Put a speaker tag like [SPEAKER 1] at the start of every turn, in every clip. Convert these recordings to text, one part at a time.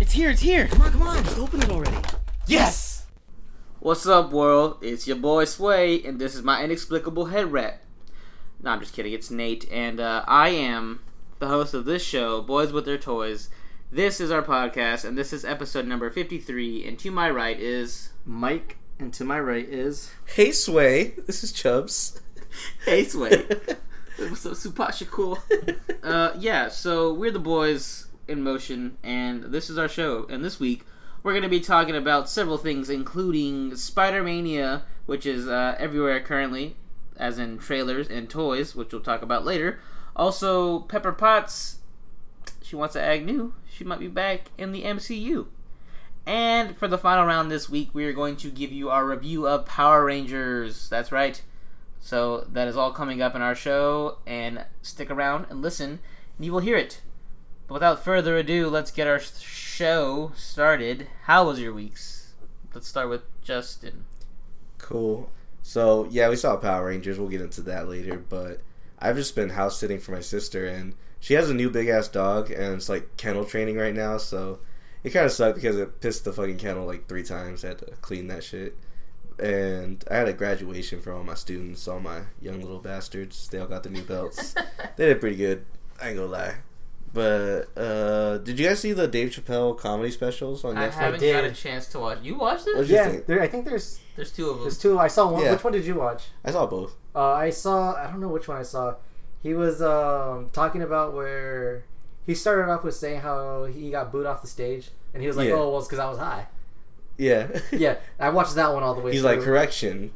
[SPEAKER 1] It's here, it's here.
[SPEAKER 2] Come on, come on, just open it already.
[SPEAKER 1] Yes!
[SPEAKER 3] What's up, world? It's your boy Sway, and this is my inexplicable head rat. No, I'm just kidding. It's Nate, and uh, I am the host of this show, Boys with Their Toys. This is our podcast, and this is episode number 53. And to my right is.
[SPEAKER 1] Mike, and to my right is.
[SPEAKER 2] Hey, Sway, this is Chubbs.
[SPEAKER 3] Hey, Sway. What's up, Supasha Cool? Uh, yeah, so we're the boys in motion, and this is our show. And this week, we're going to be talking about several things, including Spider Mania, which is uh, everywhere currently, as in trailers and toys, which we'll talk about later. Also, Pepper Potts, she wants to act new. She might be back in the MCU. And for the final round this week, we are going to give you our review of Power Rangers. That's right. So that is all coming up in our show, and stick around and listen, and you will hear it. But without further ado, let's get our s- show started. How was your weeks? Let's start with Justin.
[SPEAKER 4] Cool. So yeah, we saw Power Rangers. We'll get into that later. But I've just been house sitting for my sister, and she has a new big ass dog, and it's like kennel training right now. So it kind of sucked because it pissed the fucking kennel like three times. I had to clean that shit. And I had a graduation for all my students, all my young little bastards. They all got their new belts. they did pretty good. I ain't gonna lie. But uh, did you guys see the Dave Chappelle comedy specials on
[SPEAKER 3] I
[SPEAKER 4] Netflix?
[SPEAKER 3] haven't
[SPEAKER 1] did.
[SPEAKER 3] got a chance to watch. You watched it?
[SPEAKER 4] What'd you
[SPEAKER 1] Yeah,
[SPEAKER 4] think?
[SPEAKER 1] there, I think there's
[SPEAKER 3] There's two of them.
[SPEAKER 1] there's two. I saw one.
[SPEAKER 4] Yeah.
[SPEAKER 1] Which one did you watch?
[SPEAKER 4] I saw both.
[SPEAKER 1] Uh, I saw. I don't know which one I saw. He was um, talking about where he started off with saying how he got booed off the stage, and he was like,
[SPEAKER 4] Yeah.
[SPEAKER 1] "Oh, well, it's because I was high."
[SPEAKER 4] Yeah.
[SPEAKER 1] Yeah, I watched that one all the way.
[SPEAKER 4] He's
[SPEAKER 1] through.
[SPEAKER 4] like, correction,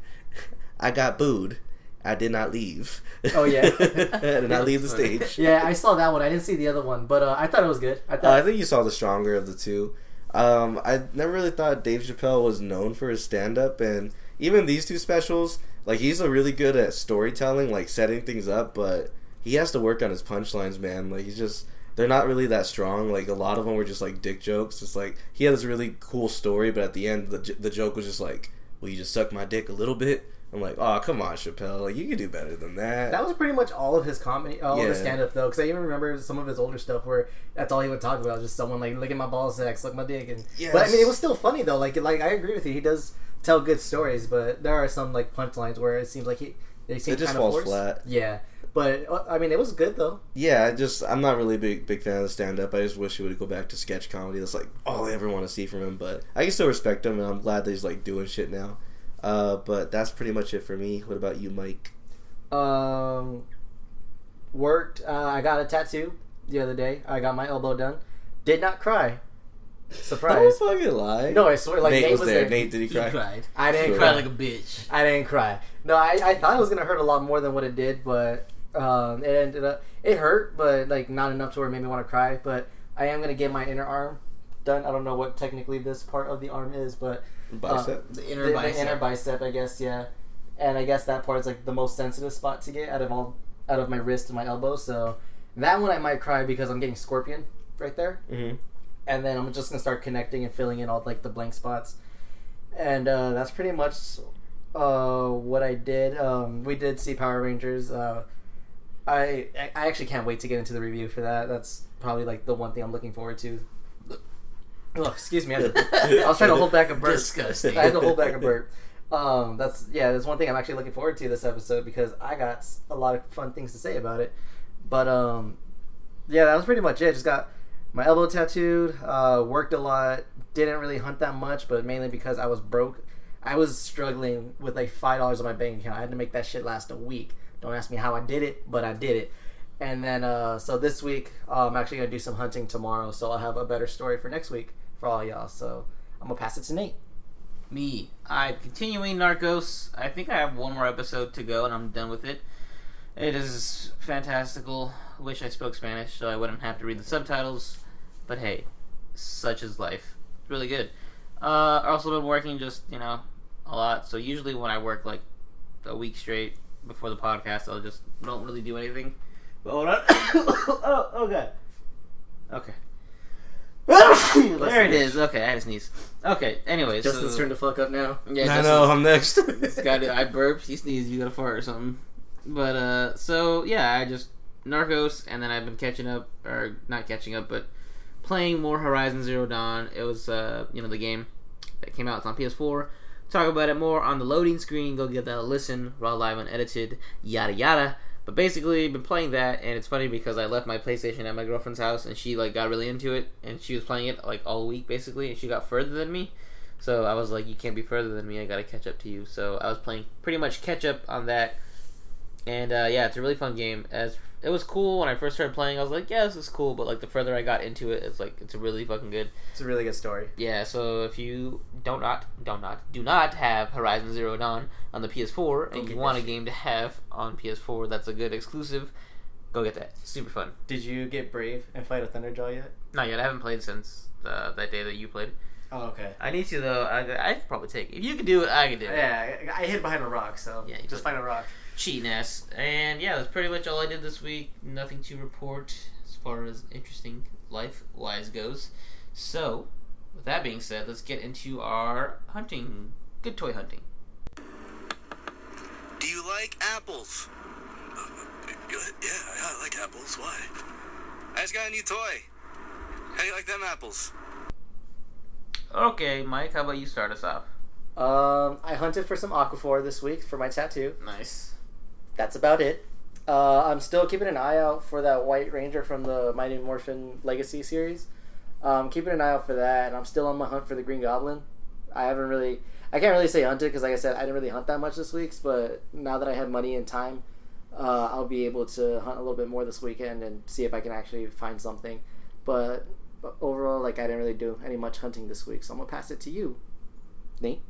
[SPEAKER 4] I got booed. I did not leave.
[SPEAKER 1] Oh, yeah.
[SPEAKER 4] I did not leave the stage.
[SPEAKER 1] Yeah, I saw that one. I didn't see the other one, but uh, I thought it was good. I
[SPEAKER 4] Uh, I
[SPEAKER 1] thought.
[SPEAKER 4] think you saw the stronger of the two. Um, I never really thought Dave Chappelle was known for his stand up, and even these two specials, like he's a really good at storytelling, like setting things up, but he has to work on his punchlines, man. Like he's just they're not really that strong. Like a lot of them were just like dick jokes. It's like he had this really cool story, but at the end, the j- the joke was just like, "Will you just suck my dick a little bit?" I'm like, "Oh, come on, Chappelle! Like you can do better than that."
[SPEAKER 1] that was pretty much all of his comedy, all of
[SPEAKER 4] Yeah.
[SPEAKER 1] his stand-up though, because I even remember some of his older stuff where that's all he would talk about, just someone like look at my ball sacks, look my dick, and but I mean it
[SPEAKER 4] Yes.
[SPEAKER 1] was still funny though. Like like I agree with you, he does tell good stories, but there are some like punchlines where it seems like he they seem
[SPEAKER 4] it just
[SPEAKER 1] kind
[SPEAKER 4] falls
[SPEAKER 1] of forced.
[SPEAKER 4] flat.
[SPEAKER 1] Yeah, but uh, I mean it was good though.
[SPEAKER 4] Yeah, I just I'm not really a big big fan of stand up. I just wish he would go back to sketch comedy. That's like all I ever want to see from him. But I can still respect him, and I'm glad that he's like doing shit now. Uh, but that's pretty much it for me. What about you, Mike?
[SPEAKER 1] Um, worked. Uh, I got a tattoo the other day. I got my elbow done. Did not cry.
[SPEAKER 4] Don't
[SPEAKER 1] Surprise.
[SPEAKER 4] fucking lie.
[SPEAKER 1] No, I swear. Like
[SPEAKER 4] Nate, was, there. Nate, did he cry?
[SPEAKER 1] I didn't
[SPEAKER 3] You
[SPEAKER 1] cry.
[SPEAKER 3] cried like a bitch.
[SPEAKER 1] I didn't cry. No, I, I thought it was gonna hurt a lot more than what it did, but um, it ended up it hurt, but like not enough to where it made me want to cry. But I am gonna get my inner arm done. I don't know what technically this part of the arm is, but
[SPEAKER 4] Bicep.
[SPEAKER 3] The
[SPEAKER 1] the,
[SPEAKER 3] inner
[SPEAKER 1] the
[SPEAKER 3] bicep.
[SPEAKER 1] inner bicep, I guess, yeah. And I guess that part is like the most sensitive spot to get out of all out of my wrist and my elbow. So that one I might cry because I'm getting scorpion right there
[SPEAKER 4] hmm
[SPEAKER 1] and then I'm just gonna start connecting and filling in all like the blank spots, and uh, that's pretty much uh, what I did. Um, we did see Power Rangers. Uh, I I I actually can't wait to get into the review for that. That's probably like the one thing I'm looking forward to. Oh, excuse me, I, I was trying to hold back a burp.
[SPEAKER 3] Disgusting.
[SPEAKER 1] I had to hold back a burp. Um, that's yeah, that's one thing I'm actually looking forward to this episode because I got s- a lot of fun things to say about it. But um, yeah, that was pretty much it. Just got my elbow tattooed. Uh, worked a lot. Didn't really hunt that much, but mainly because I was broke. I was struggling with like five dollars in my bank account. I had to make that shit last a week. Don't ask me how I did it, but I did it. And then uh, so this week uh, I'm actually gonna do some hunting tomorrow, so I'll have a better story for next week for all y'all. So I'm gonna pass it to Nate.
[SPEAKER 3] me. I'm continuing Narcos. I think I have one more episode to go, and I'm done with it. It is fantastical. Wish I spoke Spanish so I wouldn't have to read the subtitles, but hey, such is life. It's really good. Uh, I've also been working just you know a lot. So usually when I work like a week straight before the podcast, I'll just don't really do anything. But hold on. oh, oh god. Okay. there it is. Okay, I had a sneeze. Okay. Anyways,
[SPEAKER 1] Justin's
[SPEAKER 3] so-
[SPEAKER 1] turned the fuck up now.
[SPEAKER 3] yeah,
[SPEAKER 4] I
[SPEAKER 3] Justin-
[SPEAKER 4] know. I'm next.
[SPEAKER 3] this guy did- I burped, he sneezed, you got a fart or something. But uh so yeah, I just Narcos and then I've been catching up or not catching up but playing more Horizon Zero Dawn. It was uh, you know the game that came out. It's on PS4. Talk about it more on the loading screen. Go give that a listen. Raw live unedited. Yada yada. But basically, been playing that, and it's funny because I left my PlayStation at my girlfriend's house, and she like got really into it, and she was playing it like all week basically, and she got further than me. So I was like, you can't be further than me. I gotta catch up to you. So I was playing pretty much catch up on that. And uh, yeah, it's a really fun game. As it was cool when I first started playing, I was like, yeah, this is cool. But like the further I got into it, it's like it's really fucking good.
[SPEAKER 1] It's a really good story.
[SPEAKER 3] Yeah. So if you don't not don't not do not have Horizon Zero Dawn on the PS4
[SPEAKER 1] Don't
[SPEAKER 3] and you
[SPEAKER 1] get
[SPEAKER 3] want
[SPEAKER 1] that
[SPEAKER 3] a game to have on PS4 that's a good exclusive, go get that. Super fun.
[SPEAKER 1] Did you get Brave and fight a Thunderjaw yet?
[SPEAKER 3] Not yet. I haven't played since uh, that day that you played.
[SPEAKER 1] Oh, okay.
[SPEAKER 3] I need to though. I I could probably take it. If you can do it, I can do it.
[SPEAKER 1] Yeah, I I hid behind a rock, so
[SPEAKER 3] Yeah, you
[SPEAKER 1] just
[SPEAKER 3] could.
[SPEAKER 1] find a rock.
[SPEAKER 3] cheating ass. And yeah, that's pretty much all I did this week. Nothing to report as far as interesting life wise goes. So, with that being said, let's get into our hunting. Good toy hunting.
[SPEAKER 5] Do you like apples? Uh, Yeah, yeah, I like apples. Why? I just got a new toy. How do you like them apples?
[SPEAKER 3] Okay, Mike, how about you start us off?
[SPEAKER 1] Um, I hunted for some aquaphor this week for my tattoo.
[SPEAKER 3] Nice.
[SPEAKER 1] That's about it. Uh, I'm still keeping an eye out for that White Ranger from the Mighty Morphin Legacy series. Um, keeping an eye out for that, and I'm still on my hunt for the Green Goblin. I haven't really, I can't really say hunted because, like I said, I didn't really hunt that much this week. But now that I have money and time, uh, I'll be able to hunt a little bit more this weekend and see if I can actually find something. But, but overall, like I didn't really do any much hunting this week, so I'm gonna pass it to you, Nate.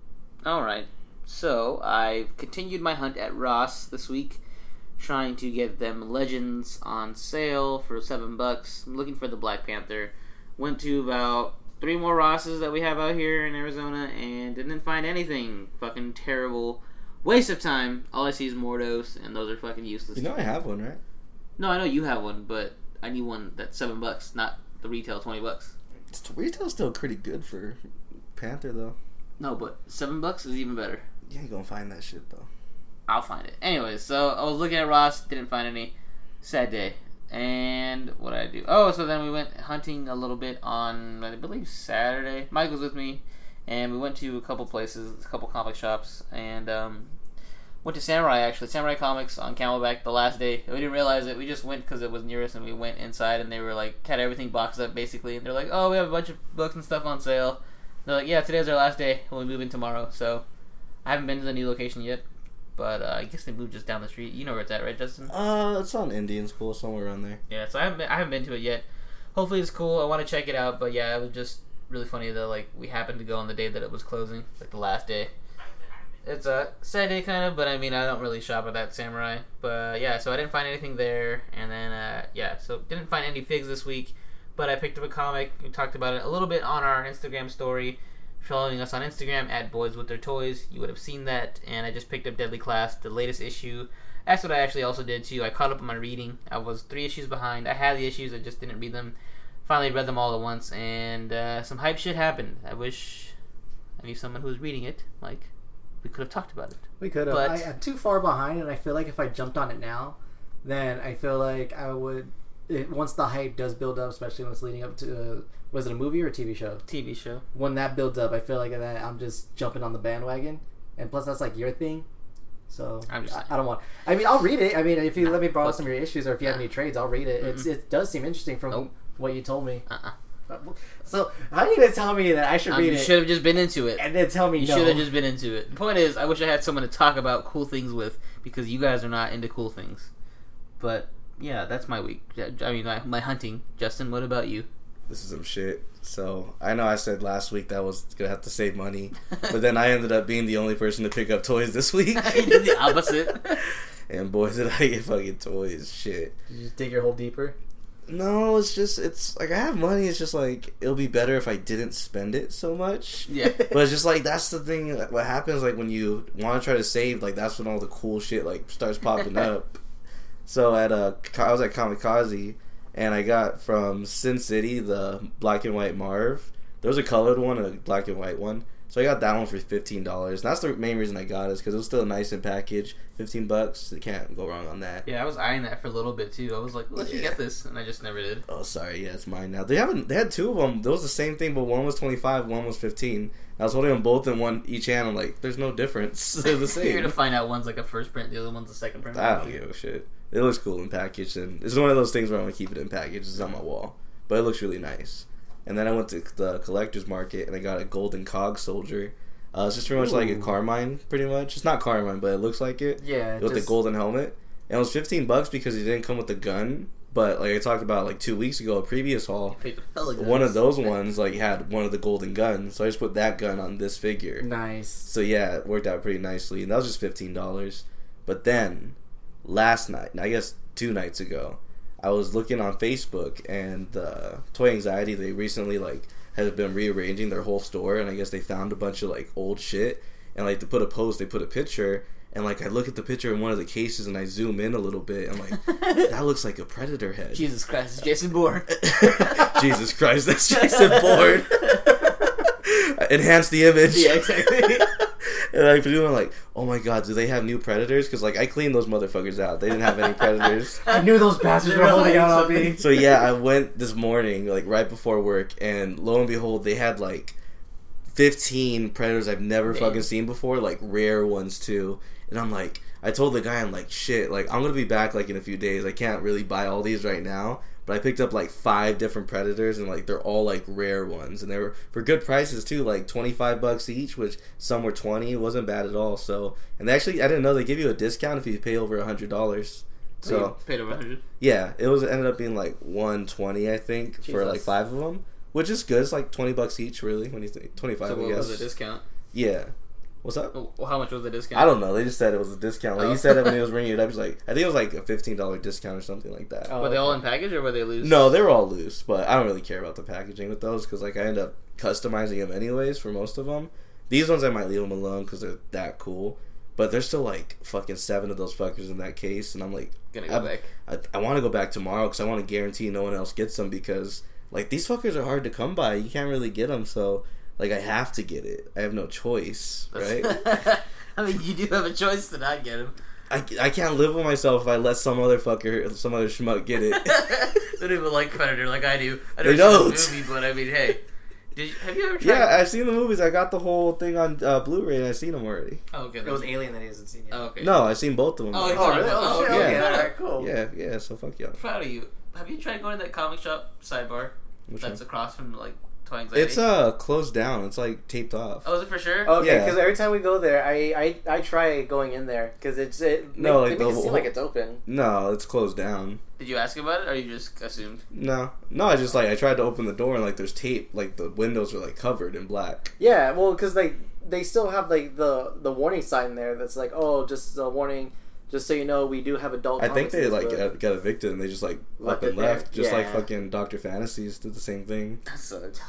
[SPEAKER 3] All right. So I've continued my hunt at Ross this week, trying to get them Legends on sale for seven bucks. I'm looking for the Black Panther. Went to about three more Rosses that we have out here in Arizona and didn't find anything. Fucking terrible. Waste of time. All I see is Mordos, and those are fucking useless.
[SPEAKER 4] You know I have one, right?
[SPEAKER 3] no, I know you have one, but I need one that's seven bucks, not the retail twenty bucks.
[SPEAKER 4] It's, retail's still pretty good for Panther though.
[SPEAKER 3] No, but seven bucks is even better.
[SPEAKER 4] You ain't gonna find that shit though.
[SPEAKER 3] I'll find it. Anyways, so I was looking at Ross, didn't find any. Sad day. And what did I do? Oh, so then we went hunting a little bit on, I believe, Saturday. Mike was with me, and we went to a couple places, a couple comic shops, and um, went to Samurai actually, Samurai Comics on Camelback the last day. We didn't realize it. We just went because it was nearest, and we went inside, and they were like had everything boxed up basically, and they're like, oh, we have a bunch of books and stuff on sale. They're like, yeah, today's our last day. We'll be moving tomorrow. So I haven't been to the new location yet, but uh, I guess they moved just down the street. You know where it's at, right, Justin?
[SPEAKER 4] Uh, it's on Indian School somewhere around there.
[SPEAKER 3] Yeah, so I haven't been, I haven't been to it yet. Hopefully it's cool. I want to check it out, but yeah, it was just really funny that like we happened to go on the day that it was closing, like the last day. It's a sad day kind of, but I mean I don't really shop at that samurai. But uh, yeah, so I didn't find anything there, and then uh, yeah, so didn't find any figs this week. But I picked up a comic. We talked about it a little bit on our Instagram story. Following us on Instagram at Boys with Their Toys, you would have seen that. And I just picked up Deadly Class, the latest issue. That's what I actually also did too. I caught up on my reading. I was three issues behind. I had the issues, I just didn't read them. Finally read them all at once, and uh, some hype shit happened. I wish I knew someone who was reading it. Like, we could have talked about it.
[SPEAKER 1] We could have.
[SPEAKER 3] But-
[SPEAKER 1] I, I'm too far behind, and I feel like if I jumped on it now, then I feel like I would. It, once the hype does build up, especially when it's leading up to, uh, was it a movie or a TV show?
[SPEAKER 3] TV show.
[SPEAKER 1] When that builds up, I feel like that I'm just jumping on the bandwagon, and plus that's like your thing. So
[SPEAKER 3] I'm just
[SPEAKER 1] I,
[SPEAKER 3] saying.
[SPEAKER 1] I don't want. I mean, I'll read it. I mean, if you let me borrow
[SPEAKER 3] fuck
[SPEAKER 1] some of your issues, or if you have
[SPEAKER 3] Nah.
[SPEAKER 1] any trades, I'll read it. It's, it does seem interesting from
[SPEAKER 3] Nope.
[SPEAKER 1] what you told me.
[SPEAKER 3] Uh-uh.
[SPEAKER 1] So how are you gonna tell me that I should
[SPEAKER 3] Um,
[SPEAKER 1] read
[SPEAKER 3] you
[SPEAKER 1] it
[SPEAKER 3] should have just been into it.
[SPEAKER 1] and then tell me
[SPEAKER 3] You
[SPEAKER 1] no?
[SPEAKER 3] should have just been into it. The point is, I wish I had someone to talk about cool things with because you guys are not into cool things. But yeah, that's my week. Yeah, I mean, my, my hunting. Justin, what about you?
[SPEAKER 4] This is some shit. So I know I said last week that I was gonna have to save money, but then I ended up being the only person to pick up toys this week.
[SPEAKER 3] You did the opposite.
[SPEAKER 4] and boy, did I get fucking toys. Shit.
[SPEAKER 1] Did you just dig your hole deeper.
[SPEAKER 4] No, it's just it's like I have money. It's just like it'll be better if I didn't spend it so much.
[SPEAKER 3] Yeah.
[SPEAKER 4] But it's just like that's the thing. like, What happens like when you want to try to save, like that's when all the cool shit like starts popping up. So at uh, Co- I was at Kamikaze, and I got from Sin City the black and white Marv, There was a colored one and a black and white one. So I got that one for fifteen dollars. That's the main reason I got it is because it was still nice in package. Fifteen bucks, you can't go wrong on that.
[SPEAKER 3] Yeah, I was eyeing that for a little bit too. I was like, let me
[SPEAKER 4] Yeah.
[SPEAKER 3] get this, and I just never did.
[SPEAKER 4] Oh, sorry, yeah, it's mine now. They haven't. They had two of them. Those the same thing, but one was twenty five, one was fifteen. I was holding them both in one each hand. I'm like, there's no difference. They're the
[SPEAKER 3] You're gonna
[SPEAKER 4] same.
[SPEAKER 3] find out one's like a first print, the other one's a second print.
[SPEAKER 4] I don't give a shit. It looks cool in package, and it's one of those things where I'm gonna keep it in package. It's on my wall, but it looks really nice. And then I went to the collector's market and I got a golden cog soldier. Uh, it's just pretty much like a
[SPEAKER 1] Ooh.
[SPEAKER 4] Carmine, pretty much. It's not Carmine, but it looks like it
[SPEAKER 1] Yeah,
[SPEAKER 4] with
[SPEAKER 1] just-
[SPEAKER 4] the golden helmet. And it was fifteen bucks because he didn't come with the gun. But like I talked about like two weeks ago, a previous haul,
[SPEAKER 3] Paid the fella
[SPEAKER 4] one
[SPEAKER 3] guns.
[SPEAKER 4] of those ones like had one of the golden guns. So I just put that gun on this figure.
[SPEAKER 1] Mm. Nice.
[SPEAKER 4] So yeah, it worked out pretty nicely, and that was just fifteen dollars. But then last night, and I guess two nights ago, I was looking on Facebook, and uh, Toy Anxiety they recently like has been rearranging their whole store, and I guess they found a bunch of like old shit, and like to put a post, they put a picture. And like I look at the picture in one of the cases and I zoom in a little bit, I'm like, that looks like a predator head.
[SPEAKER 3] Jesus Christ, it's Jason Bourne.
[SPEAKER 4] Jesus Christ, that's Jason Bourne. Enhance the image.
[SPEAKER 3] Yeah, exactly.
[SPEAKER 4] and I presume I'm like, oh my god, do they have new predators? Because like I cleaned those motherfuckers out. They didn't have any predators.
[SPEAKER 1] I knew those bastards
[SPEAKER 3] They
[SPEAKER 1] were
[SPEAKER 3] were
[SPEAKER 1] holding
[SPEAKER 3] hiding
[SPEAKER 1] out on
[SPEAKER 3] something.
[SPEAKER 1] me.
[SPEAKER 4] so yeah, I went this morning, like right before work, and lo and behold, they had like 15 predators I've never
[SPEAKER 3] Damn.
[SPEAKER 4] fucking seen before, like rare ones too. And I'm like, I told the guy, I'm like, shit, like I'm gonna be back like in a few days. I can't really buy all these right now. But I picked up like five different predators, and like they're all like rare ones, and they were for good prices too, like twenty five bucks each, which some were twenty. It wasn't bad at all. So, and they actually, I didn't know they give you a discount if you pay over a hundred dollars. So
[SPEAKER 3] paid over 100.
[SPEAKER 4] yeah, it was it ended up being like one twenty, I think, for
[SPEAKER 3] Jesus.
[SPEAKER 4] like five of them, which is good. It's like twenty bucks each, really. When you think twenty five,
[SPEAKER 3] So
[SPEAKER 4] I
[SPEAKER 3] what
[SPEAKER 4] guess.
[SPEAKER 3] was the discount?
[SPEAKER 4] yeah, what's up?
[SPEAKER 3] Oh, Well, how much was the discount?
[SPEAKER 4] I don't know. They just said it was a discount. Like
[SPEAKER 3] Oh.
[SPEAKER 4] he said it when he was ringing it up. He's like, I think it was like a fifteen dollar discount or something like that.
[SPEAKER 1] Oh.
[SPEAKER 3] Were they all in package or were they loose?
[SPEAKER 4] No, they were all loose, but I don't really care about the packaging with those because like I end up customizing them anyways for most of them. These ones I might leave them alone because they're that cool. But there's still like fucking seven of those fuckers in that case, and I'm like,
[SPEAKER 3] Gonna go
[SPEAKER 4] I-
[SPEAKER 3] back.
[SPEAKER 4] I, I want to go back tomorrow because I want to guarantee no one else gets them because like these fuckers are hard to come by. You can't really get them, so like I have to get it. I have no choice, right?
[SPEAKER 3] I mean, you do have a choice to not get him.
[SPEAKER 4] I, I can't live with myself if I let some other fucker, some other schmuck get it.
[SPEAKER 3] they don't even like Predator like I do. I
[SPEAKER 4] They
[SPEAKER 3] know it's a
[SPEAKER 4] don't.
[SPEAKER 3] movie, but I mean, hey. Did you, have you ever tried?
[SPEAKER 4] yeah, I've seen the movies. I got the whole thing on uh, Blu-ray. and I've seen them already.
[SPEAKER 3] Oh, okay.
[SPEAKER 1] It was Alien that he hasn't seen yet.
[SPEAKER 3] oh, okay.
[SPEAKER 4] No, I've seen both of them.
[SPEAKER 3] Oh,
[SPEAKER 1] Oh, really? Oh, shit.
[SPEAKER 4] Yeah.
[SPEAKER 1] Okay, alright, cool.
[SPEAKER 4] yeah, yeah. So fuck y'all.
[SPEAKER 3] proud of you. Have you tried going to that comic shop sidebar
[SPEAKER 4] Which
[SPEAKER 3] that's
[SPEAKER 4] one?
[SPEAKER 3] across from like Toy Anxiety?
[SPEAKER 4] It's uh closed down. It's like taped off.
[SPEAKER 3] Oh, is it for sure?
[SPEAKER 1] Okay,
[SPEAKER 4] Yeah.
[SPEAKER 1] because every time we go there, I I, I try going in there because it's it
[SPEAKER 4] No,
[SPEAKER 1] make-
[SPEAKER 4] like
[SPEAKER 1] they make
[SPEAKER 4] the
[SPEAKER 1] it seem
[SPEAKER 4] whole-
[SPEAKER 1] like it's open.
[SPEAKER 4] No, it's closed down.
[SPEAKER 3] Did you ask about it, or you just assumed?
[SPEAKER 4] No, no. I just like I tried to open the door and like there's tape. Like the windows are like covered in black.
[SPEAKER 1] Yeah, well, because like they still have like the the warning sign there that's like, oh, just a warning, just so you know, we do have adult.
[SPEAKER 4] I think they
[SPEAKER 1] comics,
[SPEAKER 4] like uh,
[SPEAKER 1] but-
[SPEAKER 4] got got evicted and they just like
[SPEAKER 1] Left
[SPEAKER 4] up and
[SPEAKER 1] it there.
[SPEAKER 4] left, just like
[SPEAKER 1] Yeah.
[SPEAKER 4] fucking Doctor Fantasies did the same thing.
[SPEAKER 1] That sucked.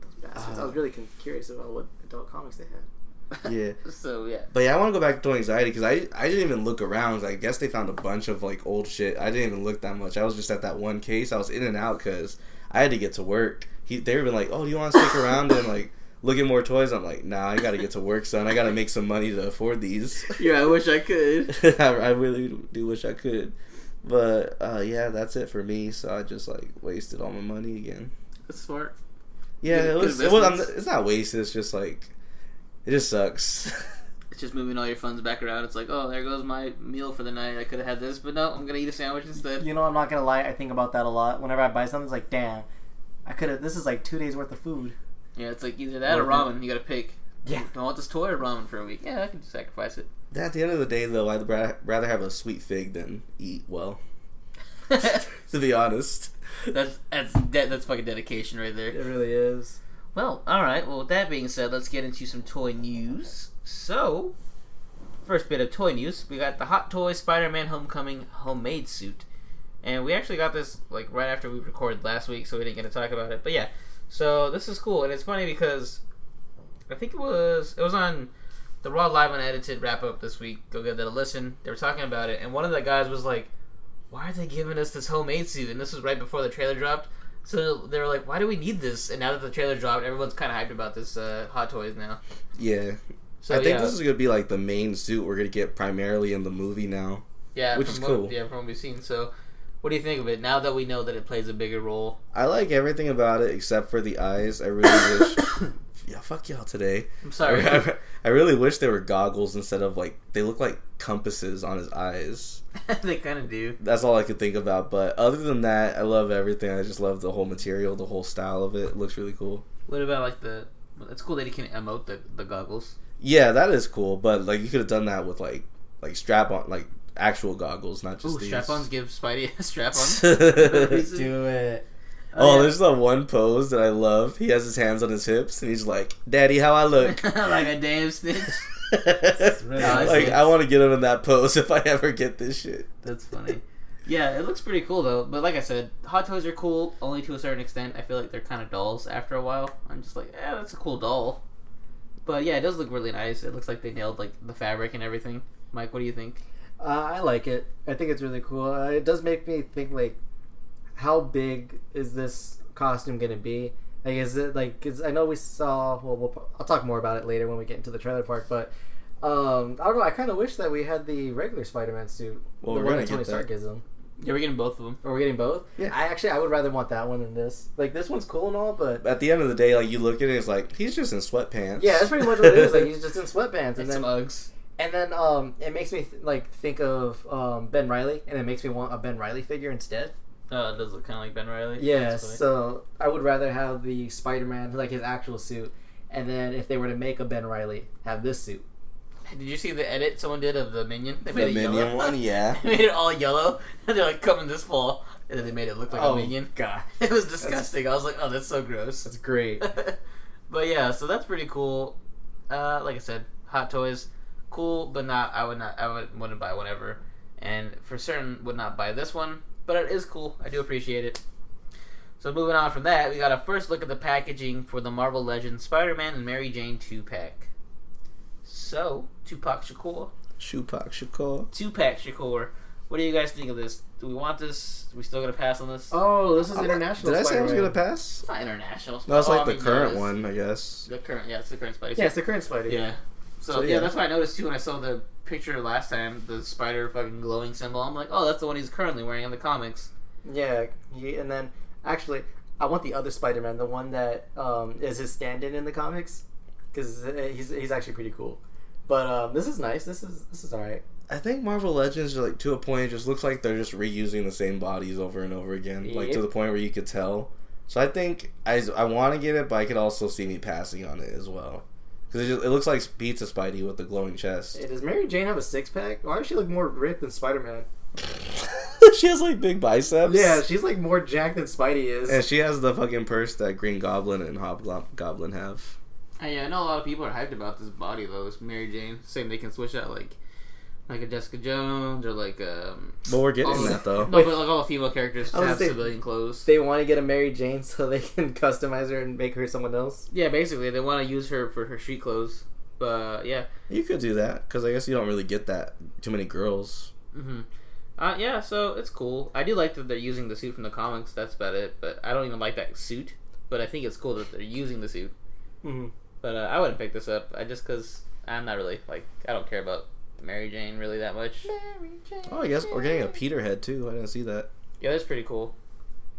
[SPEAKER 1] Those bastards. I
[SPEAKER 4] Uh.
[SPEAKER 1] was really con- curious about what adult comics they had.
[SPEAKER 4] Yeah.
[SPEAKER 3] So yeah.
[SPEAKER 4] But yeah, I want to go back to Toy Anxiety because I I didn't even look around. 'cause I guess they found a bunch of like old shit. I didn't even look that much. I was just at that one case. I was in and out because I had to get to work. He they were been like, oh, do you want to stick around and like look at more toys? I'm like, nah, I gotta get to work, son. I gotta make some money to afford these.
[SPEAKER 3] Yeah, I wish I could.
[SPEAKER 4] I, I really do wish I could. But uh, yeah, that's it for me. So I just like wasted all my money again.
[SPEAKER 3] That's smart.
[SPEAKER 4] Yeah,
[SPEAKER 3] Good-
[SPEAKER 4] it was.
[SPEAKER 3] good
[SPEAKER 4] It was I'm,
[SPEAKER 3] business.
[SPEAKER 4] it's not wasted. It's just like it just sucks.
[SPEAKER 3] It's just moving all your funds back around. It's like, oh, there goes my meal for the night. I could have had this, but no, I'm gonna eat a sandwich instead.
[SPEAKER 1] You know, I'm not gonna lie. I think about that a lot. Whenever I buy something, it's like, damn, I could have. This is like two days worth of food.
[SPEAKER 3] Yeah, it's like either that or
[SPEAKER 1] Worth
[SPEAKER 3] ramen. You gotta pick.
[SPEAKER 1] Yeah.
[SPEAKER 3] Don't want this toy or ramen for a week. Yeah, I can sacrifice it.
[SPEAKER 4] At the end of the day, though, I'd ra- rather have a sweet fig than eat well. To be honest,
[SPEAKER 3] that's that's de- that's fucking dedication right there.
[SPEAKER 1] really is.
[SPEAKER 3] Well, all right. Well, with that being said, let's get into some toy news. So, first bit of toy news, we got the Hot Toy Spider-Man Homecoming homemade suit, and we actually got this like right after we recorded last week, so we didn't get to talk about it. But yeah, so this is cool, and it's funny because I think it was it was on the Raw Live Unedited wrap up this week. Go give that a listen. They were talking about it, and one of the guys was like, "Why are they giving us this homemade suit?" And this was right before the trailer dropped. So they were like, "Why do we need this?" And now that the trailer dropped, everyone's kind of hyped about this uh, Hot Toys now.
[SPEAKER 4] Yeah.
[SPEAKER 3] So
[SPEAKER 4] I think
[SPEAKER 3] yeah,
[SPEAKER 4] this is gonna be like the main suit we're gonna get primarily in the movie now.
[SPEAKER 3] yeah,
[SPEAKER 4] which
[SPEAKER 3] from
[SPEAKER 4] is
[SPEAKER 3] what,
[SPEAKER 4] cool.
[SPEAKER 3] Yeah, from what we've seen. So, what do you think of it now that we know that it plays a bigger role?
[SPEAKER 4] I like everything about it except for the eyes. I really wish. Yeah, fuck y'all today.
[SPEAKER 3] I'm sorry.
[SPEAKER 4] I really wish they were goggles instead of like they look like compasses on his eyes.
[SPEAKER 3] they kind of do.
[SPEAKER 4] That's all I could think about. But other than that, I love everything. I just love the whole material, the whole style of it. It looks really cool.
[SPEAKER 3] What about like the? well, It's cool that he can emote the, the goggles.
[SPEAKER 4] Yeah, that is cool. But like you could have done that with like like strap on like actual goggles, not just
[SPEAKER 3] Ooh,
[SPEAKER 4] these.
[SPEAKER 3] strap-ons give Spidey a strap-on.
[SPEAKER 4] oh,
[SPEAKER 1] Do it.
[SPEAKER 3] Oh,
[SPEAKER 4] there's the one pose that I love. He has his hands on his hips and he's like, "Daddy, how I look."
[SPEAKER 3] like a damn snitch.
[SPEAKER 1] really
[SPEAKER 4] like
[SPEAKER 3] nice.
[SPEAKER 4] I want to get him in that pose if I ever get this shit.
[SPEAKER 3] That's funny. Yeah, it looks pretty cool though. But like I said, Hot Toys are cool only to a certain extent. I feel like they're kind of dolls after a while. I'm just like, yeah, that's a cool doll. But yeah, it does look really nice. It looks like they nailed like the fabric and everything. Mike, what do you think?
[SPEAKER 1] Uh, I like it. I think it's really cool. Uh, it does make me think like, how big is this costume gonna be? Like, is it like? 'cause I know we saw. Well, we'll, I'll talk more about it later when we get into the trailer part. But um, I don't know. I kind of wish that we had the regular Spider-Man suit.
[SPEAKER 4] Well,
[SPEAKER 1] the
[SPEAKER 4] we're
[SPEAKER 1] one
[SPEAKER 4] gonna
[SPEAKER 1] that Tony
[SPEAKER 4] get that.
[SPEAKER 1] Stark gives him.
[SPEAKER 3] Yeah, we're getting both of them.
[SPEAKER 1] Are we getting both?
[SPEAKER 4] Yeah.
[SPEAKER 1] I actually, I would rather want that one than this. Like, this one's cool and all, but
[SPEAKER 4] At the end of the day, like you look at it, it's like he's just in sweatpants.
[SPEAKER 1] yeah, that's pretty much what it is. Like, he's just in sweatpants, and
[SPEAKER 3] And some
[SPEAKER 1] then
[SPEAKER 3] Uggs.
[SPEAKER 1] And then um, it makes me th- like think of um, Ben Riley, and it makes me want a Ben Riley figure instead.
[SPEAKER 3] Oh, it does look kind of like Ben Riley.
[SPEAKER 1] Yeah,
[SPEAKER 3] That's funny.
[SPEAKER 1] so I would rather have the Spider-Man like his actual suit, and then if they were to make a Ben Riley, have this suit.
[SPEAKER 3] Did you see the edit someone did of the Minion? They
[SPEAKER 4] the
[SPEAKER 3] it
[SPEAKER 4] minion
[SPEAKER 3] yellow.
[SPEAKER 4] one, yeah.
[SPEAKER 3] they made it all yellow. And they're like coming this fall, and then they made it look like a Minion.
[SPEAKER 1] Oh, god,
[SPEAKER 3] It was disgusting. I was like, oh, that's so gross.
[SPEAKER 1] that's great.
[SPEAKER 3] but yeah, so that's pretty cool. Uh, like I said, Hot Toys, cool, but not. I would not. I would wouldn't buy one ever, and for certain would not buy this one. But it is cool. I do appreciate it. So moving on from that, we got a first look at the packaging for the Marvel Legends Spider-Man and Mary Jane two pack. So Tupac Shakur,
[SPEAKER 4] Tupac Shakur.
[SPEAKER 3] two pack Shakur. What do you guys think of this? Do we want this? we still gonna pass on
[SPEAKER 4] Uh,
[SPEAKER 3] this?
[SPEAKER 1] Oh, this is
[SPEAKER 4] I'm not-
[SPEAKER 1] international.
[SPEAKER 4] Did I say I was
[SPEAKER 1] Spider-Man.
[SPEAKER 4] gonna pass?
[SPEAKER 3] It's not international.
[SPEAKER 4] No, it's
[SPEAKER 3] Oh,
[SPEAKER 4] like
[SPEAKER 3] I
[SPEAKER 4] the
[SPEAKER 3] mean, yeah,
[SPEAKER 4] current
[SPEAKER 3] it's-
[SPEAKER 4] one, I guess.
[SPEAKER 3] The current, yeah, it's the current Spidey.
[SPEAKER 1] Yeah, it's the current Spider.
[SPEAKER 3] Yeah. So,
[SPEAKER 4] So,
[SPEAKER 3] yeah.
[SPEAKER 4] yeah.
[SPEAKER 3] that's what I noticed too when I saw the picture last time, the spider fucking glowing symbol. I'm like, oh, that's the one he's currently wearing in the comics.
[SPEAKER 1] yeah. He, and then actually, I want the other Spider-Man, the one that um, is his stand-in in the comics, because he's he's actually pretty cool. But um, this is nice. This is this is all right.
[SPEAKER 4] I think Marvel Legends are like to a point. It just looks like they're just reusing the same bodies over and over again, like to
[SPEAKER 1] Yep.
[SPEAKER 4] the point where you could tell. So I think I I want to get it, but I could also see me passing on it as well because it, just- it looks like Pizza Spidey with the glowing chest.
[SPEAKER 1] Hey, does Mary Jane have a six pack? Why does she look more ripped than Spider Man?
[SPEAKER 4] she has like big biceps.
[SPEAKER 1] Yeah, she's like more jacked than Spidey is.
[SPEAKER 4] and she has the fucking purse that Green Goblin and Hobgoblin have.
[SPEAKER 3] And Uh, yeah, I know a lot of people are hyped about this body though. This Mary Jane, saying they can switch out like, like a Jessica Jones or like um.
[SPEAKER 4] But we're
[SPEAKER 3] all
[SPEAKER 4] getting
[SPEAKER 3] the-
[SPEAKER 4] that though.
[SPEAKER 3] No, but like all the female characters
[SPEAKER 1] I was
[SPEAKER 3] have
[SPEAKER 1] gonna say-
[SPEAKER 3] civilian clothes.
[SPEAKER 1] they want to get a Mary Jane so they can customize her and make her someone else.
[SPEAKER 3] yeah, basically they want to use her for her street clothes. But yeah,
[SPEAKER 4] You could do that because I guess you don't really get that too many girls.
[SPEAKER 3] hmm Uh, yeah, so it's cool. I do like that they're using the suit from the comics. That's about it. But I don't even like that suit. But I think it's cool that they're using the suit.
[SPEAKER 1] Mhm.
[SPEAKER 3] But uh, I wouldn't pick this up. I just because I'm not really like I don't care about Mary Jane really that much.
[SPEAKER 4] Oh, I guess we're getting a Peterhead too. I didn't see that.
[SPEAKER 3] Yeah, that's pretty cool.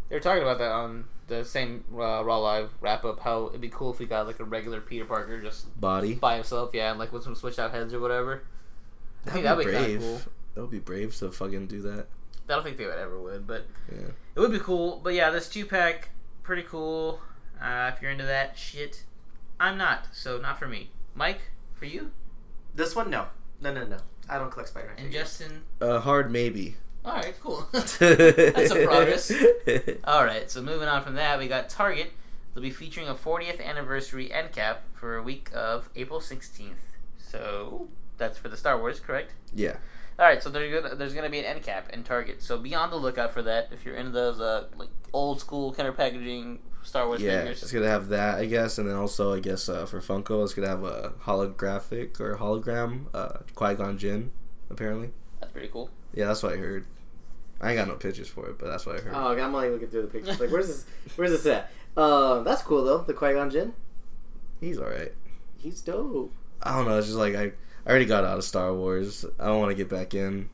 [SPEAKER 3] They were talking about that on the same uh, Raw Live wrap up. How it'd be cool if we got like a regular Peter Parker just
[SPEAKER 4] Body.
[SPEAKER 3] by himself. Yeah, and like with some switch out heads or whatever. I think
[SPEAKER 4] That'd be
[SPEAKER 3] that'd be kinda
[SPEAKER 4] brave.
[SPEAKER 3] cool.
[SPEAKER 4] That would be brave to fucking do that.
[SPEAKER 3] I don't think they would ever would, but
[SPEAKER 4] Yeah.
[SPEAKER 3] It would be cool, but yeah, this two pack, pretty cool. Uh, if you're into that shit, I'm not, so not for me. Mike, for you,
[SPEAKER 1] This one, no, no, no, no. I don't collect Spider
[SPEAKER 3] and Justin.
[SPEAKER 4] A Uh, hard maybe.
[SPEAKER 3] All right, cool.
[SPEAKER 4] That's
[SPEAKER 3] a progress. All right, so moving on from that, we got Target. They'll be featuring a 40th anniversary end cap for a week of April 16th. So that's for the Star Wars, correct?
[SPEAKER 4] yeah.
[SPEAKER 3] All right, so there's gonna, there's gonna be an end cap in Target, so be on the lookout for that if you're into those uh, like old school kind of packaging Star Wars
[SPEAKER 4] Yeah.
[SPEAKER 3] figures.
[SPEAKER 4] It's gonna have that, I guess, and then also I guess uh, for Funko it's gonna have a holographic or hologram, uh Qui Gon Jinn, apparently.
[SPEAKER 3] That's pretty cool.
[SPEAKER 4] Yeah, that's what I heard. I ain't got no pictures for it, but that's what I heard.
[SPEAKER 1] Oh, God, I'm not even looking through the pictures. Like, where's this? Where's this at? Um, that's cool though. The Qui Gon Jinn,
[SPEAKER 4] He's alright.
[SPEAKER 1] he's dope.
[SPEAKER 4] I don't know. It's just like I, I already got out of Star Wars. I don't want to get back in.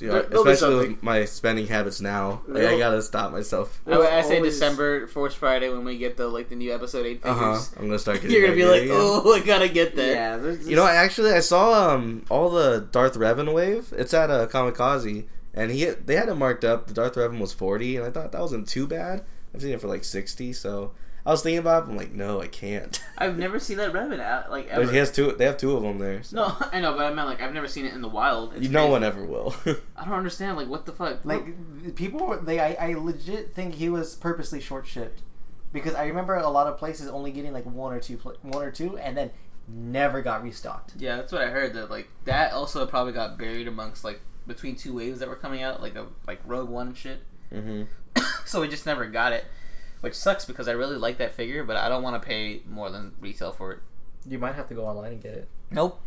[SPEAKER 4] You know,
[SPEAKER 1] There- there'll be
[SPEAKER 4] especially
[SPEAKER 1] something.
[SPEAKER 4] with my spending habits now. Like I
[SPEAKER 1] There'll-
[SPEAKER 4] gotta stop myself.
[SPEAKER 3] I, I say
[SPEAKER 1] Always-
[SPEAKER 3] December Force Friday when we get the like the new episode eight
[SPEAKER 4] Uh huh.
[SPEAKER 3] figures.
[SPEAKER 4] I'm gonna start. Getting
[SPEAKER 3] You're gonna
[SPEAKER 4] back
[SPEAKER 3] be
[SPEAKER 4] in
[SPEAKER 3] like,
[SPEAKER 4] again.
[SPEAKER 3] oh, I gotta get that.
[SPEAKER 1] Yeah, there's
[SPEAKER 4] You know, I actually I saw um all the Darth Revan wave. It's at uh, Kamikaze, and he they had it marked up. The Darth Revan was forty, and I thought that wasn't too bad. I've seen it for like sixty, so I was thinking about. It, I'm like, no, I can't.
[SPEAKER 3] I've never seen that rabbit out like ever.
[SPEAKER 4] But he has two. They have two of them there. So.
[SPEAKER 3] no, I know, but I meant like I've never seen it in the wild. It's
[SPEAKER 4] You- no
[SPEAKER 3] crazy.
[SPEAKER 4] one ever will.
[SPEAKER 3] I don't understand. Like what the fuck?
[SPEAKER 1] like people were they I, I legit think he was purposely short shipped because I remember a lot of places only getting like one or two pla- one or two and then never got restocked.
[SPEAKER 3] yeah, that's what I heard. That like that also probably got buried amongst like between two waves that were coming out, like a like Rogue One and shit.
[SPEAKER 4] mm-hmm.
[SPEAKER 3] so we just never got it, which sucks because I really like that figure, but I don't want to pay more than retail for it.
[SPEAKER 1] You might have to go online and get it.
[SPEAKER 3] Nope,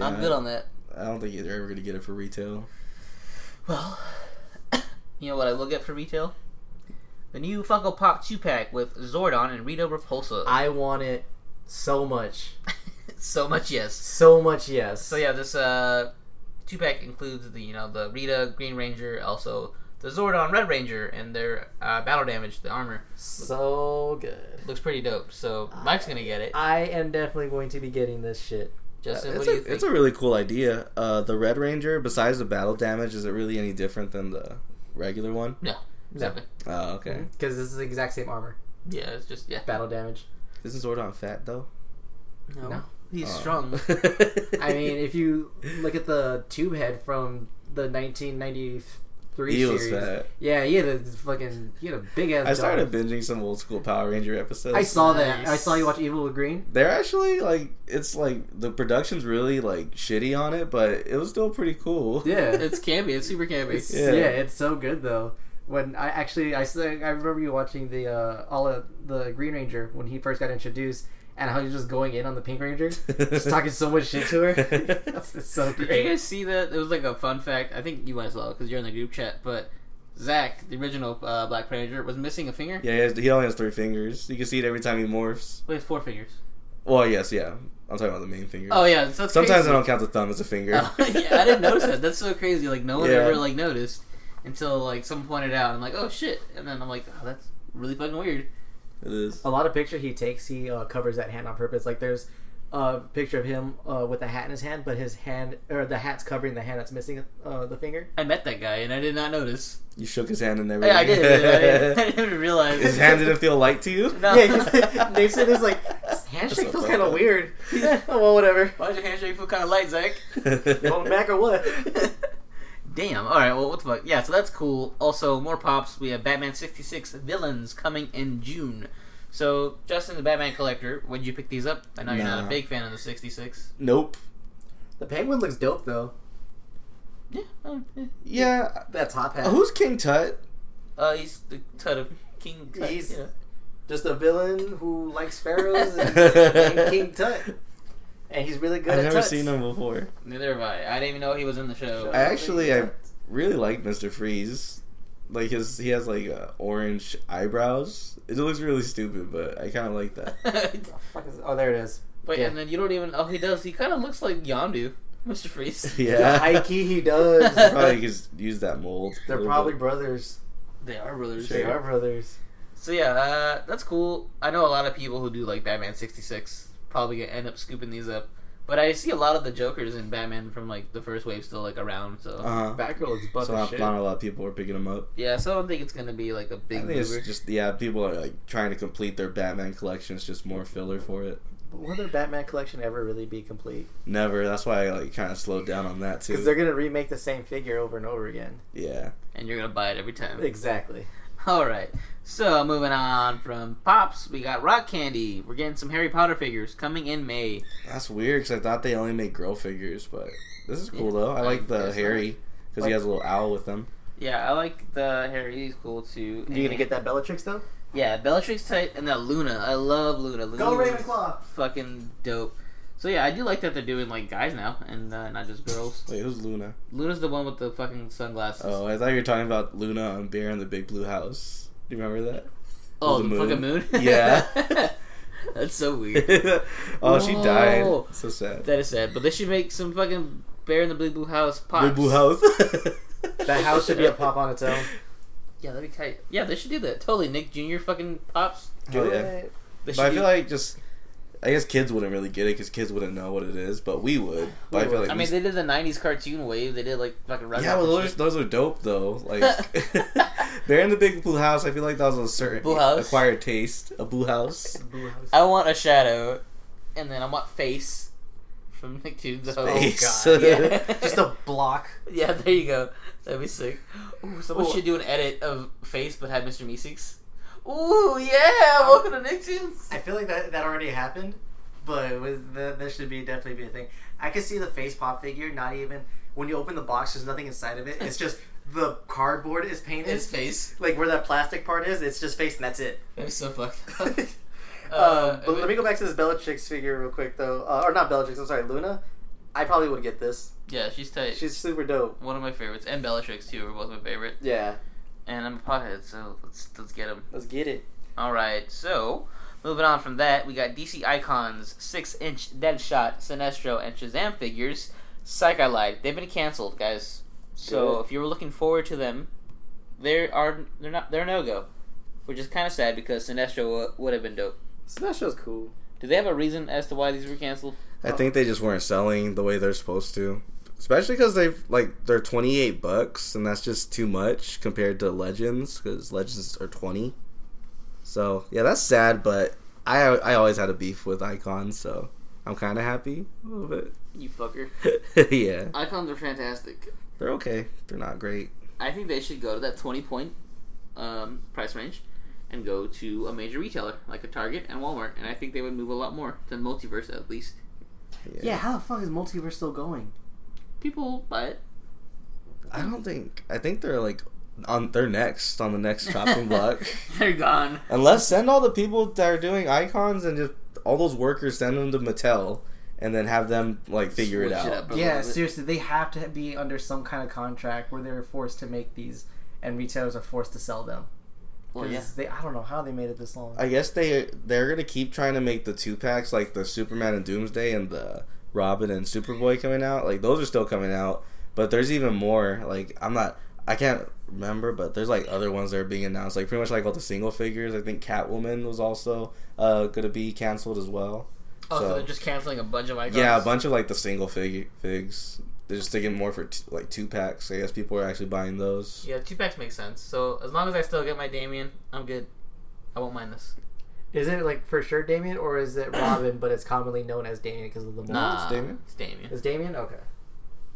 [SPEAKER 3] I'm good on that.
[SPEAKER 4] I don't think they're ever gonna get it for retail.
[SPEAKER 3] Well, you know what I will get for retail? The new Funko Pop two pack with Zordon and Rita Repulsa.
[SPEAKER 1] I want it so much,
[SPEAKER 3] so much yes.
[SPEAKER 1] so much. Yes.
[SPEAKER 3] So yeah, this uh, two pack includes the you know the Rita Green Ranger, also the Zordon Red Ranger, and their uh, battle damage, the armor
[SPEAKER 1] so good.
[SPEAKER 3] looks pretty dope. So Mike's gonna get it.
[SPEAKER 1] I am definitely going to be getting this shit.
[SPEAKER 3] Justin,
[SPEAKER 4] it's,
[SPEAKER 3] what
[SPEAKER 4] a,
[SPEAKER 3] do you think?
[SPEAKER 4] it's a really cool idea. Uh, the Red Ranger, besides the battle damage, is it really any different than the regular one?
[SPEAKER 3] no, exactly.
[SPEAKER 4] Oh, okay.
[SPEAKER 1] Because this is the exact same armor,
[SPEAKER 3] Yeah, it's just yeah.
[SPEAKER 1] battle damage.
[SPEAKER 4] Isn't Zordon fat though?
[SPEAKER 3] No.
[SPEAKER 1] No.
[SPEAKER 3] He's
[SPEAKER 4] Oh.
[SPEAKER 3] strong.
[SPEAKER 1] I mean, if you look at the tube head from the 1993
[SPEAKER 4] he was
[SPEAKER 1] series,
[SPEAKER 4] fat.
[SPEAKER 1] yeah, he had a fucking he had a big ass.
[SPEAKER 4] I started binging some old school Power Ranger episodes.
[SPEAKER 1] I saw that.
[SPEAKER 3] Nice.
[SPEAKER 1] I saw you watch Evil with Green.
[SPEAKER 4] They're actually like it's like the production's really like shitty on it, but it was still pretty cool.
[SPEAKER 1] Yeah,
[SPEAKER 3] it's campy. It's super campy.
[SPEAKER 1] It's-
[SPEAKER 4] Yeah.
[SPEAKER 1] yeah. it's so good though. When I actually, I s- I remember you watching the uh, all of the Green Ranger when he first got introduced, and how he was just going in on the Pink Ranger, just talking so much shit to her. That's it's so
[SPEAKER 3] Did you
[SPEAKER 1] great.
[SPEAKER 3] guys see that? It was like a fun fact. I think you might as well because you're in the group chat. But Zach, the original uh, Black Ranger, was missing a finger.
[SPEAKER 4] Yeah, he, has, he only has three fingers. You can see it every time he morphs.
[SPEAKER 3] Wait, four fingers.
[SPEAKER 4] Well, yes, yeah. I'm talking about the main finger.
[SPEAKER 3] Oh yeah, that's crazy.
[SPEAKER 4] Sometimes I don't count the thumb as a finger.
[SPEAKER 3] Oh, yeah, I didn't notice that. That's so crazy. Like no one
[SPEAKER 4] Yeah.
[SPEAKER 3] ever like noticed until like someone pointed out. I'm like, oh shit, and then I'm like, oh, that's really fucking weird.
[SPEAKER 4] It is.
[SPEAKER 1] A lot of picture he takes, he uh, covers that hand on purpose. Like there's a picture of him uh, with a hat in his hand, but his hand or the hat's covering the hand that's missing uh, the finger.
[SPEAKER 3] I met that guy and I did not notice.
[SPEAKER 4] You shook his hand and everything.
[SPEAKER 3] Yeah, I did. I didn't, I didn't even realize.
[SPEAKER 4] his hand didn't feel light to you.
[SPEAKER 3] No.
[SPEAKER 1] Yeah, 'cause Nathan is like handshake
[SPEAKER 4] That's
[SPEAKER 1] feels
[SPEAKER 4] so
[SPEAKER 1] kind of
[SPEAKER 4] funny.
[SPEAKER 1] weird. oh well, whatever.
[SPEAKER 3] Why does your handshake feel kind of light, Zach?
[SPEAKER 1] Going back or what?
[SPEAKER 3] Damn. All right. Well, what the fuck? Yeah. So that's cool. Also, more pops. We have Batman sixty six villains coming in June. So, Justin, the Batman collector, would you pick these up? I know you're not a
[SPEAKER 4] Nah.
[SPEAKER 3] big fan of the sixty six.
[SPEAKER 4] Nope.
[SPEAKER 1] The penguin looks dope though.
[SPEAKER 3] Yeah. oh, yeah.
[SPEAKER 4] Yeah.
[SPEAKER 1] That top hat.
[SPEAKER 4] Who's King Tut?
[SPEAKER 3] Uh, he's the tut of King. Tut,
[SPEAKER 1] He's-
[SPEAKER 3] you know.
[SPEAKER 1] just a villain who likes pharaohs and, and King Tut, and he's really good.
[SPEAKER 4] I've
[SPEAKER 1] at
[SPEAKER 4] never
[SPEAKER 1] tuts.
[SPEAKER 4] seen him before.
[SPEAKER 3] Neither have I. I didn't even know he was in the show.
[SPEAKER 4] I actually, I really like Mister Freeze. Like his, he has like uh, orange eyebrows. It looks really stupid, but I kind of like that.
[SPEAKER 1] Oh, fuck is- oh, there it is.
[SPEAKER 3] Wait,
[SPEAKER 1] Yeah.
[SPEAKER 3] and then you don't even. Oh, he does. He kind of looks like Yondu, Mr. Freeze.
[SPEAKER 4] Yeah,
[SPEAKER 1] high key he does.
[SPEAKER 4] probably could use that mold. a
[SPEAKER 1] They're
[SPEAKER 4] little
[SPEAKER 1] probably
[SPEAKER 4] bit.
[SPEAKER 1] brothers.
[SPEAKER 3] They are brothers.
[SPEAKER 1] They are brothers.
[SPEAKER 3] So yeah, uh, that's cool. I know a lot of people who do like Batman sixty six probably gonna end up scooping these up, but I see a lot of the Jokers in Batman from like the first wave still like around. So
[SPEAKER 4] Uh-huh.
[SPEAKER 1] Batgirl is buff
[SPEAKER 4] So
[SPEAKER 1] as
[SPEAKER 4] not,
[SPEAKER 1] shit.
[SPEAKER 4] not a lot of people are picking him up.
[SPEAKER 3] yeah, so I don't think it's gonna be like a
[SPEAKER 4] I
[SPEAKER 3] big
[SPEAKER 4] think it's
[SPEAKER 3] mover.
[SPEAKER 4] just yeah, people are like trying to complete their Batman collection. It's just more filler for it.
[SPEAKER 1] Will their Batman collection ever really be complete?
[SPEAKER 4] Never. That's why I like kind of slowed down on that
[SPEAKER 1] Because
[SPEAKER 4] too.
[SPEAKER 1] they're gonna remake the same figure over and over again.
[SPEAKER 4] Yeah.
[SPEAKER 3] And you're gonna buy it every time.
[SPEAKER 1] Exactly.
[SPEAKER 3] All right. So moving on from pops, we got Rock Candy. We're getting some Harry Potter figures coming in May.
[SPEAKER 4] That's weird because I thought they only made girl figures, but this is cool
[SPEAKER 3] Yeah.
[SPEAKER 4] though. I like
[SPEAKER 3] Yeah,
[SPEAKER 4] the
[SPEAKER 3] it's
[SPEAKER 4] Harry because he has a little owl with him.
[SPEAKER 3] Yeah, I like the Harry. He's cool too.
[SPEAKER 1] You gonna get that Bellatrix though?
[SPEAKER 3] Yeah, Bellatrix tight and that Luna. I love Luna. Luna
[SPEAKER 1] Go
[SPEAKER 3] was
[SPEAKER 1] Ravenclaw!
[SPEAKER 3] Fucking dope. So yeah, I do like that they're doing like guys now and uh, not just girls.
[SPEAKER 4] Wait, who's Luna?
[SPEAKER 3] Luna's the one with the fucking sunglasses.
[SPEAKER 4] Oh, I thought you were talking about Luna on Bear in the Big Blue House. Do you remember that?
[SPEAKER 3] Oh,
[SPEAKER 4] the
[SPEAKER 3] the fucking moon.
[SPEAKER 4] Yeah.
[SPEAKER 3] that's so weird.
[SPEAKER 4] oh, she died.
[SPEAKER 3] Whoa.
[SPEAKER 4] So sad.
[SPEAKER 3] That is sad. But they should make some fucking bear in the blue blue house pops.
[SPEAKER 4] Big Blue House. Oh,
[SPEAKER 1] That house should be a pop on its own.
[SPEAKER 3] Yeah, that'd be tight. Yeah, they should do that. Totally, Nick Jr. fucking pops.
[SPEAKER 4] Hell yeah.
[SPEAKER 1] it.
[SPEAKER 3] They should
[SPEAKER 4] But I
[SPEAKER 3] do-
[SPEAKER 4] feel like just, I guess kids wouldn't really get it because kids wouldn't know what it is, but we would. But I feel like
[SPEAKER 3] I
[SPEAKER 4] we
[SPEAKER 3] mean, they did the '90s cartoon wave. They did like fucking Rugrat
[SPEAKER 4] yeah, well,
[SPEAKER 3] and
[SPEAKER 4] those,
[SPEAKER 3] shit.
[SPEAKER 4] those are dope though. Like, they're in the big blue house. I feel like that was a certain
[SPEAKER 3] Blue house?
[SPEAKER 4] acquired taste. A blue house.
[SPEAKER 3] I want a shadow, and then I want face from Nicktoons. Oh,
[SPEAKER 4] Face.
[SPEAKER 3] God. Yeah.
[SPEAKER 1] Just a block.
[SPEAKER 3] yeah, there you go. That'd be sick. Ooh, someone
[SPEAKER 1] Ooh.
[SPEAKER 3] should do an edit of face, but have Mr. Meeseeks. Ooh, yeah!
[SPEAKER 1] Um,
[SPEAKER 3] Welcome to Nicktoons.
[SPEAKER 1] I feel like that, that already happened, but it was, that, that should be definitely be a thing. I could see the face pop figure. Not even when you open the box, there's nothing inside of it. It's just the cardboard is painted.
[SPEAKER 3] His face.
[SPEAKER 1] like where that plastic part is, it's just face and that's it.
[SPEAKER 3] That'd be so fucked up. Uh,
[SPEAKER 1] um, but let me go back to this Bellatrix figure real quick though, uh, or not Bellatrix. I'm sorry, Luna. I probably would get this.
[SPEAKER 3] Yeah, she's tight.
[SPEAKER 1] She's super dope.
[SPEAKER 3] one of my favorites, and Bellatrix too are both my favorite.
[SPEAKER 1] Yeah,
[SPEAKER 3] And I'm a pothead, so let's let's get them.
[SPEAKER 1] let's get it.
[SPEAKER 3] All right, so moving on from that, we got DC Icons six-inch Deadshot, Sinestro, and Shazam figures. Psych, I lied. They've been canceled, guys. So
[SPEAKER 1] Good.
[SPEAKER 3] if you were looking forward to them, they are they're not they're no go, which is kind of sad because Sinestro w- would have been dope.
[SPEAKER 1] Smasho's cool.
[SPEAKER 3] Do they have a reason as to why these were canceled?
[SPEAKER 4] I think they just weren't selling the way they're supposed to, especially because they've like they're twenty eight bucks, and that's just too much compared to Legends because Legends are twenty. So yeah, that's sad, but I I always had a beef with Icon, so I'm kind of happy a little
[SPEAKER 3] You fucker.
[SPEAKER 4] bit. yeah,
[SPEAKER 3] Icons are fantastic.
[SPEAKER 4] they're okay. They're not great.
[SPEAKER 3] I think they should go to that 20 point um, price range and go to a major retailer like a Target and Walmart. And I think they would move a lot more than Multiverse at least.
[SPEAKER 1] Yeah, how the fuck is multiverse still going?
[SPEAKER 3] People buy it.
[SPEAKER 4] I don't think. I think they're like on. They're next on the next chopping block.
[SPEAKER 3] They're gone.
[SPEAKER 4] Unless send all the people that are doing icons and just all those workers send them to Mattel and then have them like figure it
[SPEAKER 3] Switch
[SPEAKER 4] out.
[SPEAKER 3] up a
[SPEAKER 1] Yeah,
[SPEAKER 3] little bit.
[SPEAKER 1] seriously, they have to be under some kind of contract where they're forced to make these, and retailers are forced to sell them.
[SPEAKER 3] Well, yeah.
[SPEAKER 1] 'Cause they, I don't know how they made it this long.
[SPEAKER 4] I guess they they're gonna keep trying to make the two packs like the Superman and Doomsday and the Robin and Superboy coming out. Like those are still coming out, but there's even more. Like I'm not I can't remember, but there's like other ones that are being announced. Like pretty much like all the single figures. I think Catwoman was also uh gonna be canceled as well.
[SPEAKER 3] Oh, so
[SPEAKER 4] So-
[SPEAKER 3] they're just canceling a bunch of icons.
[SPEAKER 4] Yeah, a bunch of like the single fig figs. They're just taking more for t- like two packs. I guess people are actually buying those.
[SPEAKER 3] Yeah, two packs make sense. So as long as I still get my Damien, I'm good. I won't mind this.
[SPEAKER 1] Is it like for sure Damien, or is it Robin, but it's commonly known as Damien because of the
[SPEAKER 3] Nah,
[SPEAKER 4] it's Damien?
[SPEAKER 3] It's Damien.
[SPEAKER 1] Is Damien? Okay.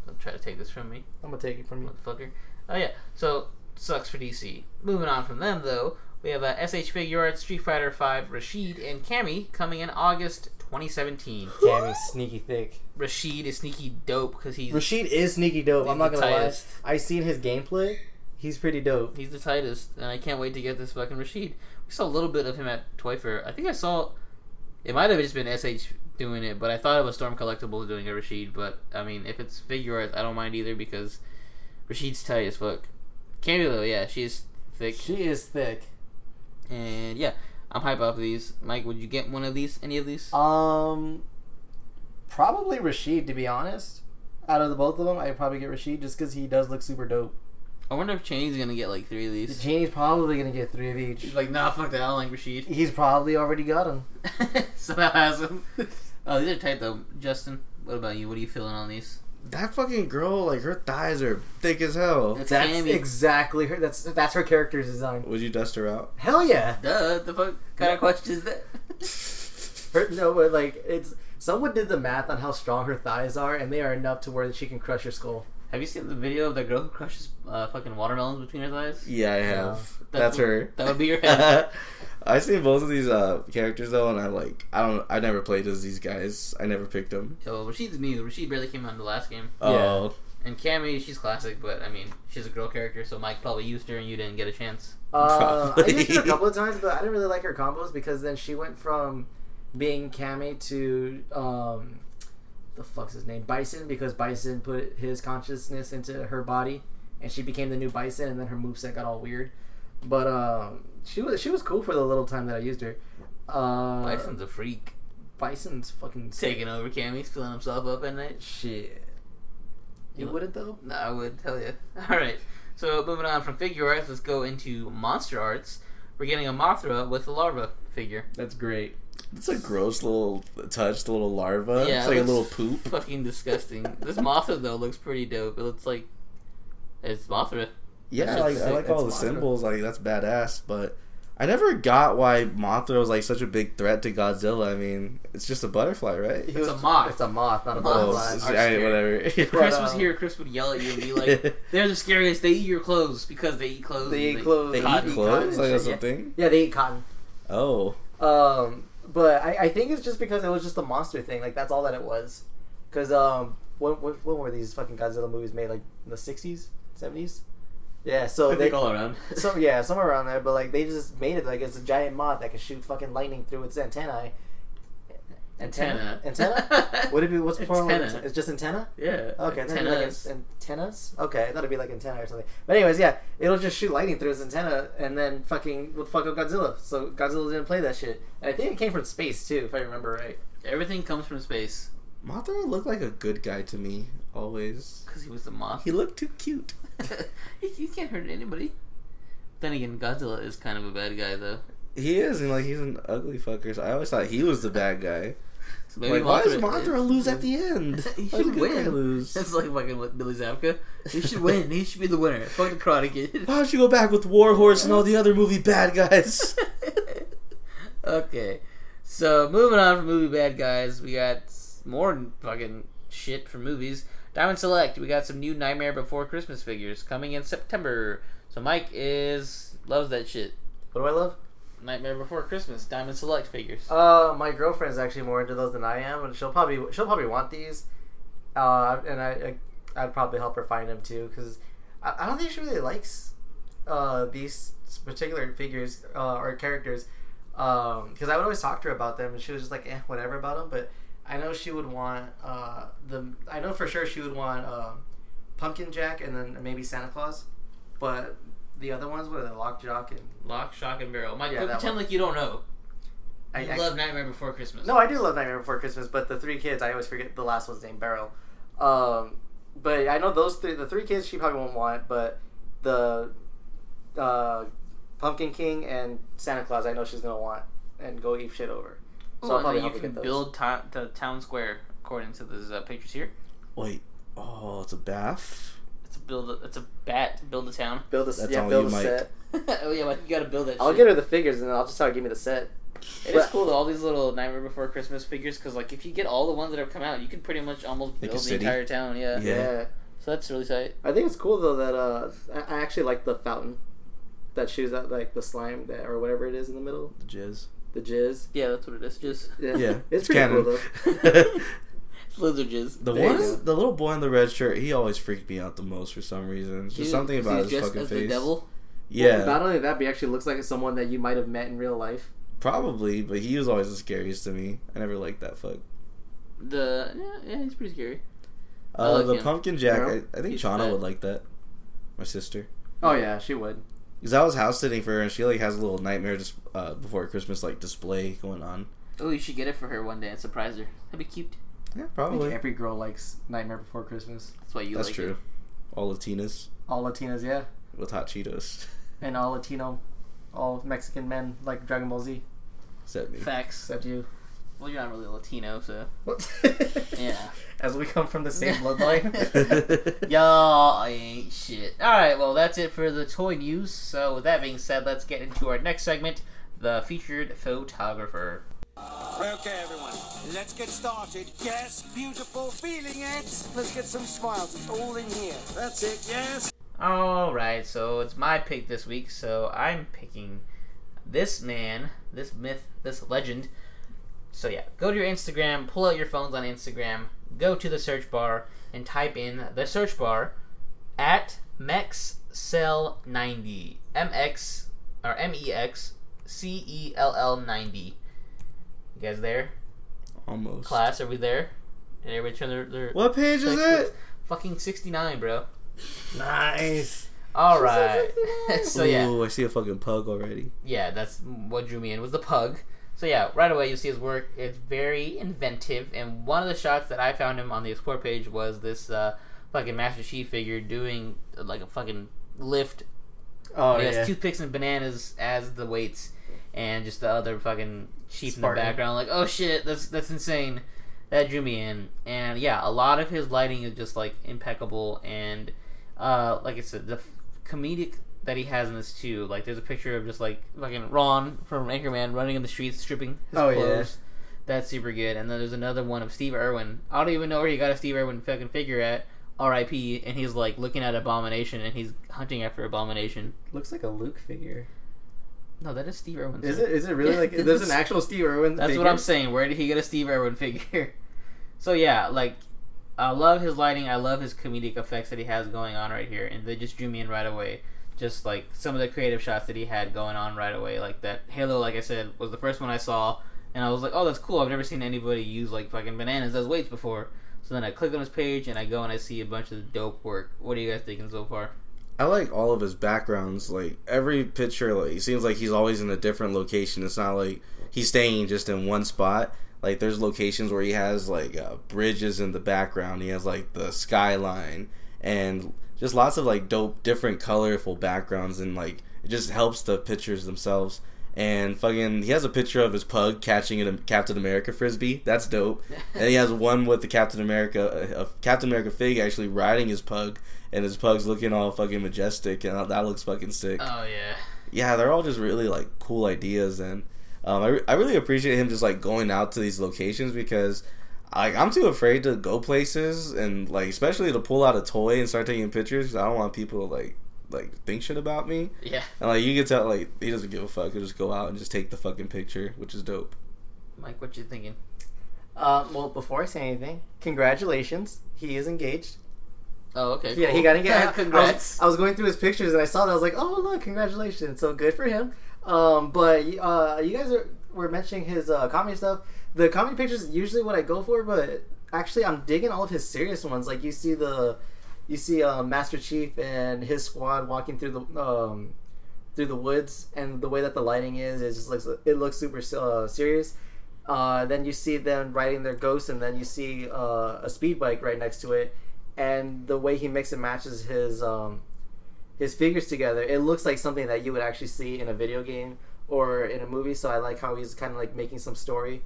[SPEAKER 3] Don't try to take this from me.
[SPEAKER 1] I'm gonna take it from you.
[SPEAKER 3] motherfucker. Oh yeah, so sucks for DC. Moving on from them though, we have uh, SH Figure Arts, Street Fighter Five, Rashid, and Cammy coming in August 2017.
[SPEAKER 1] Damn, he's sneaky thick.
[SPEAKER 3] Rashid is sneaky dope because he's
[SPEAKER 1] Rashid is sneaky dope. I'm not
[SPEAKER 3] He's the
[SPEAKER 1] gonna lie.
[SPEAKER 3] tightest.
[SPEAKER 1] I seen his gameplay. He's pretty dope.
[SPEAKER 3] he's the tightest, and I can't wait to get this fucking Rashid. We saw a little bit of him at Toy Fair. I think I saw it might have just been SH doing it, but I thought it was Storm Collectibles doing a Rashid. But I mean, if it's Figure Arts, I don't mind either because Rashid's tight as fuck. Cammy though, yeah, she's thick.
[SPEAKER 1] She is thick.
[SPEAKER 3] And yeah, I'm hype off of these. Mike, would you get one of these? Any of these?
[SPEAKER 1] Um, probably Rashid to be honest. Out of the both of them, I'd probably get Rashid just because he does look super dope.
[SPEAKER 3] I wonder if Cheney's gonna get like three of these.
[SPEAKER 1] Genie's probably gonna get three of each.
[SPEAKER 3] He's like, nah, fuck that. I don't like Rashid.
[SPEAKER 1] He's probably already got him.
[SPEAKER 3] Somehow has them. Oh, these are tight though. Justin, what about you? What are you feeling on these?
[SPEAKER 4] That fucking girl, like her thighs are thick as hell.
[SPEAKER 3] It's
[SPEAKER 1] That's
[SPEAKER 3] Cammy.
[SPEAKER 1] exactly her. That's that's her character's design.
[SPEAKER 4] Would you dust her out?
[SPEAKER 1] Hell yeah.
[SPEAKER 3] Duh. The fuck kind of question is that?
[SPEAKER 1] Her, no, but like it's someone did the math on how strong her thighs are, and they are enough to where she can crush your skull.
[SPEAKER 3] Have you seen the video of the girl who crushes uh, fucking watermelons between her thighs?
[SPEAKER 4] Yeah, I have. That's,
[SPEAKER 3] would-
[SPEAKER 4] her.
[SPEAKER 3] That would be your head.
[SPEAKER 4] I seen both of these uh, characters though, and I like I don't I never played as these guys. I never picked them.
[SPEAKER 3] Yo, Rashid's new. Rashid barely came out in the last game.
[SPEAKER 4] Oh,
[SPEAKER 3] And Cammy, she's classic, but I mean, she's a girl character, so Mike probably used her and you didn't get a chance.
[SPEAKER 1] Uh, I used her a
[SPEAKER 4] Probably.
[SPEAKER 1] couple of times, but I didn't really like her combos because then she went from being Cammy to um, the fuck's his name Bison because Bison put his consciousness into her body, and she became the new Bison, and then her moveset got all weird. But um, she was she was cool for the little time that I used her. Uh,
[SPEAKER 3] Bison's a freak.
[SPEAKER 1] Bison's fucking sick.
[SPEAKER 3] Taking over Cammy's, filling himself up at night.
[SPEAKER 1] Shit. You
[SPEAKER 3] Look.
[SPEAKER 1] wouldn't though.
[SPEAKER 3] No, I would tell you. All right. So moving on from figure arts, let's go into monster arts. We're getting a Mothra with a larva figure.
[SPEAKER 1] That's great.
[SPEAKER 4] It's a gross little touch, the little larva.
[SPEAKER 3] Yeah,
[SPEAKER 4] it's
[SPEAKER 3] it
[SPEAKER 4] like a
[SPEAKER 3] looks
[SPEAKER 4] little poop.
[SPEAKER 3] Fucking disgusting. this Mothra though looks pretty dope. It looks like it's Mothra.
[SPEAKER 4] Yeah,
[SPEAKER 3] That's
[SPEAKER 4] like,
[SPEAKER 3] just
[SPEAKER 4] I
[SPEAKER 3] sick.
[SPEAKER 4] like all the
[SPEAKER 1] That's Mothra.
[SPEAKER 4] symbols. Like that's badass. But I never got why Mothra was like such a big threat to Godzilla. I mean, it's just a butterfly, right?
[SPEAKER 3] a moth.
[SPEAKER 1] It's a moth, not a
[SPEAKER 3] Moths
[SPEAKER 4] Oh,
[SPEAKER 1] butterfly.
[SPEAKER 4] it's-
[SPEAKER 3] are
[SPEAKER 4] I-
[SPEAKER 3] scary.
[SPEAKER 4] whatever.
[SPEAKER 3] Chris
[SPEAKER 1] But,
[SPEAKER 3] was
[SPEAKER 1] uh,
[SPEAKER 3] here. Chris would yell at you and be like, "They're the scariest. They eat your clothes because they eat clothes.
[SPEAKER 1] They
[SPEAKER 3] and
[SPEAKER 1] eat clothes.
[SPEAKER 4] they
[SPEAKER 1] cotton,
[SPEAKER 4] eat clothes.
[SPEAKER 1] cotton
[SPEAKER 4] Like
[SPEAKER 1] and
[SPEAKER 4] that's
[SPEAKER 1] shit,
[SPEAKER 4] a thing.
[SPEAKER 1] Yeah, they eat cotton.
[SPEAKER 4] Oh,
[SPEAKER 1] Um, but I, I think it's just because it was just a monster thing. Like that's all that it was. Because um, when, when when were these fucking Godzilla movies made? Like in the sixties, seventies. Yeah. So
[SPEAKER 3] I
[SPEAKER 1] they
[SPEAKER 3] think all around.
[SPEAKER 1] so yeah, somewhere around there. But like they just made it like it's a giant moth that can shoot fucking lightning through its antennae.
[SPEAKER 3] Antenna.
[SPEAKER 1] Antenna? Would it be what's the plural? of
[SPEAKER 3] Antenna.
[SPEAKER 1] antenna? It's just antenna.
[SPEAKER 3] yeah.
[SPEAKER 1] Okay, then it'd be
[SPEAKER 3] Antennas.
[SPEAKER 1] like an- antennas. Okay, I thought it'd be like antenna or something. But anyways, yeah, it'll just shoot lightning through its antenna and then fucking would fuck up Godzilla. So Godzilla didn't play that shit. And I think it came from space too, if I remember right.
[SPEAKER 3] Everything comes from space
[SPEAKER 4] Mothra looked like a good guy to me always.
[SPEAKER 3] because he was the moth.
[SPEAKER 4] He looked too cute.
[SPEAKER 3] you, you can't hurt anybody. Then again, Godzilla is kind of a bad guy though.
[SPEAKER 4] He is, and like he's an ugly fucker. So I always thought he was the bad guy.
[SPEAKER 3] So
[SPEAKER 4] Like, why does Mothra lose at the end?
[SPEAKER 3] He
[SPEAKER 4] Why does
[SPEAKER 3] should
[SPEAKER 4] the good guy
[SPEAKER 3] win.
[SPEAKER 4] Lose?
[SPEAKER 3] That's like fucking with Billy Zabka. He should win. he should be the winner. Fuck the Karate Kid.
[SPEAKER 4] Why don't you go back with Warhorse and all the other movie bad guys?
[SPEAKER 3] okay. So moving on from movie bad guys, we got more fucking shit from movies. Diamond Select, we got some new Nightmare Before Christmas figures coming in September. So Mike is loves that shit.
[SPEAKER 1] What do I love?
[SPEAKER 3] Nightmare Before Christmas, Diamond Select figures.
[SPEAKER 1] Uh, my girlfriend's actually more into those than I am, and she'll probably she'll probably want these. Uh, and I, I I'd probably help her find them too, because I, I don't think she really likes uh these particular figures uh, or characters. Because I would always talk to her about them, and she was just like, eh, whatever about them. But I know she would want uh the I know for sure she would want um Pumpkin Jack and then maybe Santa Claus, but the other ones were the Lock Jock and
[SPEAKER 3] Lock, shock, and barrel. Mike,
[SPEAKER 1] Yeah,
[SPEAKER 3] go
[SPEAKER 1] that
[SPEAKER 3] pretend like you don't know.
[SPEAKER 1] I,
[SPEAKER 3] you
[SPEAKER 1] I-
[SPEAKER 3] love Nightmare Before Christmas.
[SPEAKER 1] No, I do love Nightmare Before Christmas, but the three kids, I always forget the last one's name, Beryl. Um, but I know those three, the three kids, she probably won't want, but the uh, Pumpkin King and Santa Claus, I know she's going to want and go eat shit over. So
[SPEAKER 3] Ooh, Oh, and
[SPEAKER 1] I'll
[SPEAKER 3] then
[SPEAKER 1] probably
[SPEAKER 3] you
[SPEAKER 1] help her
[SPEAKER 3] can
[SPEAKER 1] get those.
[SPEAKER 3] build to- the town square according to these uh, pictures here.
[SPEAKER 4] Wait, oh, it's a bath.
[SPEAKER 3] It's a build. A, it's a bat. to Build a town.
[SPEAKER 1] build a,
[SPEAKER 4] That's
[SPEAKER 1] yeah,
[SPEAKER 4] all
[SPEAKER 1] build
[SPEAKER 4] you,
[SPEAKER 1] a
[SPEAKER 4] Mike.
[SPEAKER 1] set.
[SPEAKER 3] oh yeah, Mike, you gotta build that.
[SPEAKER 1] I'll
[SPEAKER 3] shit.
[SPEAKER 1] get her the figures and then I'll just tell her give me the set.
[SPEAKER 3] It is cool though, all these little Nightmare Before Christmas figures, because like if you get all the ones that have come out, you can pretty much almost build
[SPEAKER 4] Make
[SPEAKER 3] the
[SPEAKER 4] a city.
[SPEAKER 3] entire town. Yeah.
[SPEAKER 4] Yeah.
[SPEAKER 1] yeah.
[SPEAKER 3] So that's really tight.
[SPEAKER 1] I think it's cool though that uh, I, I actually like the fountain that shoots out like the slime that or whatever it is in the middle,
[SPEAKER 4] The jizz.
[SPEAKER 1] the jizz.
[SPEAKER 3] Yeah, that's what it is. Just
[SPEAKER 1] Yeah,
[SPEAKER 4] Yeah,
[SPEAKER 1] it's pretty
[SPEAKER 4] canon.
[SPEAKER 1] cool though.
[SPEAKER 3] lizard jizz.
[SPEAKER 4] the
[SPEAKER 1] There you
[SPEAKER 4] one,
[SPEAKER 1] go.
[SPEAKER 4] the little boy in the red shirt, he always freaked me out the most for some reason. Just
[SPEAKER 3] Dude,
[SPEAKER 4] something
[SPEAKER 3] is he
[SPEAKER 4] about his
[SPEAKER 3] dressed
[SPEAKER 4] fucking
[SPEAKER 3] as
[SPEAKER 4] face.
[SPEAKER 3] The devil.
[SPEAKER 4] Yeah,
[SPEAKER 1] Not only that, but he actually looks like someone that you might have met in real life.
[SPEAKER 4] probably, but he was always the scariest to me. I never liked that fuck.
[SPEAKER 3] The yeah, yeah, he's pretty scary. I
[SPEAKER 4] Uh,
[SPEAKER 3] like
[SPEAKER 4] the
[SPEAKER 3] him.
[SPEAKER 4] pumpkin jack,
[SPEAKER 1] Yeah.
[SPEAKER 4] I, I think
[SPEAKER 3] He's
[SPEAKER 4] Chana
[SPEAKER 3] fat.
[SPEAKER 4] would like that. My sister.
[SPEAKER 1] Oh yeah, she would.
[SPEAKER 4] Because I was house sitting for her, and she like has a little nightmare just uh, before Christmas like display going on.
[SPEAKER 3] Oh, you should get it for her one day and surprise her. That'd be cute.
[SPEAKER 4] Yeah,
[SPEAKER 1] I think
[SPEAKER 4] probably.
[SPEAKER 1] every girl likes Nightmare Before Christmas.
[SPEAKER 3] That's why you
[SPEAKER 4] That's
[SPEAKER 3] like
[SPEAKER 4] true.
[SPEAKER 3] it.
[SPEAKER 4] All Latinas
[SPEAKER 1] All Latinas, yeah,
[SPEAKER 4] with hot Cheetos.
[SPEAKER 1] and all Latino, all Mexican men like Dragon Ball Z,
[SPEAKER 4] Except me.
[SPEAKER 3] Facts.
[SPEAKER 1] except you.
[SPEAKER 3] Well, you're not really Latino, so Yeah.
[SPEAKER 1] As we come from the same bloodline.
[SPEAKER 3] Y'all ain't shit. Alright, well, that's it for the toy news. So, with that being said, let's get into our next segment the featured photographer.
[SPEAKER 6] Okay, everyone, let's get started. Yes, beautiful, feeling it. Let's get some smiles. It's all in here. That's it, yes.
[SPEAKER 3] Alright, so it's my pick this week. So, I'm picking this man, this myth, this legend. So, yeah, go to your Instagram, pull out your phones on Instagram, go to the search bar, and type in the search bar at MexCell90. MX or M E X C E L L 90. You guys there?
[SPEAKER 4] Almost.
[SPEAKER 3] Class, are we there? and everybody turned their, their
[SPEAKER 4] What page is
[SPEAKER 3] Sex
[SPEAKER 4] it?
[SPEAKER 3] fucking sixty nine, bro.
[SPEAKER 1] Nice.
[SPEAKER 3] All right. so yeah,
[SPEAKER 4] Ooh, I see a fucking pug already.
[SPEAKER 3] yeah, that's what drew me in was the pug. So yeah, right away you see his work. It's very inventive, and one of the shots that I found him on the explore page was this uh, fucking Master Chief figure doing uh, like a fucking lift.
[SPEAKER 1] Oh
[SPEAKER 3] he has
[SPEAKER 1] yeah.
[SPEAKER 3] toothpicks and bananas as the weights, and just the other fucking chief
[SPEAKER 1] Spartan.
[SPEAKER 3] in the background. Like, oh shit, that's that's insane. That drew me in, and yeah, a lot of his lighting is just like impeccable, and uh, like I said, the f- comedic that he has in this too. Like, there's a picture of just like fucking Ron from Anchorman running in the streets, stripping his
[SPEAKER 1] Oh, yeah.
[SPEAKER 3] clothes. That's super good. And then there's another one of Steve Irwin. I don't even know where he got a Steve Irwin fucking figure at. R.I.P. And he's like looking at Abomination, and he's hunting after Abomination.
[SPEAKER 1] Looks like a Luke figure.
[SPEAKER 3] No, that is Steve Irwin.
[SPEAKER 1] Is
[SPEAKER 3] sir.
[SPEAKER 1] it? Is it really
[SPEAKER 3] Yeah,
[SPEAKER 1] like?
[SPEAKER 3] it
[SPEAKER 1] There's
[SPEAKER 3] is.
[SPEAKER 1] an actual Steve Irwin.
[SPEAKER 3] That's
[SPEAKER 1] figure?
[SPEAKER 3] what I'm saying. Where did he get a Steve Irwin figure? so yeah, like I love his lighting. I love his comedic effects that he has going on right here, and they just drew me in right away. Just like some of the creative shots that he had going on right away, like that Halo. Like I said, was the first one I saw, and I was like, "Oh, that's cool. I've never seen anybody use like fucking bananas as weights before." So then I click on his page and I go and I see a bunch of dope work. What are you guys thinking so far?
[SPEAKER 4] I like all of his backgrounds. Like every picture, like it seems like he's always in a different location. It's not like he's staying just in one spot. Like there's locations where he has like uh, bridges in the background. He has like the skyline and just lots of like dope, different, colorful backgrounds, and like it just helps the pictures themselves. And fucking, he has a picture of his pug catching a Captain America frisbee. That's dope. and he has one with the Captain America, uh, a Captain America fig actually riding his pug, and his pug's looking all fucking majestic, and that looks fucking sick.
[SPEAKER 3] Oh yeah,
[SPEAKER 4] yeah, they're all just really like cool ideas, and um, I, re- I really appreciate him just like going out to these locations because like I'm too afraid to go places and like especially to pull out a toy and start taking pictures. 'cause I don't want people to like like think shit about me.
[SPEAKER 3] yeah.
[SPEAKER 4] And like you can tell, like he doesn't give a fuck. He'll just go out and just take the fucking picture, which is dope.
[SPEAKER 3] Mike, what you thinking?
[SPEAKER 1] Uh, well, before I say anything, congratulations. He is engaged.
[SPEAKER 3] Oh okay.
[SPEAKER 1] Yeah, he
[SPEAKER 3] cool.
[SPEAKER 1] got engaged.
[SPEAKER 3] Congrats.
[SPEAKER 1] I was, I was going through his pictures and I saw that. I was like, oh look, congratulations. So good for him. Um, but uh, you guys are, were mentioning his uh, comedy stuff. The comedy pictures is usually what I go for, but actually I'm digging all of his serious ones. Like you see the, you see uh, Master Chief and his squad walking through the um, through the woods, and the way that the lighting is, it just looks it looks super uh, serious. Uh, then you see them riding their ghosts, and then you see uh, a speed bike right next to it. And the way he mix and matches his um, his figures together, it looks like something that you would actually see in a video game or in a movie. So I like how he's kind of like making some story.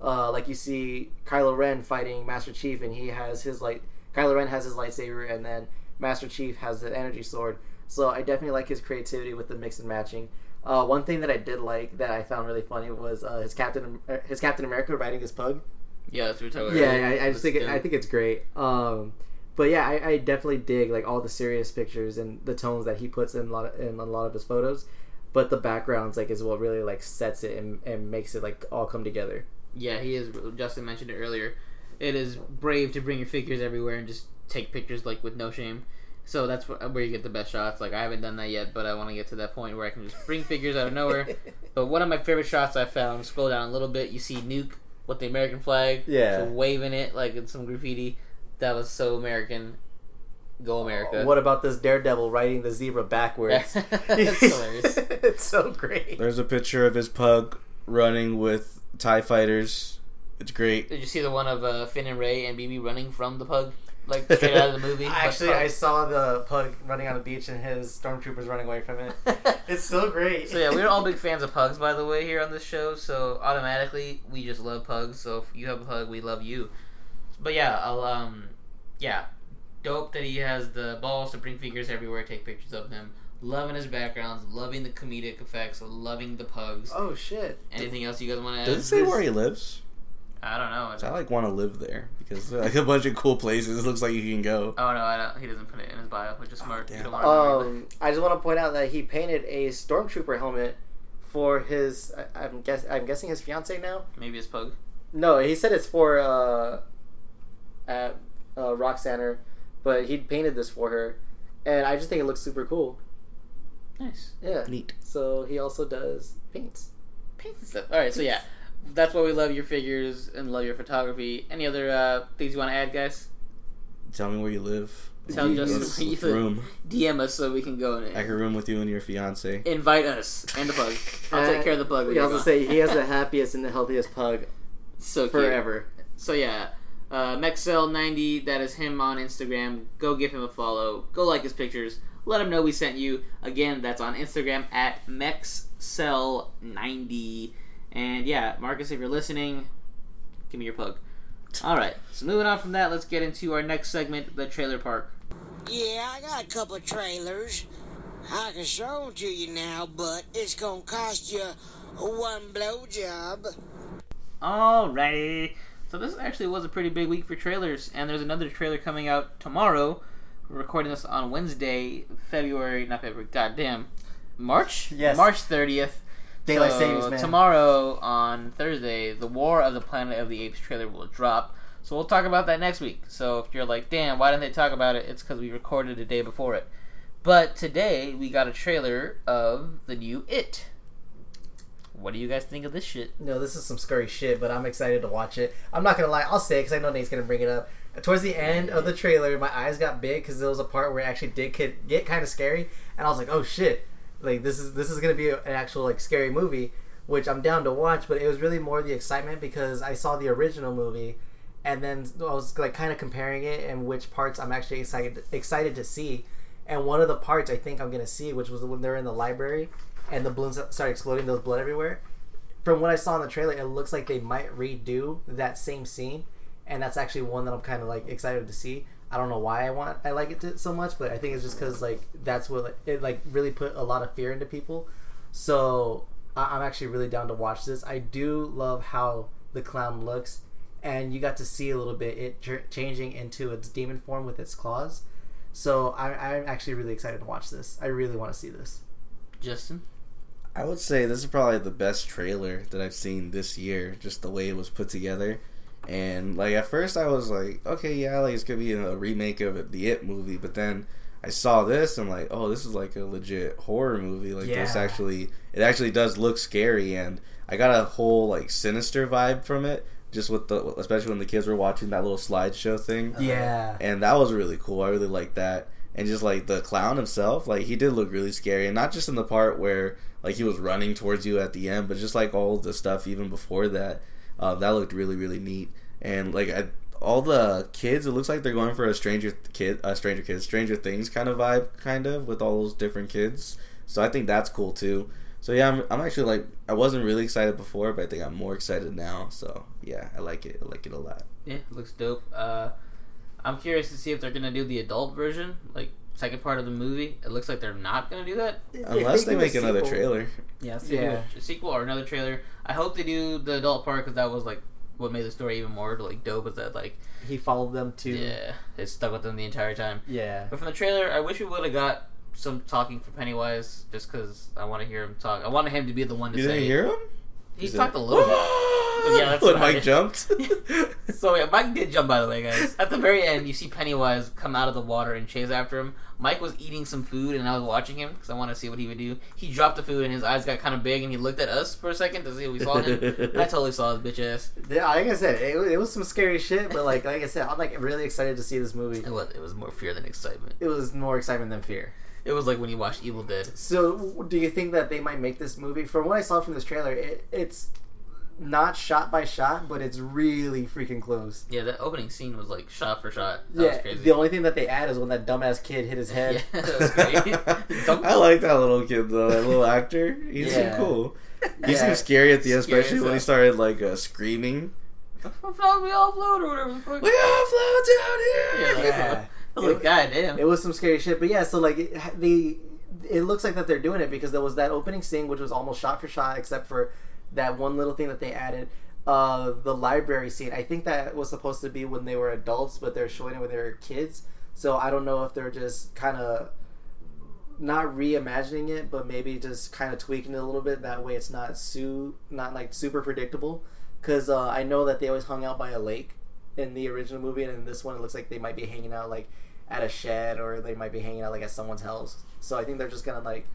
[SPEAKER 1] Uh, like you see Kylo Ren fighting Master Chief, and he has his like Kylo Ren has his lightsaber, and then Master Chief has the energy sword. So I definitely like his creativity with the mix and matching. Uh, one thing that I did like that I found really funny was uh, his Captain uh, his Captain America riding his pug.
[SPEAKER 3] yeah, that's what we we're talking
[SPEAKER 1] Yeah,
[SPEAKER 3] about.
[SPEAKER 1] I, I just think it,
[SPEAKER 3] Yeah.
[SPEAKER 1] I think it's great. Um, but yeah, I, I definitely dig like all the serious pictures and the tones that he puts in a lot of, in a lot of his photos. But the backgrounds like is what really like sets it and, and makes it like all come together.
[SPEAKER 3] Yeah, he is. Justin mentioned it earlier. It is brave to bring your figures everywhere and just take pictures like with no shame. So that's wh- where you get the best shots. Like I haven't done that yet, but I want to get to that point where I can just bring figures out of nowhere. But one of my favorite shots I found. Scroll down a little bit. You see Nuke with the American flag.
[SPEAKER 1] Yeah.
[SPEAKER 3] so waving it like it's some graffiti. That was so American. Go America.
[SPEAKER 1] What about this daredevil riding the zebra backwards?
[SPEAKER 3] that's hilarious.
[SPEAKER 1] it's so great.
[SPEAKER 4] There's a picture of his pug running with Tie Fighters. It's great.
[SPEAKER 3] Did you see the one of uh, Finn and Ray and BB running from the pug, like straight out of the movie?
[SPEAKER 1] Actually, I saw the pug running on the beach and his stormtroopers running away from it. It's so great.
[SPEAKER 3] So yeah, we're all big fans of pugs, by the way, here on this show. So automatically, we just love pugs. So if you have a pug, we love you. But yeah, I'll um, yeah, dope that he has the balls to bring figures everywhere, take pictures of them. Loving his backgrounds, loving the comedic effects, loving the pugs.
[SPEAKER 1] Oh shit!
[SPEAKER 3] Anything else you guys want to add?
[SPEAKER 4] Does it say where he lives?
[SPEAKER 3] I don't know.
[SPEAKER 4] 'Cause I like want to live there because there's like a bunch of cool places. It looks like you can go.
[SPEAKER 3] oh no, I don't, he doesn't put it in his bio, which is smart. you
[SPEAKER 4] damn.
[SPEAKER 3] don't want
[SPEAKER 1] Um, I just want to point out that he painted a stormtrooper helmet for his. I- I'm guess. I'm guessing his fiance now.
[SPEAKER 3] maybe his pug.
[SPEAKER 1] No, he said it's for uh, at uh, Roxanne, but he painted this for her, and I just think it looks super cool.
[SPEAKER 3] Nice.
[SPEAKER 1] Yeah.
[SPEAKER 4] Neat.
[SPEAKER 1] So he also does paints.
[SPEAKER 3] paints and stuff. All right, so yeah, That's why we love your figures and love your photography. Any other uh, things you want to add, guys?
[SPEAKER 4] Tell me where you live.
[SPEAKER 3] Tell Justin
[SPEAKER 4] Let's-
[SPEAKER 3] where you
[SPEAKER 4] let's
[SPEAKER 3] live.
[SPEAKER 4] room.
[SPEAKER 3] DM us so we can go
[SPEAKER 4] I
[SPEAKER 3] and
[SPEAKER 4] can room with you and your fiance.
[SPEAKER 3] invite us and the bug. I'll take care of the bug.
[SPEAKER 7] We
[SPEAKER 3] when you're
[SPEAKER 7] also
[SPEAKER 3] gone.
[SPEAKER 7] say he has the happiest and the healthiest pug
[SPEAKER 3] so cute.
[SPEAKER 7] forever.
[SPEAKER 3] So yeah, uh, Mexel90, that is him on Instagram. Go give him a follow. Go like his pictures. Let him know we sent you. Again, that's on Instagram at Mexel90. And yeah, Marcus, if you're listening, give me your plug. All right. So moving on from that, let's get into our next segment, the trailer park.
[SPEAKER 6] Yeah, I got a couple of trailers. I can show 'em to you now, but it's gonna cost you one blowjob.
[SPEAKER 3] Alrighty. So this actually was a pretty big week for trailers, and there's another trailer coming out tomorrow. We're recording this on Wednesday, February, not February, goddamn, March.
[SPEAKER 1] Yes.
[SPEAKER 3] March thirtieth.
[SPEAKER 1] Daylight savings, man.
[SPEAKER 3] Tomorrow on Thursday, the War of the Planet of the Apes trailer will drop. So we'll talk about that next week. So if you're like, damn, why didn't they talk about it? It's because we recorded a day before it. But today we got a trailer of the new It. What do you guys think of this shit?
[SPEAKER 1] No, this is some scurry shit, but I'm excited to watch it. I'm not gonna lie, I'll say it because I know Nate's gonna bring it up. Towards the end of the trailer, my eyes got big because there was a part where it actually did get, get kind of scary, and I was like, "Oh shit!" Like this is this is gonna be an actual like scary movie, which I'm down to watch. But it was really more the excitement because I saw the original movie, and then I was like kind of comparing it and which parts I'm actually excited excited to see. And one of the parts I think I'm gonna see, which was when they're in the library, and the balloons start exploding, there was blood everywhere from what I saw in the trailer, it looks like they might redo that same scene, and that's actually one that I'm kind of like excited to see. I don't know why I want I like it to, so much, but I think it's just because like that's what it like really put a lot of fear into people. So I- I'm actually really down to watch this. I do love how the clown looks, and you got to see a little bit it ch- changing into its demon form with its claws. So I- I'm actually really excited to watch this. I really want to see this.
[SPEAKER 3] Justin?
[SPEAKER 4] I would say this is probably the best trailer that I've seen this year, just the way it was put together. And like at first I was like, okay, yeah, like it's gonna be a remake of the It movie, but then I saw this and like, oh, this is like a legit horror movie. Like this
[SPEAKER 1] Yeah.
[SPEAKER 4] actually it actually does look scary and I got a whole like sinister vibe from it, just with the especially when the kids were watching that little slideshow thing
[SPEAKER 1] Yeah,
[SPEAKER 4] and that was really cool. I really liked that. And just like the clown himself, like he did look really scary, and not just in the part where like he was running towards you at the end, but just like all the stuff even before that, uh, that looked really really neat. And like I, all the kids, it looks like they're going for a Stranger Th- Kid, uh, Stranger Kids, Stranger Things kind of vibe, kind of with all those different kids. So I think that's cool too. So yeah, I'm, I'm actually like I wasn't really excited before, but I think I'm more excited now. So yeah, I like it. I like it a lot.
[SPEAKER 3] Yeah, it looks dope. Uh, I'm curious to see if they're gonna do the adult version, like second part of the movie. It looks like they're not gonna do that.
[SPEAKER 4] Unless they make another trailer.
[SPEAKER 3] Yeah,
[SPEAKER 1] they Yeah.
[SPEAKER 3] a sequel or another trailer. I hope they do the adult part because that was like what made the story even more like dope. Is that like
[SPEAKER 1] he followed them to
[SPEAKER 3] yeah, it stuck with them the entire time.
[SPEAKER 1] yeah.
[SPEAKER 3] But from the trailer, I wish we would have got some talking from Pennywise, just because I want to hear him talk. I wanted him to be the one to
[SPEAKER 4] You
[SPEAKER 3] say.
[SPEAKER 4] didn't hear him?
[SPEAKER 3] He
[SPEAKER 4] Is
[SPEAKER 3] talked
[SPEAKER 4] it-
[SPEAKER 3] a little bit. Yeah, that's
[SPEAKER 4] when
[SPEAKER 3] what I
[SPEAKER 4] Mike
[SPEAKER 3] did.
[SPEAKER 4] jumped.
[SPEAKER 3] So yeah, Mike did jump. By the way, guys, at the very end, you see Pennywise come out of the water and chase after him. Mike was eating some food, and I was watching him because I want to see what he would do. He dropped the food, and his eyes got kind of big, and he looked at us for a second to see if we saw him. And I totally saw his bitch ass.
[SPEAKER 1] Yeah, like I said, it, it was some scary shit, but like like I said, I'm like really excited to see this movie.
[SPEAKER 3] It was it was more fear than excitement.
[SPEAKER 1] It was more excitement than fear.
[SPEAKER 3] It was like when you watched Evil Dead.
[SPEAKER 1] So, w- do you think that they might make this movie? From what I saw from this trailer, it, it's not shot by shot, but it's really freaking close.
[SPEAKER 3] Yeah, that opening scene was like shot for shot. That was
[SPEAKER 1] yeah,
[SPEAKER 3] crazy.
[SPEAKER 1] the only thing that they add is when that dumbass kid hit his head.
[SPEAKER 3] yeah, that was crazy. Dumb-
[SPEAKER 4] I like that little kid though, that little actor. He seemed
[SPEAKER 1] Yeah.
[SPEAKER 4] cool. He
[SPEAKER 1] Yeah.
[SPEAKER 4] seemed scary at the end,
[SPEAKER 3] Scary
[SPEAKER 4] especially
[SPEAKER 3] as
[SPEAKER 4] when he
[SPEAKER 3] hell.
[SPEAKER 4] started like uh, screaming.
[SPEAKER 3] I felt we all float or whatever the fuck.
[SPEAKER 4] We all float down
[SPEAKER 3] Yeah.
[SPEAKER 4] here.
[SPEAKER 1] Yeah.
[SPEAKER 3] I was like, God damn.
[SPEAKER 1] It was some scary shit, but yeah. So like it, the, it looks like that they're doing it because there was that opening scene which was almost shot for shot, except for that one little thing that they added, uh, the library scene. I think that was supposed to be when they were adults, but they're showing it when they were kids. So I don't know if they're just kind of not reimagining it, but maybe just kind of tweaking it a little bit. That way, it's not su not like super predictable. Because uh, I know that they always hung out by a lake in the original movie, and in this one, it looks like they might be hanging out like at a shed or they might be hanging out like at someone's house. So I think they're just gonna like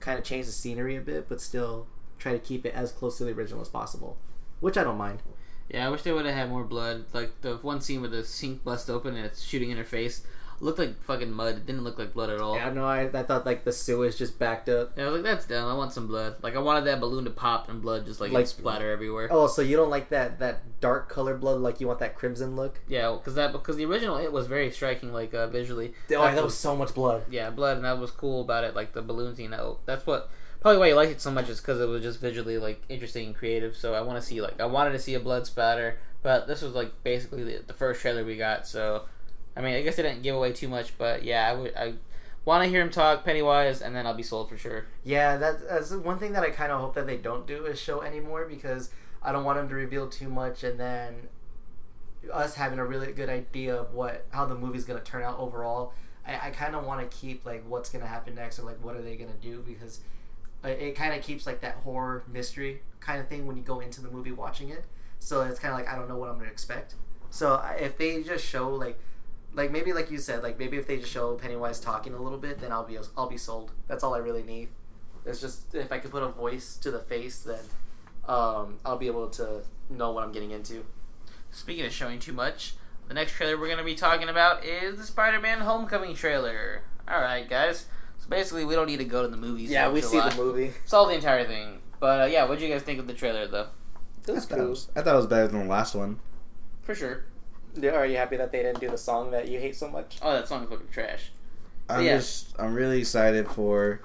[SPEAKER 1] kind of change the scenery a bit, but still try to keep it as close to the original as possible. which I don't mind.
[SPEAKER 3] Yeah, I wish they would have had more blood. Like the one scene where the sink busts open and it's shooting in her face looked like fucking mud. It didn't look like blood at all.
[SPEAKER 1] I don't know. I, I thought like the sewage just backed up.
[SPEAKER 3] And I was like, that's dumb. I want some blood. Like I wanted that balloon to pop and blood just like,
[SPEAKER 1] Like-
[SPEAKER 3] splatter everywhere.
[SPEAKER 1] Oh, so you don't like that that dark color blood? Like you want that crimson look?
[SPEAKER 3] Yeah, because that because the original it was very striking, like uh, visually.
[SPEAKER 1] Oh,
[SPEAKER 3] That
[SPEAKER 1] that was so much blood.
[SPEAKER 3] yeah, blood, and that was cool about it. Like the balloon scene, that, that's what probably why you liked it so much is because it was just visually like interesting and creative. So I want to see like I wanted to see a blood spatter, but this was like basically the, the first trailer we got. So I mean, I guess they didn't give away too much, but yeah, I would I want to hear him talk Pennywise, and then I'll be sold for sure.
[SPEAKER 1] Yeah, that, that's one thing that I kind of hope that they don't do is show anymore because I don't want them to reveal too much and then us having a really good idea of what how the movie's gonna turn out overall. I, I kind of want to keep like what's gonna happen next or like what are they gonna do because it, it kind of keeps like that horror mystery kind of thing when you go into the movie watching it. So it's kind of like I don't know what I'm gonna expect. So I- if they just show like like maybe like you said like maybe if they just show Pennywise talking a little bit then I'll be I'll be sold. That's all I really need. It's just if I could put a voice to the face, then um, I'll be able to know what I'm getting into.
[SPEAKER 3] Speaking of showing too much, the next trailer we're going to be talking about is the Spider-Man Homecoming trailer. All right, guys. So basically, we don't need to go to the movies. in July.
[SPEAKER 1] movie.
[SPEAKER 3] Saw the entire thing. But uh, yeah, what would you guys think of the trailer though?
[SPEAKER 4] I thought, it was, I thought it was better than the last one.
[SPEAKER 3] For sure.
[SPEAKER 1] Are you happy that they didn't do the song that you hate so much?
[SPEAKER 3] Oh, that song is fucking trash.
[SPEAKER 4] I'm
[SPEAKER 3] Yeah.
[SPEAKER 4] just I'm really excited for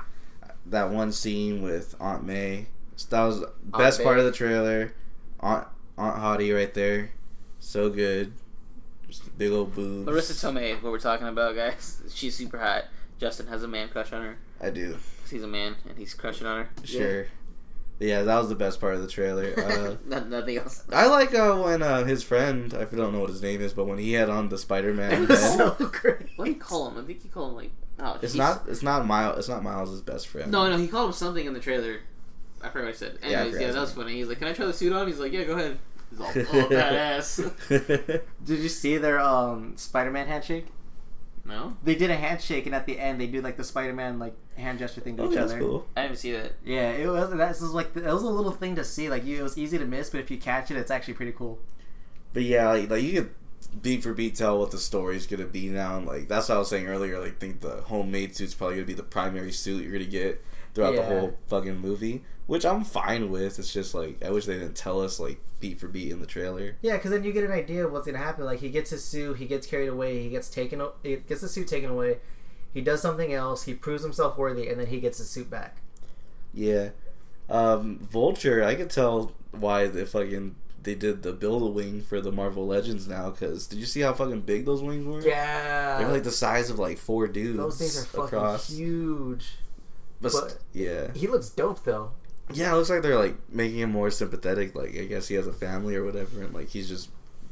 [SPEAKER 4] that one scene with Aunt May. So That was the best part
[SPEAKER 1] May.
[SPEAKER 4] of the trailer. Aunt Aunt Hottie right there, so good. Just big old boobs.
[SPEAKER 3] Larissa Tomei, what we're talking about, guys. She's super hot. Justin has a man crush on her.
[SPEAKER 4] I do
[SPEAKER 3] 'cause He's a man and he's crushing on her.
[SPEAKER 4] sure. Yeah. that was the best part of the trailer. Uh,
[SPEAKER 3] Not, nothing else.
[SPEAKER 4] I like uh, when uh, his friend I don't know what his name is, but when he had on the Spider Man.
[SPEAKER 1] so great.
[SPEAKER 3] What do you call him? I think you call him like. Oh,
[SPEAKER 4] It's
[SPEAKER 3] he's-
[SPEAKER 4] not. It's not Miles. It's not Miles' best friend.
[SPEAKER 3] No, no, he called him something in the trailer. I forgot what I said.
[SPEAKER 4] Yeah, I
[SPEAKER 3] Anyways, yeah,
[SPEAKER 4] forgot
[SPEAKER 3] that was funny. He's like, "Can I try the suit on?" He's like, "Yeah, go ahead." He's all, oh, badass.
[SPEAKER 1] Did you see their um, Spider-Man handshake?
[SPEAKER 3] No,
[SPEAKER 1] They did a handshake, and at the end, they do like the Spider-Man like hand gesture thing to
[SPEAKER 4] Oh,
[SPEAKER 1] each
[SPEAKER 4] that's
[SPEAKER 1] other.
[SPEAKER 4] cool.
[SPEAKER 3] I didn't see that.
[SPEAKER 1] Yeah, it was. That's just like it was a little thing to see. Like you, it was easy to miss, but if you catch it, it's actually pretty cool.
[SPEAKER 4] But yeah, like, like, you could beat for beat tell what the story's gonna be now. And, like that's what I was saying earlier. Like think the homemade suit's probably gonna be the primary suit you're gonna get throughout
[SPEAKER 1] Yeah.
[SPEAKER 4] the whole fucking movie, which I'm fine with. It's just like I wish they didn't tell us like beat for beat in the trailer.
[SPEAKER 1] Yeah, because then you get an idea of what's gonna happen. Like he gets his suit, he gets carried away, he gets taken, o- he gets the suit taken away, he does something else, he proves himself worthy, and then he gets his suit back.
[SPEAKER 4] Yeah, um, Vulture. I could tell why the fucking they did the build a wing for the Marvel Legends now. Because did you see how fucking big those wings were?
[SPEAKER 1] Yeah,
[SPEAKER 4] They're like the size of like four dudes.
[SPEAKER 1] those things are fucking
[SPEAKER 4] across.
[SPEAKER 1] huge.
[SPEAKER 4] But,
[SPEAKER 1] but-
[SPEAKER 4] yeah.
[SPEAKER 1] He looks dope though.
[SPEAKER 4] Yeah, it looks like they're like making him more sympathetic. Like I guess he has a family or whatever, and like he's just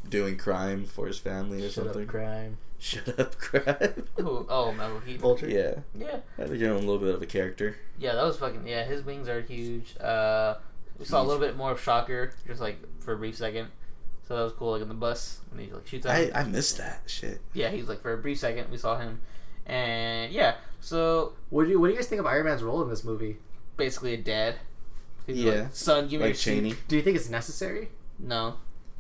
[SPEAKER 4] doing crime for his family or
[SPEAKER 1] Shut
[SPEAKER 4] something.
[SPEAKER 1] up, crime.
[SPEAKER 4] Shut up, crime.
[SPEAKER 3] Ooh, oh, Metal Heat.
[SPEAKER 1] Vulture.
[SPEAKER 4] yeah,
[SPEAKER 3] Yeah,
[SPEAKER 4] I had to give him a little bit of a character.
[SPEAKER 3] Yeah, that was fucking. Yeah, his wings are huge. Uh, we saw a little bit more of Shocker, just like for a brief second. So that was cool. Like in the bus, when he like shoots. At
[SPEAKER 4] I
[SPEAKER 3] him.
[SPEAKER 4] I missed that shit.
[SPEAKER 3] Yeah, he's like for a brief second we saw him, and yeah, so
[SPEAKER 1] What do you What do you guys think of Iron Man's role in this movie?
[SPEAKER 3] basically a dad. He's
[SPEAKER 4] Yeah.
[SPEAKER 3] like, son, give me your
[SPEAKER 4] Like
[SPEAKER 3] Cheney.
[SPEAKER 4] Cheney.
[SPEAKER 1] Do you think it's necessary?
[SPEAKER 3] No,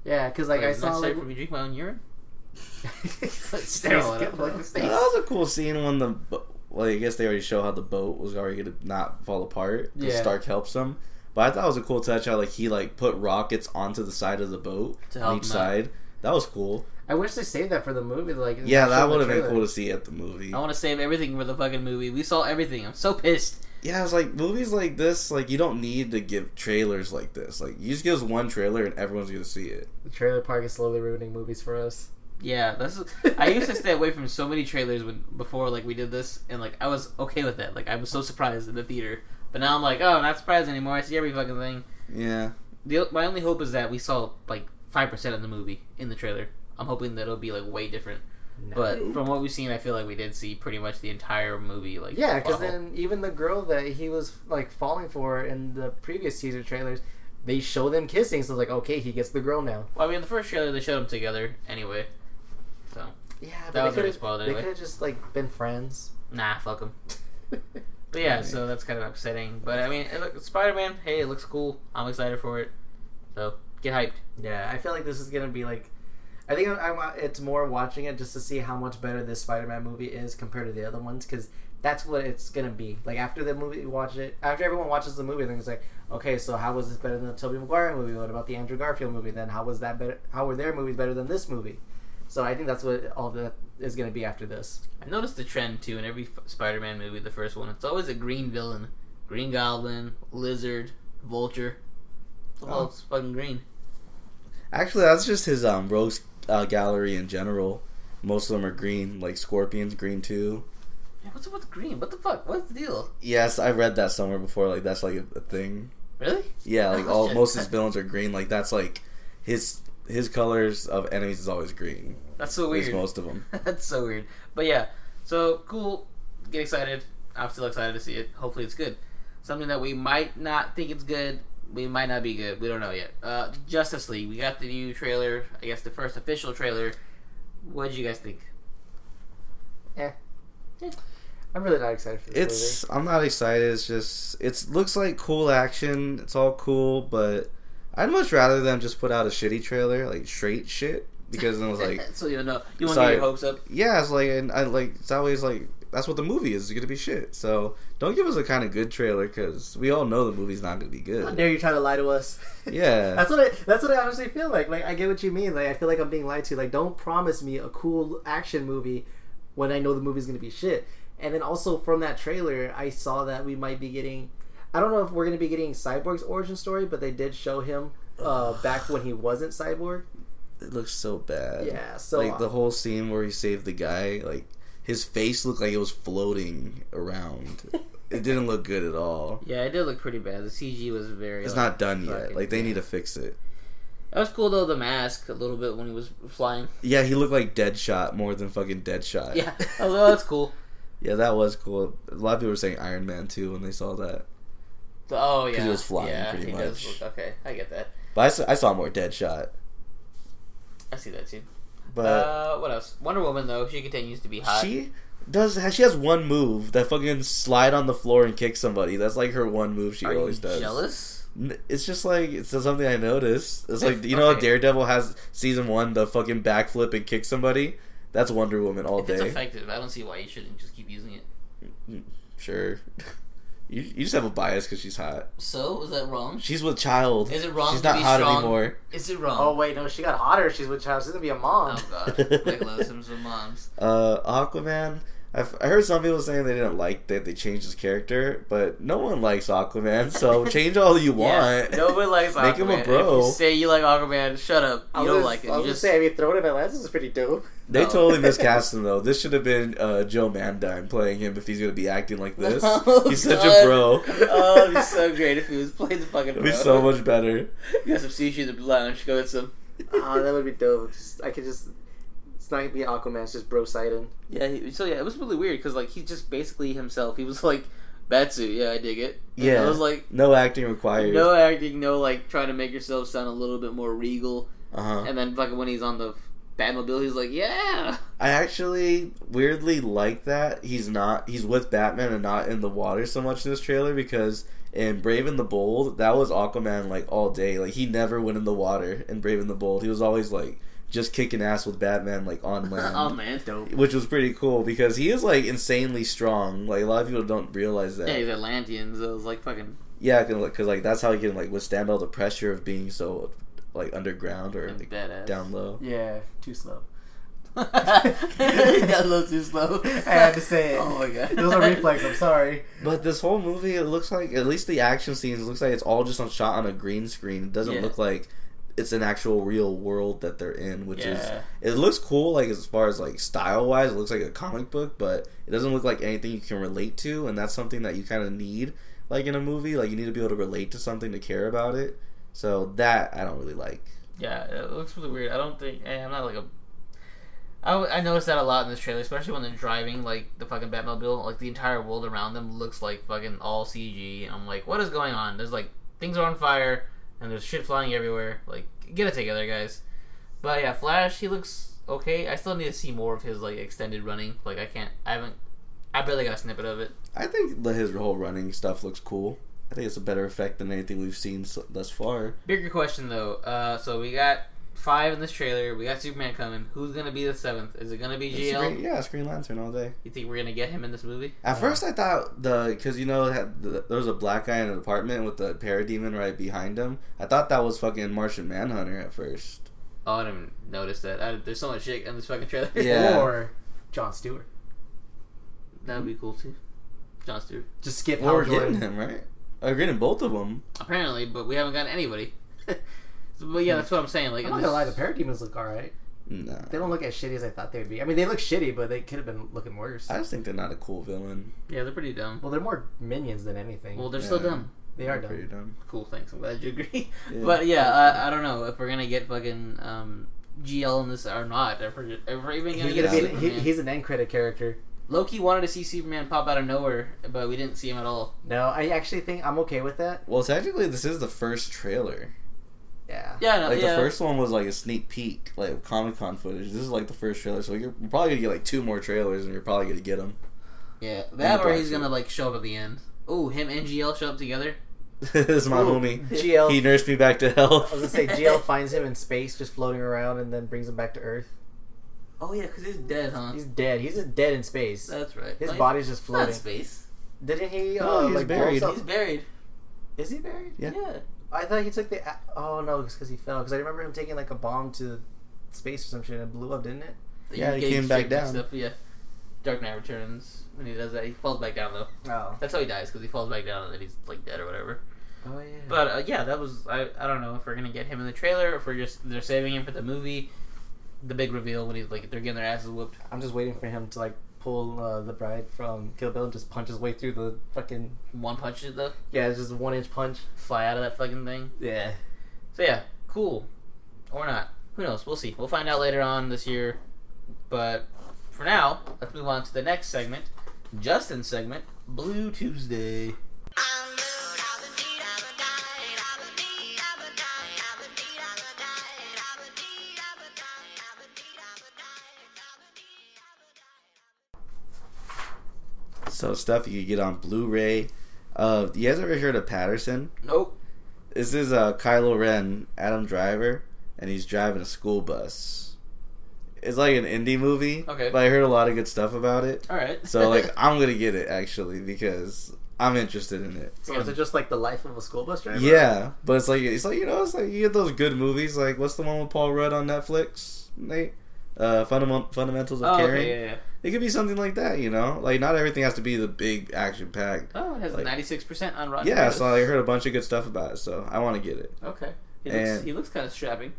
[SPEAKER 1] Yeah, because like
[SPEAKER 3] Wait,
[SPEAKER 1] I
[SPEAKER 3] isn't that
[SPEAKER 1] saw
[SPEAKER 3] safe
[SPEAKER 1] like.
[SPEAKER 3] for me to drink my own urine.
[SPEAKER 1] Staring at like
[SPEAKER 4] That was a cool scene when the bo- well, I guess they already show how the boat was already gonna not fall apart. Yeah.
[SPEAKER 1] Yeah.
[SPEAKER 4] Stark helps him, but I thought it was a cool touch how like he like put rockets onto the side of the boat
[SPEAKER 3] To
[SPEAKER 4] on
[SPEAKER 3] help
[SPEAKER 4] each
[SPEAKER 3] him out.
[SPEAKER 4] side. That was cool.
[SPEAKER 1] I wish they saved that for the movie. Like
[SPEAKER 4] Yeah,
[SPEAKER 1] show
[SPEAKER 4] that
[SPEAKER 1] the
[SPEAKER 4] would have been
[SPEAKER 1] trailer.
[SPEAKER 4] cool to see at the movie.
[SPEAKER 3] I want to save everything for the fucking movie. We saw everything. I'm so pissed.
[SPEAKER 4] Yeah, it's like movies like this, like you don't need to give trailers like this. Like you just give us one trailer and everyone's gonna see it.
[SPEAKER 1] The trailer park is slowly ruining movies for us.
[SPEAKER 3] Yeah, that's. I used to stay away from so many trailers when before like we did this, and like I was okay with that. Like I was so surprised in the theater, but now I'm like, oh, not surprised anymore. I see every fucking thing.
[SPEAKER 4] Yeah.
[SPEAKER 3] The, my only hope is that we saw like five percent of the movie in the trailer. I'm hoping that it'll be like way different. But from what we've seen, I feel like we did see pretty much the entire movie. Like
[SPEAKER 1] Yeah, because
[SPEAKER 3] wow.
[SPEAKER 1] then even the girl that he was like falling for in the previous teaser trailers, they show them kissing. So it's like, okay, he gets the girl now.
[SPEAKER 3] well, I mean, the first trailer they showed them together anyway. So
[SPEAKER 1] Yeah,
[SPEAKER 3] That was
[SPEAKER 1] they
[SPEAKER 3] already
[SPEAKER 1] could've-
[SPEAKER 3] spoiled
[SPEAKER 1] They
[SPEAKER 3] anyway.
[SPEAKER 1] could have just like been friends.
[SPEAKER 3] nah, fuck them. But yeah, so that's kind of upsetting. But I mean, Spider Man, hey, it looks cool. I'm excited for it. So Get hyped.
[SPEAKER 1] Yeah, I feel like this is gonna be like. I think I'm, I'm, it's more watching it just to see how much better this Spider-Man movie is compared to the other ones, because that's what it's gonna be. Like after the movie, you watch it. After everyone watches the movie, then it's like, okay, so how was this better than the Tobey Maguire movie? What about the Andrew Garfield movie? Then how was that better? How were their movies better than this movie? So I think that's what all that is gonna be after this.
[SPEAKER 3] I've noticed the trend too in every f- Spider-Man movie. The first one, it's always a green villain: Green Goblin, Lizard, Vulture. It's all
[SPEAKER 4] Oh.
[SPEAKER 3] it's fucking green.
[SPEAKER 4] Actually, that's just his um, rogues uh, gallery in general. Most of them are green, like Scorpion's green too.
[SPEAKER 3] Yeah, what's what's green? What the fuck? What's the deal?
[SPEAKER 4] Yes, I read that somewhere before. Like that's like a, a thing.
[SPEAKER 3] Really?
[SPEAKER 4] Yeah, like
[SPEAKER 3] Oh,
[SPEAKER 4] all
[SPEAKER 3] shit.
[SPEAKER 4] most of his villains are green. Like that's like his his colors of enemies is always green.
[SPEAKER 3] That's so
[SPEAKER 4] At
[SPEAKER 3] weird.
[SPEAKER 4] least most of them.
[SPEAKER 3] That's so weird. But yeah, so cool. Get excited. I'm still excited to see it. Hopefully, it's good. Something that we might not think it's good. We might not be good. We don't know yet. Uh, Justice League. We got the new trailer. I guess the first official trailer. What did you guys think?
[SPEAKER 1] I'm really not excited for this movie.
[SPEAKER 4] It's I'm not excited. It's just it looks like cool action. It's all cool, but I'd much rather them just put out a shitty trailer, like straight shit, because then it's like
[SPEAKER 3] so you don't know. You want to get
[SPEAKER 4] sorry.
[SPEAKER 3] your hopes up?
[SPEAKER 4] yeah, it's like and I like it's always like that's what the movie is. It's gonna be shit. So don't give us a kind of good trailer because we all know the movie's not gonna be
[SPEAKER 1] How
[SPEAKER 4] good.
[SPEAKER 1] dare you try to lie to us?
[SPEAKER 4] Yeah.
[SPEAKER 1] that's what I, that's what I honestly feel like. Like I get what you mean. Like I feel like I'm being lied to. Like don't promise me a cool action movie when I know the movie's gonna be shit. And then also from that trailer, I saw that we might be getting. I don't know if we're gonna be getting Cyborg's origin story, but they did show him uh, back when he wasn't Cyborg.
[SPEAKER 4] It looks so bad.
[SPEAKER 1] Yeah, so
[SPEAKER 4] like the whole scene where he saved the guy, like his face looked like it was floating around. it didn't look good at all.
[SPEAKER 3] Yeah, it did look pretty bad. The CG was very.
[SPEAKER 4] It's
[SPEAKER 3] like,
[SPEAKER 4] not done yet.
[SPEAKER 3] fucking-
[SPEAKER 4] Like they need to fix it.
[SPEAKER 3] That was cool though. The mask a little bit when he was flying.
[SPEAKER 4] Yeah, he looked like Deadshot more than fucking Deadshot.
[SPEAKER 3] Yeah, I was like, oh, that's cool.
[SPEAKER 4] yeah, that was cool. A lot of people were saying Iron Man too when they saw that,
[SPEAKER 3] So, oh yeah,
[SPEAKER 4] he was flying
[SPEAKER 3] yeah, he
[SPEAKER 4] pretty
[SPEAKER 3] does
[SPEAKER 4] much.
[SPEAKER 3] look- okay, I get that.
[SPEAKER 4] but I saw, I saw more Deadshot.
[SPEAKER 3] I see that too.
[SPEAKER 4] But
[SPEAKER 3] Uh, what else? Wonder Woman though, she continues to be hot.
[SPEAKER 4] she does. She has one move that fucking slide on the floor and kick somebody. That's like her one move she
[SPEAKER 3] Are
[SPEAKER 4] always
[SPEAKER 3] you
[SPEAKER 4] does.
[SPEAKER 3] jealous?
[SPEAKER 4] N- It's just like it's just something I noticed. It's like you know, how
[SPEAKER 3] Okay.
[SPEAKER 4] Daredevil has season one the fucking backflip and kick somebody. That's Wonder Woman all
[SPEAKER 3] If it's
[SPEAKER 4] day.
[SPEAKER 3] effective, I don't see why you shouldn't just keep using it.
[SPEAKER 4] Sure, you, you just have a bias because she's hot.
[SPEAKER 3] So is that wrong?
[SPEAKER 4] She's with child.
[SPEAKER 3] Is it wrong
[SPEAKER 4] She's
[SPEAKER 3] to
[SPEAKER 4] not
[SPEAKER 3] be
[SPEAKER 4] hot
[SPEAKER 3] strong?
[SPEAKER 4] anymore.
[SPEAKER 3] Is it wrong?
[SPEAKER 1] Oh wait, no, she got hotter. She's with child. She's gonna be a mom.
[SPEAKER 3] Oh, god, Rick loves him some moms.
[SPEAKER 4] Uh, Aquaman. I've, I heard some people saying they didn't like that they changed his character, but no one likes Aquaman. So change all you want.
[SPEAKER 3] Yeah, nobody likes
[SPEAKER 4] Make
[SPEAKER 3] Aquaman.
[SPEAKER 4] him a
[SPEAKER 3] If
[SPEAKER 4] bro.
[SPEAKER 3] you say you like Aquaman, shut up. You don't like it.
[SPEAKER 1] I
[SPEAKER 3] You
[SPEAKER 1] was
[SPEAKER 3] just
[SPEAKER 1] just saying, I mean, throwing him at Lance is pretty dope.
[SPEAKER 4] They
[SPEAKER 3] No.
[SPEAKER 4] totally miscast him though. This should have been uh, Joe Mandine playing him if he's gonna be acting like this.
[SPEAKER 3] Oh,
[SPEAKER 4] he's such
[SPEAKER 3] God.
[SPEAKER 4] a bro.
[SPEAKER 3] oh, it'd be so great if he was playing the fucking.
[SPEAKER 4] It'd be
[SPEAKER 3] bro.
[SPEAKER 4] so much better.
[SPEAKER 3] You got some sushi in the lounge. Go get some. Uh,
[SPEAKER 1] Ah, that would be dope. Just, I could just. It's not gonna be Aquaman. It's just Bro Sidon.
[SPEAKER 3] Yeah. He, so yeah, it was really weird because like he's just basically himself. He was like, Batsu. Yeah, I dig it. And
[SPEAKER 4] Yeah.
[SPEAKER 3] I was like,
[SPEAKER 4] No acting required.
[SPEAKER 3] no acting, no like trying to make yourself sound a little bit more regal.
[SPEAKER 4] Uh-huh.
[SPEAKER 3] And then fucking when he's on the Batmobile, he's like, yeah.
[SPEAKER 4] I actually weirdly like that he's not he's with Batman and not in the water so much in this trailer because in Brave and the Bold that was Aquaman like all day like he never went in the water in Brave and the Bold he was always like just kicking ass with Batman like on land.
[SPEAKER 3] oh man, dope.
[SPEAKER 4] Which was pretty cool because he is like insanely strong. Like a lot of people don't realize that.
[SPEAKER 3] Yeah, he's Atlantean, so it's like fucking
[SPEAKER 4] Yeah, because like, 'cause, like that's how he can like withstand all the pressure of being so like underground or
[SPEAKER 3] fucking
[SPEAKER 4] like,
[SPEAKER 3] badass.
[SPEAKER 4] down low.
[SPEAKER 1] Yeah, too slow.
[SPEAKER 3] that low too slow. I
[SPEAKER 1] had to say it.
[SPEAKER 3] Oh my god,
[SPEAKER 1] It was a reflex. I'm sorry.
[SPEAKER 4] But this whole movie, it looks like at least the action scenes it looks like it's all just on shot on a green screen. It doesn't
[SPEAKER 3] Yeah.
[SPEAKER 4] look like it's an actual real world that they're in, which
[SPEAKER 3] Yeah.
[SPEAKER 4] is it looks cool. Like as far as like style wise, it looks like a comic book, but it doesn't look like anything you can relate to, and that's something that you kind of need. Like in a movie, like you need to be able to relate to something to care about it. So that I don't really like.
[SPEAKER 3] Yeah, it looks really weird. I don't think eh, I'm not like a. I, w- I noticed that a lot in this trailer, especially when they're driving like the fucking Batmobile. Like the entire world around them looks like fucking all CG. And I'm like, what is going on? There's like things are on fire and there's shit flying everywhere. Like get it together, guys. But yeah, Flash, he looks okay. I still need to see more of his like extended running. Like I can't, I haven't, I barely got a snippet of it.
[SPEAKER 4] I think the, his whole running stuff looks cool. I think it's a better effect than anything we've seen so, thus far.
[SPEAKER 3] Bigger question though. Uh, so we got five in this trailer. We got Superman coming. Who's gonna be the seventh? Is it gonna be
[SPEAKER 4] It's
[SPEAKER 3] GL?
[SPEAKER 4] Green- yeah, it's Green Lantern all day.
[SPEAKER 3] You think we're gonna get him in this movie?
[SPEAKER 4] At first, I thought the because you know it had- the, there was a black guy in an apartment with the parademon right behind him. I thought that was fucking Martian Manhunter at first.
[SPEAKER 3] Oh, I didn't even notice that. I, there's so much shit in this fucking trailer.
[SPEAKER 4] Yeah.
[SPEAKER 1] Or John Stewart.
[SPEAKER 3] that would be cool too. John Stewart.
[SPEAKER 1] Just skip
[SPEAKER 4] Or we're
[SPEAKER 1] Howard
[SPEAKER 4] getting
[SPEAKER 1] Jordan.
[SPEAKER 4] him right. Oh, we're getting both of them.
[SPEAKER 3] Apparently, but we haven't gotten anybody. but yeah, that's what I'm saying. Like,
[SPEAKER 1] I'm
[SPEAKER 3] in
[SPEAKER 1] not
[SPEAKER 3] this-
[SPEAKER 1] gonna lie, the parademons look alright.
[SPEAKER 4] Nah,
[SPEAKER 1] They don't look as shitty as I thought they'd be. I mean, they look shitty, but they could have been looking worse.
[SPEAKER 4] I just think they're not a cool villain.
[SPEAKER 3] yeah, they're pretty dumb.
[SPEAKER 1] Well, they're more minions than anything.
[SPEAKER 3] Well, they're still
[SPEAKER 4] Yeah.
[SPEAKER 3] dumb.
[SPEAKER 1] they are
[SPEAKER 4] They're pretty
[SPEAKER 1] dumb.
[SPEAKER 4] dumb.
[SPEAKER 3] Cool, thanks. I'm glad you agree.
[SPEAKER 4] Yeah.
[SPEAKER 3] But yeah, I, I don't know if we're gonna get fucking um, GL in this or not. If we're, if we're even gonna
[SPEAKER 1] He's,
[SPEAKER 3] get
[SPEAKER 1] gonna be
[SPEAKER 3] Superman.
[SPEAKER 1] he, he's an end credit character.
[SPEAKER 3] Loki wanted to see Superman pop out of nowhere, but we didn't see him at all.
[SPEAKER 1] No, I actually think I'm okay with that.
[SPEAKER 4] Well, technically, this is the first trailer.
[SPEAKER 1] Yeah.
[SPEAKER 3] Yeah, no,
[SPEAKER 4] Like
[SPEAKER 3] yeah.
[SPEAKER 4] the first one was like a sneak peek, like Comic Con footage. This is like the first trailer, so you're probably gonna get like two more trailers, and you're probably gonna get them.
[SPEAKER 3] yeah, that
[SPEAKER 4] the
[SPEAKER 3] or
[SPEAKER 4] black
[SPEAKER 3] he's
[SPEAKER 4] suit.
[SPEAKER 3] gonna like show up at the end. Oh, him and GL show up together.
[SPEAKER 4] this is my homie.
[SPEAKER 1] GL.
[SPEAKER 4] He nursed me back to health.
[SPEAKER 1] I was gonna say GL finds him in space, just floating around, and then brings him back to Earth.
[SPEAKER 3] Oh yeah, because he's dead, huh?
[SPEAKER 1] He's dead. He's just dead in space.
[SPEAKER 3] That's right.
[SPEAKER 1] His
[SPEAKER 3] Like,
[SPEAKER 1] body's just
[SPEAKER 3] not
[SPEAKER 1] floating.
[SPEAKER 3] in space.
[SPEAKER 1] Didn't he?
[SPEAKER 4] No,
[SPEAKER 1] uh,
[SPEAKER 4] he's
[SPEAKER 1] like blow
[SPEAKER 4] buried.
[SPEAKER 1] himself-
[SPEAKER 3] He's buried.
[SPEAKER 1] Is he buried?
[SPEAKER 4] Oh. Yeah.
[SPEAKER 1] I thought he took the. a- Oh no, it's because he fell. Because I remember him taking like a bomb to space or some shit and it blew up, didn't it?
[SPEAKER 3] The
[SPEAKER 4] Yeah, he
[SPEAKER 3] gauge
[SPEAKER 4] came back
[SPEAKER 3] shaped and
[SPEAKER 4] down.
[SPEAKER 3] Stuff. Yeah, Dark Knight Returns. When he does that, he falls back down though.
[SPEAKER 1] Oh.
[SPEAKER 3] That's how he dies because he falls back down and then he's like dead or whatever.
[SPEAKER 1] Oh yeah.
[SPEAKER 3] But uh, yeah, that was I. I don't know if we're gonna get him in the trailer, if we're just they're saving him for the movie. The big reveal when he's like they're getting their asses whooped.
[SPEAKER 1] I'm just waiting for him to like pull uh, the bride from Kill Bill and just punch his way through the fucking.
[SPEAKER 3] One punch it though,
[SPEAKER 1] Yeah, it's just a one inch punch.
[SPEAKER 3] fly out of that fucking thing.
[SPEAKER 1] Yeah.
[SPEAKER 3] So yeah, cool or not? Who knows? We'll see. We'll find out later on this year. But for now, let's move on to the next segment, Justin's segment, Blue Tuesday.
[SPEAKER 4] So stuff you could get on Blu-ray. Uh, you guys ever heard of Patterson?
[SPEAKER 3] Nope.
[SPEAKER 4] This is uh, Kylo Ren, Adam Driver, and he's driving a school bus. It's like an indie movie.
[SPEAKER 3] Okay.
[SPEAKER 4] But I heard a lot of good stuff about it.
[SPEAKER 3] All right.
[SPEAKER 4] So like, I'm gonna get it actually because I'm interested in it.
[SPEAKER 1] So is it just like the life of a school bus driver?
[SPEAKER 4] Yeah, but it's like it's like you know it's like you get those good movies like what's the one with Paul Rudd on Netflix? Nate, uh, Fundam- Fundamentals of
[SPEAKER 3] oh,
[SPEAKER 4] Caring.
[SPEAKER 3] okay, yeah, yeah.
[SPEAKER 4] It could be something like that, you know. Like not everything has to be the big action packed.
[SPEAKER 3] Oh, it has
[SPEAKER 4] Like-
[SPEAKER 3] ninety six percent on Rotten.
[SPEAKER 4] Yeah, so I
[SPEAKER 3] Tomatoes.
[SPEAKER 4] heard a bunch of good stuff about it, so I want to get it.
[SPEAKER 3] Okay. He looks,
[SPEAKER 4] And-
[SPEAKER 3] he looks kind of strapping.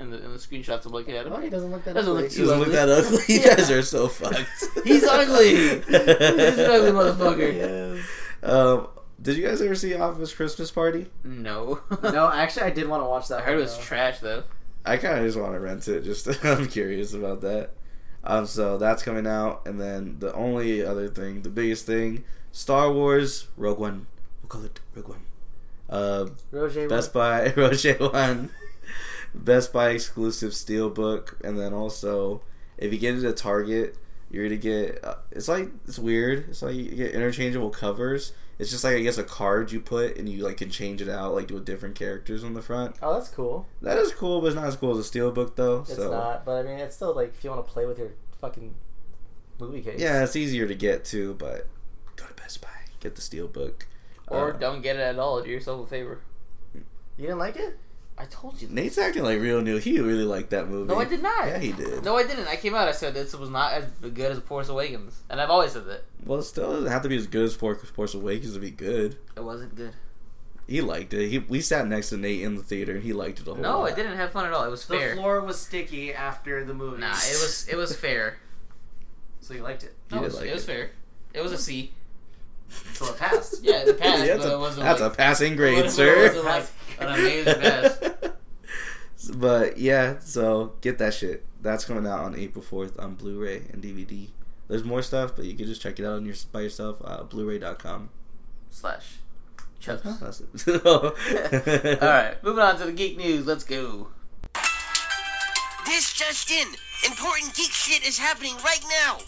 [SPEAKER 3] In the, in the screenshots I'm looking at him.
[SPEAKER 1] Oh, he doesn't look that.
[SPEAKER 3] Doesn't
[SPEAKER 1] ugly.
[SPEAKER 3] look
[SPEAKER 4] You
[SPEAKER 3] Too
[SPEAKER 4] look
[SPEAKER 3] ugly.
[SPEAKER 4] that ugly. You
[SPEAKER 3] Yeah.
[SPEAKER 4] guys are so fucked.
[SPEAKER 3] He's ugly. He's an ugly motherfucker.
[SPEAKER 4] Um, did you guys ever see Office Christmas Party?
[SPEAKER 3] No.
[SPEAKER 1] No, actually, I did want to watch that.
[SPEAKER 3] I heard it was
[SPEAKER 1] though.
[SPEAKER 3] trash though.
[SPEAKER 4] I kind of just want to rent it. Just I'm curious about that. Um, so that's coming out, and then the only other thing, the biggest thing, Star Wars Rogue One. We'll call it Rogue One. Uh,
[SPEAKER 1] Roger.
[SPEAKER 4] Best Buy Roger One, Best Buy exclusive steelbook, and then also if you get it at Target, you're gonna get. Uh, it's like it's weird. It's like you get interchangeable covers. It's just like I guess a card you put and you like can change it out like with different characters on the front.
[SPEAKER 1] Oh, that's cool.
[SPEAKER 4] That is cool, but it's not as cool as a steelbook though.
[SPEAKER 1] It's
[SPEAKER 4] so
[SPEAKER 1] not, but I mean, it's still like if you want to play with your fucking movie case.
[SPEAKER 4] yeah, it's easier to get to, but go to Best Buy, get the steelbook.
[SPEAKER 3] Or
[SPEAKER 4] Uh,
[SPEAKER 3] don't get it at all. Do yourself a favor.
[SPEAKER 1] You didn't like it?
[SPEAKER 3] I told you.
[SPEAKER 4] Nate's acting like real new. He really liked that movie.
[SPEAKER 3] No, I did not.
[SPEAKER 4] Yeah, he did.
[SPEAKER 3] No, I didn't. I came out. I said this was not as good as Force Awakens, and I've always said that
[SPEAKER 4] Well, it still doesn't have to be as good as For- Force Awakens to be good.
[SPEAKER 3] it wasn't good.
[SPEAKER 4] He liked it. He, we sat next to Nate in the theater, and he liked it a whole
[SPEAKER 3] No,
[SPEAKER 4] lot.
[SPEAKER 3] I didn't have fun at all. It was fair.
[SPEAKER 1] floor was sticky after the movie.
[SPEAKER 3] Nah, it was it was fair.
[SPEAKER 1] so you liked it.
[SPEAKER 4] You
[SPEAKER 3] No, it
[SPEAKER 4] did
[SPEAKER 3] was,
[SPEAKER 4] like
[SPEAKER 3] it was
[SPEAKER 4] it.
[SPEAKER 3] fair. It was a C.
[SPEAKER 1] So it passed.
[SPEAKER 3] Yeah, it passed,
[SPEAKER 4] that's
[SPEAKER 3] but
[SPEAKER 4] a,
[SPEAKER 3] it wasn't.
[SPEAKER 4] that's
[SPEAKER 3] like,
[SPEAKER 4] a passing
[SPEAKER 3] it
[SPEAKER 4] grade,
[SPEAKER 3] wasn't- It
[SPEAKER 4] sir.
[SPEAKER 3] wasn't like an amazing pass.
[SPEAKER 4] but yeah, so get that shit. That's coming out on April fourth on Blu-ray and DVD. There's more stuff, but you can just check it out on your by yourself. Uh, Blu-ray.com.
[SPEAKER 3] slash chubs.
[SPEAKER 4] Huh,
[SPEAKER 3] All
[SPEAKER 4] That's it. All
[SPEAKER 3] right, moving on to the geek news. Let's go.
[SPEAKER 8] This just in. Important geek shit is happening right now.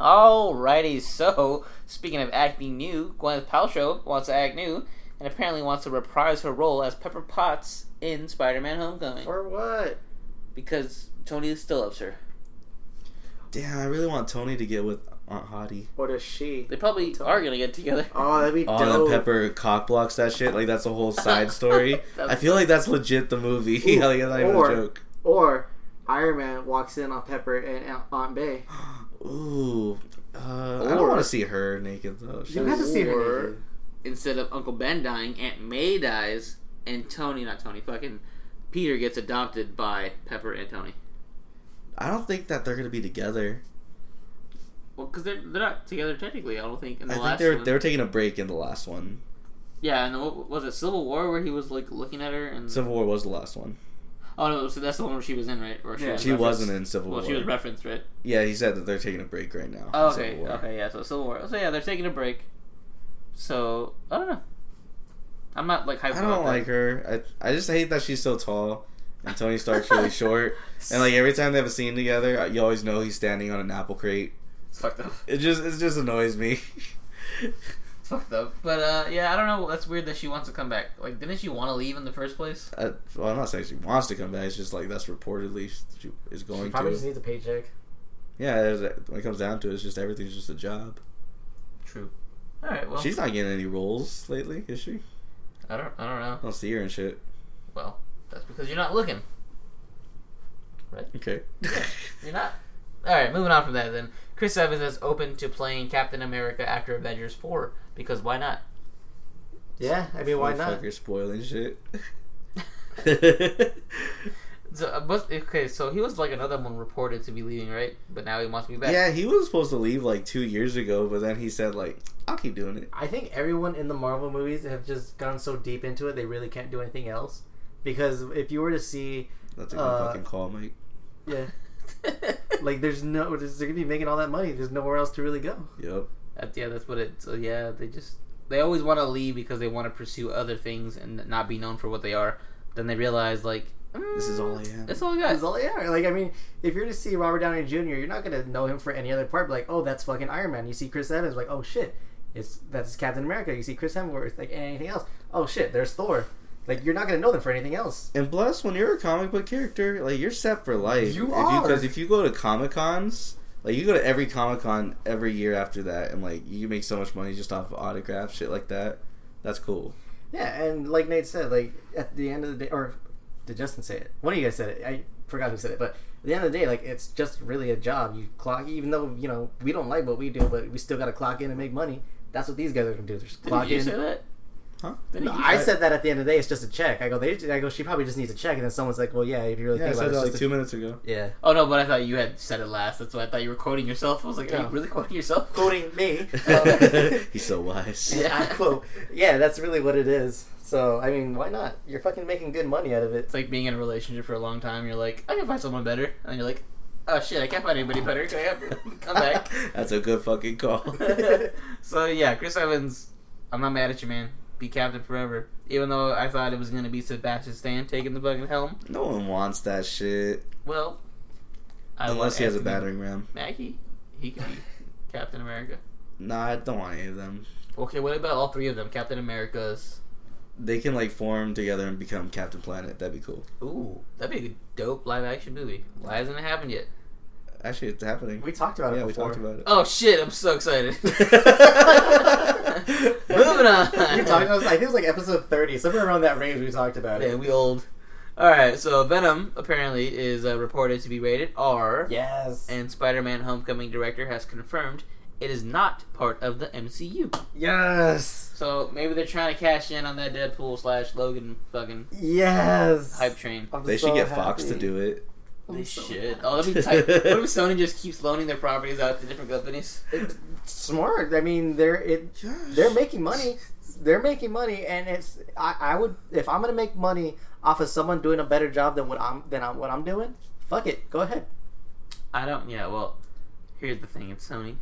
[SPEAKER 3] Alrighty, so Speaking of acting new, Gwyneth Paltrow wants to act new and apparently wants to reprise her role as Pepper Potts in Spider-Man: Homecoming
[SPEAKER 1] For what?
[SPEAKER 3] because Tony still loves her.
[SPEAKER 4] Damn, I really want Tony to get with Aunt Hottie.
[SPEAKER 7] What is she?
[SPEAKER 3] They probably are gonna get together.
[SPEAKER 7] Oh, that'd be
[SPEAKER 4] Oh, and
[SPEAKER 7] dope.
[SPEAKER 4] then Pepper cock blocks that shit. Like that's a whole side story.
[SPEAKER 3] That's-
[SPEAKER 4] I feel like that's legit the movie. like, that's not even
[SPEAKER 7] or-
[SPEAKER 4] a joke.
[SPEAKER 7] Or Iron Man walks in on Pepper and Aunt- Aunt May.
[SPEAKER 4] Ooh. Uh, I don't
[SPEAKER 7] Or-
[SPEAKER 4] want to see her naked though. She
[SPEAKER 7] You have to see her.
[SPEAKER 3] Or-
[SPEAKER 7] naked.
[SPEAKER 3] Instead of Uncle Ben dying, Aunt May dies, and Tony, not Tony, fucking Peter gets adopted by Pepper and Tony.
[SPEAKER 4] I don't think that they're gonna be together.
[SPEAKER 3] Well, because they're they're not together technically. I don't think. In the
[SPEAKER 4] I think
[SPEAKER 3] last
[SPEAKER 4] they were
[SPEAKER 3] one. Mm-hmm.
[SPEAKER 4] they were taking a break in the last one.
[SPEAKER 3] Yeah, and what was it Civil War where he was like looking at her and
[SPEAKER 4] Civil War was the last one.
[SPEAKER 3] oh no, so that's the one where she was in right? Where she
[SPEAKER 7] Yeah.
[SPEAKER 3] was
[SPEAKER 4] She
[SPEAKER 3] referenced.
[SPEAKER 4] wasn't in Civil
[SPEAKER 3] Well,
[SPEAKER 4] War.
[SPEAKER 3] she was referenced right.
[SPEAKER 4] yeah, he said that they're taking a break right now.
[SPEAKER 3] Oh,
[SPEAKER 4] Civil
[SPEAKER 3] okay,
[SPEAKER 4] War.
[SPEAKER 3] okay, yeah. So Civil War. So yeah, they're taking a break. So I don't know. I'm not like hyped.
[SPEAKER 4] I
[SPEAKER 3] about
[SPEAKER 4] don't
[SPEAKER 3] that.
[SPEAKER 4] like her. I I just hate that she's so tall and Tony Stark's really short. And like every time they have a scene together, uh, you always know he's standing on an apple crate.
[SPEAKER 3] It's fucked up.
[SPEAKER 4] It just it just annoys me.
[SPEAKER 3] It's fucked up. But uh, yeah, I don't know. That's weird that she wants to come back. Like, didn't she want to leave in the first place?
[SPEAKER 4] I, Uh, well, I'm not saying she wants to come back. It's just like that's reportedly she is going
[SPEAKER 1] Probably
[SPEAKER 4] to.
[SPEAKER 1] just needs a paycheck.
[SPEAKER 4] Yeah, there's- when it comes down to it, it's just everything's just a job.
[SPEAKER 3] True. All right. Well,
[SPEAKER 4] She's not getting any roles lately, is she?
[SPEAKER 3] I don't. I don't know.
[SPEAKER 4] I don't see her and shit.
[SPEAKER 3] Well, that's because you're not looking.
[SPEAKER 4] Okay.
[SPEAKER 3] You're not. All right, moving on from that then. Chris Evans is open to playing Captain America after Avengers 4 because why not?
[SPEAKER 7] Yeah, I mean, why not?
[SPEAKER 4] Motherfucker spoiling shit.
[SPEAKER 3] So, uh, but- okay, so he was like another one reported to be leaving, right? But now he wants to be back.
[SPEAKER 4] yeah, he was supposed to leave like two years ago, but then he said like, "I'll keep doing it."
[SPEAKER 1] I think everyone in the Marvel movies have just gone so deep into it they really can't do anything else. Because if you were to see,
[SPEAKER 4] That's a good
[SPEAKER 1] Uh,
[SPEAKER 4] fucking call, Mike.
[SPEAKER 1] yeah, like there's no, there's, they're gonna be making all that money. There's nowhere else to really go.
[SPEAKER 4] Yep.
[SPEAKER 3] That- yeah, that's what it. So yeah, they just they always want to leave because they want to pursue other things and not be known for what they are. Then they realize like
[SPEAKER 4] This is
[SPEAKER 3] mm,
[SPEAKER 4] all I am.
[SPEAKER 3] That's all I got.
[SPEAKER 1] That's all they are. Like I mean, if you're to see Robert Downey Jr., you're not gonna know him for any other part. But like, oh, that's fucking Iron Man. You see Chris Evans, like, oh shit, it's that's Captain America. You see Chris Hemsworth, like anything else. Oh shit, there's Thor. Like you're not gonna know them for anything else.
[SPEAKER 4] And plus, when you're a comic book character, like you're set for life.
[SPEAKER 1] You are.
[SPEAKER 4] because if you go to comic cons, like you go to every comic con every year after that, and like you make so much money just off of autographs, shit like that. That's cool.
[SPEAKER 1] Yeah, and like Nate said, like at the end of the day, or did Justin say it? One of you guys said it. I forgot who said it, but at the end of the day, like it's just really a job. You clock, even though you know we don't like what we do, but we still got to clock in and make money. That's what these guys are gonna do. They're just
[SPEAKER 3] Did
[SPEAKER 1] clock
[SPEAKER 3] you
[SPEAKER 1] in.
[SPEAKER 3] say that?
[SPEAKER 4] Huh?
[SPEAKER 3] Didn't
[SPEAKER 1] No,
[SPEAKER 3] you-
[SPEAKER 1] I said that at the end of the day, it's just a check. I go, they. I go, she probably just needs a check, and then someone's like, well, yeah, if you really
[SPEAKER 4] Yeah, I
[SPEAKER 1] think about
[SPEAKER 4] said
[SPEAKER 1] it,
[SPEAKER 4] that
[SPEAKER 1] it's
[SPEAKER 4] like
[SPEAKER 1] just a-
[SPEAKER 4] two minutes ago.
[SPEAKER 1] yeah,
[SPEAKER 3] Oh no, but I thought you had said it last. That's why I thought you were quoting yourself. I was like, are
[SPEAKER 1] No.
[SPEAKER 3] you really quoting yourself?
[SPEAKER 1] quoting me.
[SPEAKER 4] He's so wise.
[SPEAKER 1] yeah, I quote. Yeah, that's really what it is. So I mean, why not? You're fucking making good money out of it.
[SPEAKER 3] It's like being in a relationship for a long time. You're like, I can find someone better, and you're like, oh shit, I can't find anybody better. Can I have- come back?
[SPEAKER 4] That's a good fucking call.
[SPEAKER 3] so yeah, Chris Evans, I'm not mad at you, man. Be captain forever. Even though I thought it was gonna be Sebastian Stan taking the fucking helm.
[SPEAKER 4] no one wants that shit
[SPEAKER 3] Well, I
[SPEAKER 4] unless
[SPEAKER 3] want
[SPEAKER 4] he has a
[SPEAKER 3] Anthony
[SPEAKER 4] battering ram.
[SPEAKER 3] Mackie, he could be Captain America.
[SPEAKER 4] Nah, I don't want any of them.
[SPEAKER 3] Okay, what about all three of them? Captain America's.
[SPEAKER 4] They can like form together and become Captain Planet. That'd be cool.
[SPEAKER 3] Ooh, that'd be a dope live action movie. Why hasn't it happened yet?
[SPEAKER 4] Actually, it's happening.
[SPEAKER 1] We talked about
[SPEAKER 4] yeah,
[SPEAKER 1] it
[SPEAKER 4] we
[SPEAKER 1] before.
[SPEAKER 4] talked about it.
[SPEAKER 3] Oh shit, I'm so excited. Moving
[SPEAKER 4] Moving
[SPEAKER 3] on.
[SPEAKER 1] we talked about. I think it was like episode thirty, somewhere around that range. We talked about
[SPEAKER 3] Yeah,
[SPEAKER 1] it.
[SPEAKER 3] we old. All right, so Venom apparently is uh, reported to be rated R,
[SPEAKER 1] Yes.
[SPEAKER 3] and Spider-Man: Homecoming director has confirmed it is not part of the MCU.
[SPEAKER 1] yes.
[SPEAKER 3] So maybe they're trying to cash in on that Deadpool slash Logan fucking
[SPEAKER 1] Yes.
[SPEAKER 3] hype train.
[SPEAKER 1] I'm
[SPEAKER 4] They
[SPEAKER 1] so
[SPEAKER 4] should get Fox to
[SPEAKER 1] happy.
[SPEAKER 4] do it.
[SPEAKER 3] They should. Oh, that'd be tight. what if Sony just keeps loaning their properties out to different companies?
[SPEAKER 1] Smart. I mean, they're it. They're making money. They're making money, and it's. I, I would if I'm gonna make money off of someone doing a better job than what I'm than I, what I'm doing. Fuck it. Go ahead.
[SPEAKER 3] I don't. Yeah. Well, here's the thing. It's Sony,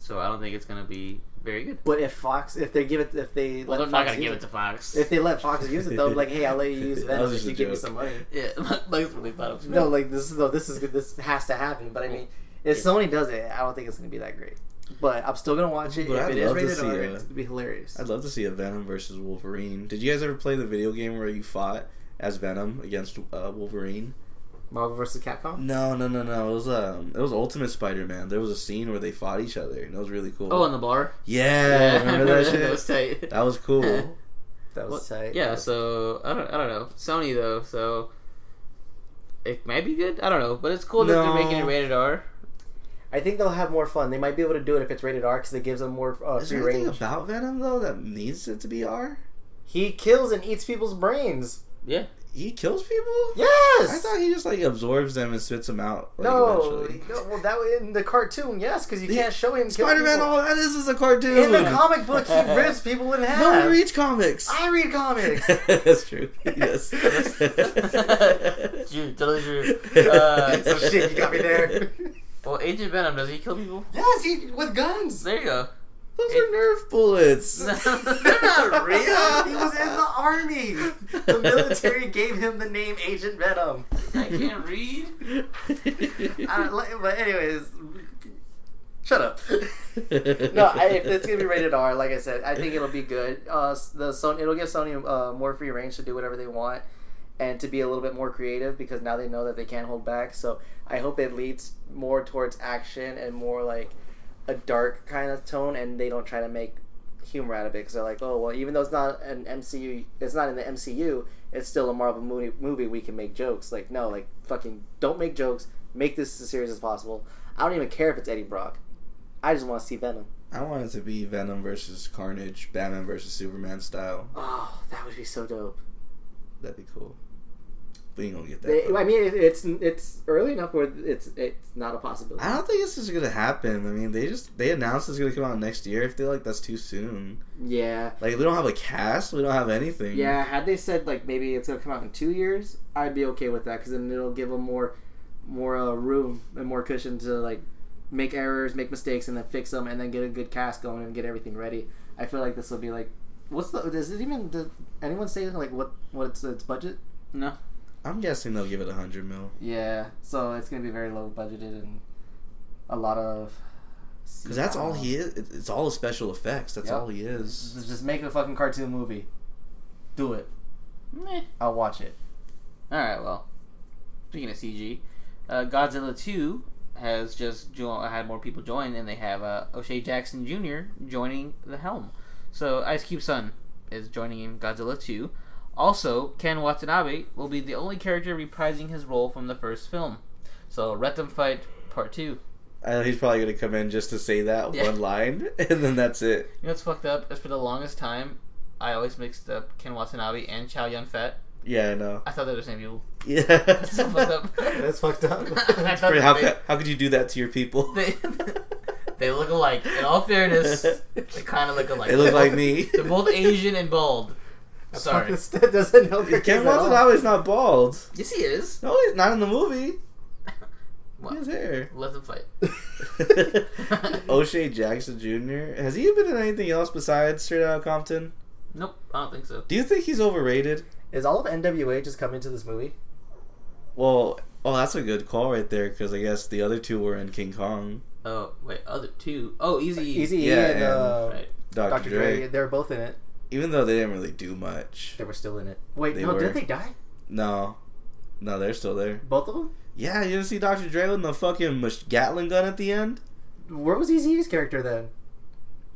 [SPEAKER 3] so I don't think it's gonna be very good.
[SPEAKER 1] But if Fox, if they give it, if they
[SPEAKER 3] Well,
[SPEAKER 1] let
[SPEAKER 3] they're not
[SPEAKER 1] Fox
[SPEAKER 3] gonna give
[SPEAKER 1] use
[SPEAKER 3] it to Fox.
[SPEAKER 1] If they let Fox use it though, like, hey, I'll let you use
[SPEAKER 4] That was
[SPEAKER 1] Venom if
[SPEAKER 4] just
[SPEAKER 1] you
[SPEAKER 4] a
[SPEAKER 1] give me
[SPEAKER 4] joke.
[SPEAKER 1] some money.
[SPEAKER 3] yeah, that's what they thought it was.
[SPEAKER 1] No, like this is no, this is good. This has to happen. But I mean, if Sony does it, I don't think it's gonna be that great. But I'm still gonna watch it.
[SPEAKER 4] But
[SPEAKER 1] if
[SPEAKER 4] I'd
[SPEAKER 1] it is
[SPEAKER 4] love to
[SPEAKER 1] rated
[SPEAKER 4] see
[SPEAKER 1] R,
[SPEAKER 4] a-
[SPEAKER 1] it'd be hilarious.
[SPEAKER 4] I'd love to see a Venom versus Wolverine. Did you guys ever play the video game where you fought as Venom against uh, Wolverine?
[SPEAKER 1] Marvel versus Capcom.
[SPEAKER 4] No, no, no, no. It was um, it was Ultimate Spider-Man. There was a scene where they fought each other, and it was really cool.
[SPEAKER 3] Oh, in the bar.
[SPEAKER 4] yeah, remember that
[SPEAKER 3] that was
[SPEAKER 4] shit?
[SPEAKER 3] tight.
[SPEAKER 4] That was cool.
[SPEAKER 1] That was tight.
[SPEAKER 3] Yeah, so I don't, I don't know. Sony though, so it might be good. I don't know, but it's cool that
[SPEAKER 4] No.
[SPEAKER 3] they're making it rated R.
[SPEAKER 1] I think they'll have more fun. They might be able to do it if it's rated R because it gives them more uh,
[SPEAKER 4] Is
[SPEAKER 1] free
[SPEAKER 4] there anything
[SPEAKER 1] range.
[SPEAKER 4] about Venom though that needs it to be R?
[SPEAKER 1] He kills and eats people's brains.
[SPEAKER 3] Yeah,
[SPEAKER 4] He kills people.
[SPEAKER 1] Yes.
[SPEAKER 4] I thought he just like absorbs them and spits them out. Like,
[SPEAKER 1] no,
[SPEAKER 4] eventually.
[SPEAKER 1] no. Well, that was in the cartoon, yes, because you
[SPEAKER 4] The-
[SPEAKER 1] can't show him. kill
[SPEAKER 4] Spider-Man.
[SPEAKER 1] people.
[SPEAKER 4] All that is is a cartoon.
[SPEAKER 1] in the comic book, he rips people in half.
[SPEAKER 4] No one reads comics.
[SPEAKER 1] I read comics.
[SPEAKER 4] That's true. Yes.
[SPEAKER 3] Drew, totally Drew. Uh,
[SPEAKER 1] so Oh, shit, you got me there.
[SPEAKER 3] well, Agent Venom does he kill people?
[SPEAKER 1] yes, he with guns.
[SPEAKER 3] There you go.
[SPEAKER 4] Those are Nerf bullets.
[SPEAKER 3] They're not
[SPEAKER 1] He
[SPEAKER 3] real.
[SPEAKER 1] was in the army. The military gave him the name Agent Venom.
[SPEAKER 3] I can't read.
[SPEAKER 1] I don't like- but anyways, shut up. No, I, if it's gonna be rated R, like I said, I think it'll be good. Uh, the Sony, it'll give Sony uh, more free range to do whatever they want, and to be a little bit more creative because now they know that they can't hold back. So I hope it leads more towards action and more like a dark kind of tone, and they don't try to make humor out of it because they're like, oh well, even though it's not an MCU, it's not in the MCU, it's still a Marvel movie. Movie we can make jokes. Like no, like fucking don't make jokes. Make this as serious as possible. I don't even care if it's Eddie Brock. I just want to see Venom.
[SPEAKER 4] I want it to be Venom versus Carnage, Batman versus Superman style.
[SPEAKER 1] Oh, that would be so dope.
[SPEAKER 4] That'd be cool. We ain't gonna get that.
[SPEAKER 1] They-
[SPEAKER 4] though.
[SPEAKER 1] I mean, it, it's it's early enough where it's it's not a possibility.
[SPEAKER 4] I don't think this is gonna happen. I mean, they just they announced it's gonna come out next year. If they like, that's too soon.
[SPEAKER 1] Yeah,
[SPEAKER 4] Like, we don't have a cast. We don't have anything.
[SPEAKER 1] yeah. Had they said like maybe it's gonna come out in two years, I'd be okay with that because then it'll give them more more uh, room and more cushion to like make errors, make mistakes, and then fix them, and then get a good cast going and get everything ready. I feel like this will be like, what's the? Does it even? Does anyone say like what what's its budget?
[SPEAKER 3] No.
[SPEAKER 4] I'm guessing they'll give it a hundred mil
[SPEAKER 1] Yeah, so it's gonna be very low budgeted and a lot of.
[SPEAKER 4] because that's all he is. It- It's all special effects. That's
[SPEAKER 1] Yeah.
[SPEAKER 4] all he is.
[SPEAKER 1] Just just make a fucking cartoon movie. Do it.
[SPEAKER 3] Meh.
[SPEAKER 1] I'll watch it.
[SPEAKER 3] All right. Well, speaking of CG, uh, Godzilla Two has just jo- had more people join, and they have uh, O'Shea Jackson Jr. joining the helm. So Ice Cube Son is joining in Godzilla Two. Also, Ken Watanabe will be the only character reprising his role from the first film. So, Retum Fight Part Two.
[SPEAKER 4] I know he's probably gonna come in just to say that
[SPEAKER 3] Yeah.
[SPEAKER 4] one line, and then that's it.
[SPEAKER 3] You know what's fucked up? Is for the longest time, I always mixed up Ken Watanabe and Chow Yun Fat.
[SPEAKER 4] Yeah, I know.
[SPEAKER 3] I thought they were the same people.
[SPEAKER 4] Yeah.
[SPEAKER 3] That's so fucked up.
[SPEAKER 1] That's fucked up.
[SPEAKER 3] I thought
[SPEAKER 4] Wait, how,
[SPEAKER 3] they-
[SPEAKER 4] ca- how could you do that to your people?
[SPEAKER 3] They- They look alike. In all fairness, they kind of look alike.
[SPEAKER 4] They look like me.
[SPEAKER 3] They're both Asian and bald. Sorry.
[SPEAKER 1] that doesn't help. your
[SPEAKER 4] Ken
[SPEAKER 1] case at all.
[SPEAKER 4] Watanabe's not bald.
[SPEAKER 3] Yes, he is.
[SPEAKER 4] No, he's not in the movie.
[SPEAKER 3] What?
[SPEAKER 4] He has hair.
[SPEAKER 3] Let them fight.
[SPEAKER 4] O'Shea Jackson Jr. Has he been in anything else besides Straight Outta Compton?
[SPEAKER 3] Nope, I don't think so.
[SPEAKER 4] Do you think he's overrated?
[SPEAKER 1] Is all of NWA just coming to this movie?
[SPEAKER 4] Well, oh, that's a good call right there because I guess the other two were in King Kong.
[SPEAKER 3] Oh wait, other two. Oh, easy.
[SPEAKER 1] Easy E
[SPEAKER 4] Yeah,
[SPEAKER 1] and,
[SPEAKER 4] and-
[SPEAKER 1] uh,
[SPEAKER 3] Right.
[SPEAKER 4] Dr.
[SPEAKER 1] Dr.
[SPEAKER 4] Dre.
[SPEAKER 1] Dre. They're both in it.
[SPEAKER 4] Even though they didn't really do much.
[SPEAKER 1] They were still in it. Wait,
[SPEAKER 4] They
[SPEAKER 1] no,
[SPEAKER 4] were.
[SPEAKER 1] did they die?
[SPEAKER 4] No. No, they're still there.
[SPEAKER 1] Both of them?
[SPEAKER 4] Yeah, you didn't see Dr. Dre with the fucking mush- Gatling gun at the end?
[SPEAKER 1] Where was Easy's character then?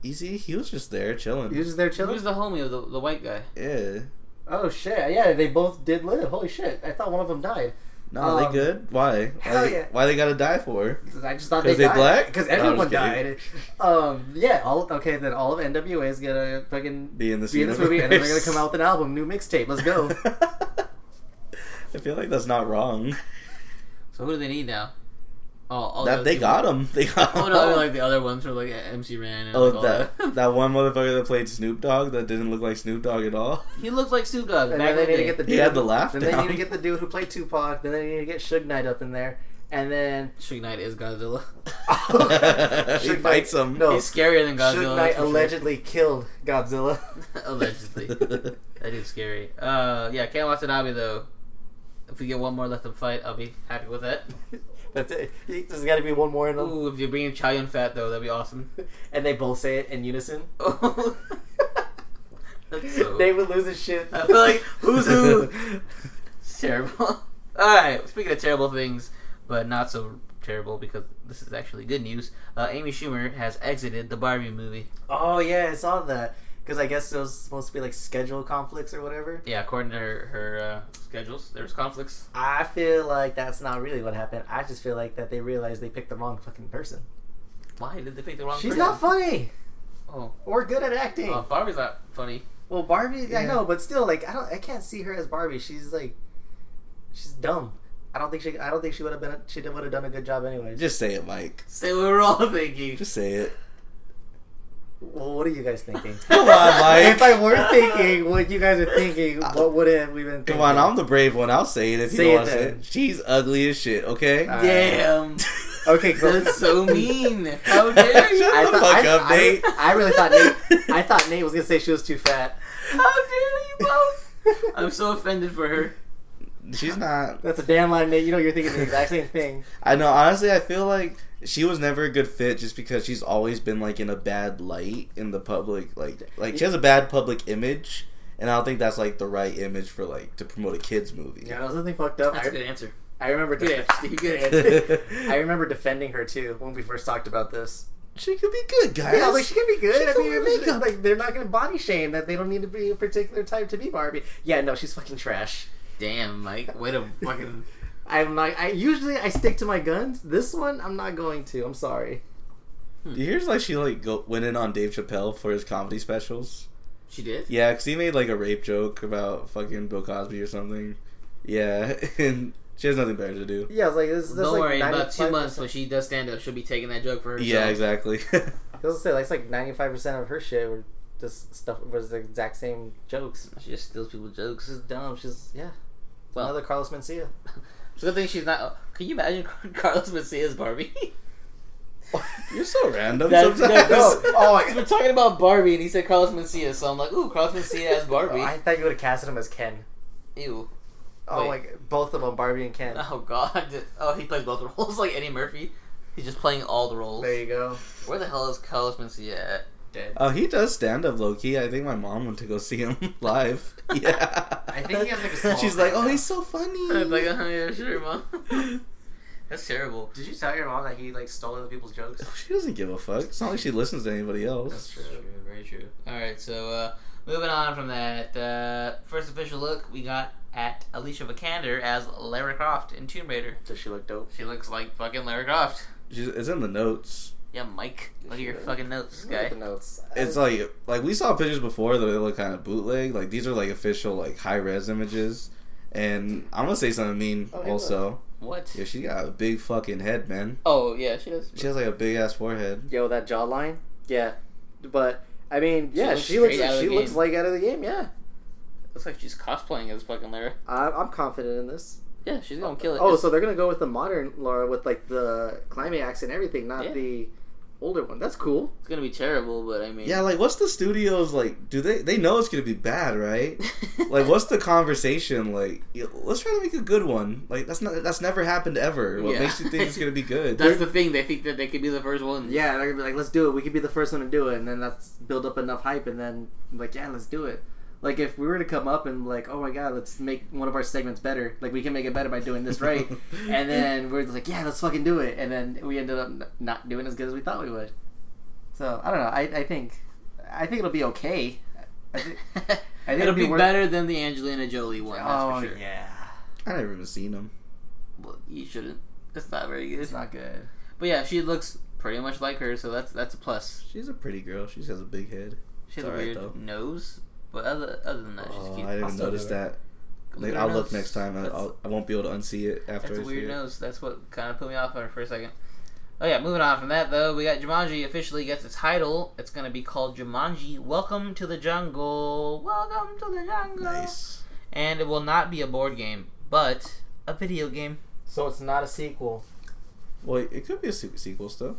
[SPEAKER 4] Easy, he was just there chilling.
[SPEAKER 1] He was just there chilling.
[SPEAKER 3] Who's the homie of the, the white guy?
[SPEAKER 4] yeah.
[SPEAKER 1] Oh shit! Yeah, they both did live. Holy shit! I thought one of them died.
[SPEAKER 4] No,
[SPEAKER 1] Um,
[SPEAKER 4] they good. Why?
[SPEAKER 1] hell
[SPEAKER 4] why, they-
[SPEAKER 1] yeah.
[SPEAKER 4] why they gotta die for?
[SPEAKER 1] I just thought
[SPEAKER 4] 'Cause they
[SPEAKER 1] died.
[SPEAKER 4] black?
[SPEAKER 1] Because
[SPEAKER 4] No, I'm just
[SPEAKER 1] everyone
[SPEAKER 4] kidding.
[SPEAKER 1] died. Um, yeah. All okay. Then all of NWA is gonna fucking
[SPEAKER 4] Be in this
[SPEAKER 1] be in
[SPEAKER 4] universe.
[SPEAKER 1] this movie, and then they're gonna come out with an album, new mixtape. Let's go.
[SPEAKER 4] I feel like that's not wrong.
[SPEAKER 3] So who do they need now? Oh, all
[SPEAKER 4] that
[SPEAKER 3] those
[SPEAKER 4] they
[SPEAKER 3] people.
[SPEAKER 4] got him. They got
[SPEAKER 3] Oh
[SPEAKER 4] 'em.
[SPEAKER 3] no, like the other ones from like MC Ren. And
[SPEAKER 4] Oh,
[SPEAKER 3] like, all
[SPEAKER 4] that that one motherfucker that played Snoop Dogg that didn't look like Snoop Dogg at all.
[SPEAKER 3] He looked like Snoop Dogg.
[SPEAKER 1] And
[SPEAKER 3] back
[SPEAKER 1] then they
[SPEAKER 3] in
[SPEAKER 1] need to
[SPEAKER 3] day.
[SPEAKER 1] get the dude.
[SPEAKER 4] He had the laugh
[SPEAKER 1] then
[SPEAKER 4] down.
[SPEAKER 1] they need to get the dude who played Tupac. Then they need to get Suge Knight up in there, and then
[SPEAKER 3] Suge Knight is Godzilla.
[SPEAKER 4] he
[SPEAKER 1] Suge
[SPEAKER 4] fights
[SPEAKER 1] Knight-
[SPEAKER 4] him.
[SPEAKER 1] No,
[SPEAKER 3] He's scarier than
[SPEAKER 1] Suge
[SPEAKER 3] Godzilla.
[SPEAKER 1] Oh. Knight
[SPEAKER 3] that's for sure.
[SPEAKER 1] allegedly killed Godzilla.
[SPEAKER 3] Allegedly. that is scary. Uh, yeah, Ken Watanabe though If we get one more, let them fight. I'll be happy with that.
[SPEAKER 1] That's it. There's got to be one more in them,
[SPEAKER 3] Ooh, if you bring in Chow Yun Fat though, that'd be awesome.
[SPEAKER 1] and they both say it in unison.
[SPEAKER 3] Oh. That's so.
[SPEAKER 1] They would lose his shit.
[SPEAKER 3] I feel like who's who. It's terrible. All right. Speaking of terrible things, but not so terrible because this is actually good news. Uh, Amy Schumer has exited the Barbie movie.
[SPEAKER 1] Oh yeah, I saw that because I guess it was supposed to be like schedule conflicts or whatever.
[SPEAKER 3] Yeah, according to her, her uh, schedules, there was conflicts.
[SPEAKER 1] I feel like that's not really what happened. I just feel like that they realized they picked the wrong fucking person.
[SPEAKER 3] Why did they pick the wrong?
[SPEAKER 1] She's
[SPEAKER 3] person?
[SPEAKER 1] not funny
[SPEAKER 3] Oh,
[SPEAKER 1] or good at acting.
[SPEAKER 3] well, Barbie's not funny.
[SPEAKER 1] Well, Barbie, I
[SPEAKER 4] Oh. Yeah.
[SPEAKER 1] know, but still, like, I don't, I can't see her as Barbie. She's like, she's dumb. I don't think she, I don't think she would have been, she would have done a good job anyway.
[SPEAKER 4] Just say it, Mike.
[SPEAKER 3] Say what we're all thinking.
[SPEAKER 4] Just say it.
[SPEAKER 1] Well, what are you guys thinking?
[SPEAKER 4] Come on, Mike.
[SPEAKER 1] if I were thinking what you guys are thinking, what would have we been? Thinking?
[SPEAKER 4] Uh, Come on, I'm the brave one. I'll say it if
[SPEAKER 1] Say
[SPEAKER 4] you
[SPEAKER 1] it
[SPEAKER 4] want to say
[SPEAKER 1] then.
[SPEAKER 4] it. She's ugly as shit, okay?
[SPEAKER 1] All right.
[SPEAKER 3] Damn,
[SPEAKER 1] Okay, so
[SPEAKER 3] that's so mean. How dare you?
[SPEAKER 4] Shut the
[SPEAKER 1] thought-
[SPEAKER 4] fuck up,
[SPEAKER 1] I,
[SPEAKER 4] Nate.
[SPEAKER 1] I really thought Nate. I thought Nate was gonna say she was too fat.
[SPEAKER 3] How dare you both? I'm so offended for her.
[SPEAKER 4] She's not.
[SPEAKER 1] That's a damn line, Nate. You know you're thinking the exact same thing.
[SPEAKER 4] I know, honestly, I feel like she was never a good fit just because she's always been, like, in a bad light in the public. Like, like she has a bad public image, and I don't think that's, like, the right image for, like, to promote a kid's movie.
[SPEAKER 1] You know something fucked up.
[SPEAKER 3] That's a good
[SPEAKER 1] I,
[SPEAKER 3] answer.
[SPEAKER 1] I remember.
[SPEAKER 3] Good
[SPEAKER 1] Def-
[SPEAKER 3] answer, Steve. Good answer.
[SPEAKER 1] I
[SPEAKER 4] she
[SPEAKER 1] remember defending her too when we first talked about this.
[SPEAKER 4] could be good, guys.
[SPEAKER 1] Yeah, like she can be good.
[SPEAKER 4] She
[SPEAKER 1] I
[SPEAKER 4] can
[SPEAKER 1] mean,
[SPEAKER 4] wear
[SPEAKER 1] it's-
[SPEAKER 4] makeup.
[SPEAKER 1] like they're not gonna body shame that they don't need to be a particular type to be Barbie. Yeah, no, she's fucking trash.
[SPEAKER 3] Damn, Mike. Way to fucking.
[SPEAKER 1] I'm not. I usually I stick to my guns. This one I'm not going to. I'm sorry.
[SPEAKER 4] You hear like she like go, went in on Dave Chappelle for his comedy specials?
[SPEAKER 3] She did?
[SPEAKER 4] Yeah, because he made like a rape joke about fucking Bill Cosby or something. Yeah, and she has nothing better to do.
[SPEAKER 1] Yeah, I was like this. That's
[SPEAKER 3] Don't
[SPEAKER 1] like
[SPEAKER 3] worry, in about two
[SPEAKER 1] 95%
[SPEAKER 3] months when she does stand up, she'll be taking that joke for herself.
[SPEAKER 4] Yeah, exactly.
[SPEAKER 1] I was gonna say, like, it's like 95% of her shit were just stuff was the exact same jokes.
[SPEAKER 3] She just steals people's jokes.
[SPEAKER 1] She's dumb. She's yeah.
[SPEAKER 3] Well-
[SPEAKER 1] Another Carlos Mencia.
[SPEAKER 3] It's a good thing she's not. oh, Can you imagine Carlos Mencia's Barbie?
[SPEAKER 4] You're so random
[SPEAKER 3] That's-
[SPEAKER 4] sometimes.
[SPEAKER 3] no, no.
[SPEAKER 1] Oh,
[SPEAKER 3] Because we're talking about Barbie, and he said Carlos Mencia, so I'm like, ooh, Carlos Mencia as Barbie.
[SPEAKER 1] Oh, I thought you would have casted him as Ken.
[SPEAKER 3] Ew.
[SPEAKER 1] Oh,
[SPEAKER 3] Wait.
[SPEAKER 1] like both of them, Barbie and Ken.
[SPEAKER 3] Oh God. Oh, he plays both roles like Eddie Murphy. He's just playing all the roles.
[SPEAKER 1] There you go.
[SPEAKER 3] Where the hell is Carlos Mencia at?
[SPEAKER 4] Oh, he does stand up low key. I think my mom went to go see him live. Yeah.
[SPEAKER 7] I think he has, like, a small uh,
[SPEAKER 4] She's like,
[SPEAKER 7] town
[SPEAKER 4] oh,
[SPEAKER 7] now."
[SPEAKER 4] he's so funny.
[SPEAKER 3] I'm like,
[SPEAKER 1] "Uh-huh,
[SPEAKER 3] oh, yeah, sure, mom. That's terrible.
[SPEAKER 7] Did you tell your mom that he like stole other people's jokes?
[SPEAKER 4] she doesn't give a fuck. It's not like she listens to anybody else.
[SPEAKER 7] true.
[SPEAKER 3] Very true. All right, so uh, moving on from that uh, first official look, we got at Alicia Vikander as Lara Croft in Tomb Raider.
[SPEAKER 1] Does she look dope?
[SPEAKER 3] She looks like fucking Lara Croft.
[SPEAKER 4] She's, it's in the notes.
[SPEAKER 3] Yeah, Mike. Look at your
[SPEAKER 1] Sure.
[SPEAKER 3] fucking notes,
[SPEAKER 1] Look at
[SPEAKER 3] guy.
[SPEAKER 1] the notes.
[SPEAKER 4] It's like like we saw pictures before that they look kind of bootleg. Like these are like official like high res images. And I'm gonna say something mean
[SPEAKER 1] Oh, hey,
[SPEAKER 4] also.
[SPEAKER 3] What?
[SPEAKER 4] Yeah, she got a big fucking head, man.
[SPEAKER 3] Oh yeah, she does.
[SPEAKER 4] She has like a big ass forehead.
[SPEAKER 1] yo that jawline. Yeah, but I mean, yeah,
[SPEAKER 3] looks
[SPEAKER 1] she looks.
[SPEAKER 3] straight
[SPEAKER 1] Like,
[SPEAKER 3] out of
[SPEAKER 1] she
[SPEAKER 3] the
[SPEAKER 1] looks
[SPEAKER 3] game.
[SPEAKER 1] like out of the game. Yeah,
[SPEAKER 3] Looks like she's cosplaying as fucking Lara.
[SPEAKER 1] I, I'm confident in this.
[SPEAKER 3] Yeah, she's gonna kill it.
[SPEAKER 1] Oh, so they're gonna go with the modern Laura with like the climax and everything, not
[SPEAKER 3] Yeah.
[SPEAKER 1] the older one. That's cool.
[SPEAKER 3] it's gonna be terrible, but I mean,
[SPEAKER 4] Yeah, like what's the studios like? Do they they know it's gonna be bad, right? like what's the conversation like? you- Let's try to make a good one. Like that's not that's never happened ever. What
[SPEAKER 3] Yeah.
[SPEAKER 4] makes you think it's gonna be good?
[SPEAKER 3] That's the thing. They think that they could be the first one.
[SPEAKER 1] Yeah, they're gonna be like, let's do it. We could be the first one to do it, and then that's build up enough hype, and then like, yeah, let's do it. Like if we were to come up and like, oh my god, let's make one of our segments better. Like we can make it better by doing this right, and then we're just like, yeah, let's fucking do it, and then we ended up n- not doing as good as we thought we would. So I don't know. I, I think I think it'll be okay. I think, think
[SPEAKER 3] It'll
[SPEAKER 1] it'd be
[SPEAKER 3] be
[SPEAKER 1] worth-
[SPEAKER 3] better than the Angelina Jolie one.
[SPEAKER 1] oh
[SPEAKER 3] that's for sure.
[SPEAKER 1] yeah,
[SPEAKER 4] I never even seen them.
[SPEAKER 3] Well, you shouldn't. That's not very good.
[SPEAKER 1] it's not good.
[SPEAKER 3] But yeah, she looks pretty much like her, so that's that's a plus.
[SPEAKER 4] She's a pretty girl. She just has a big head.
[SPEAKER 3] She has
[SPEAKER 4] It's
[SPEAKER 3] a
[SPEAKER 4] alright,
[SPEAKER 3] weird
[SPEAKER 4] though.
[SPEAKER 3] nose, but other other than that, she's
[SPEAKER 4] Oh,
[SPEAKER 3] cute.
[SPEAKER 4] I didn't
[SPEAKER 1] still
[SPEAKER 4] notice
[SPEAKER 1] do it.
[SPEAKER 4] that.
[SPEAKER 3] Look
[SPEAKER 4] Like,
[SPEAKER 3] at her
[SPEAKER 4] I'll look
[SPEAKER 3] nose.
[SPEAKER 4] next time. I,
[SPEAKER 3] That's-
[SPEAKER 4] I'll, I won't be able to unsee it after.
[SPEAKER 3] That's
[SPEAKER 4] I
[SPEAKER 3] a
[SPEAKER 4] see
[SPEAKER 3] weird
[SPEAKER 4] it.
[SPEAKER 3] nose. That's what kind of put me off on it for a second. Oh yeah, moving on from that though, we got Jumanji officially gets its title. It's gonna be called Jumanji: Welcome to the Jungle. Welcome to the Jungle.
[SPEAKER 4] Nice.
[SPEAKER 3] And it will not be a board game, but a video game.
[SPEAKER 1] So it's not a sequel.
[SPEAKER 4] Well, it could be a se- sequel still.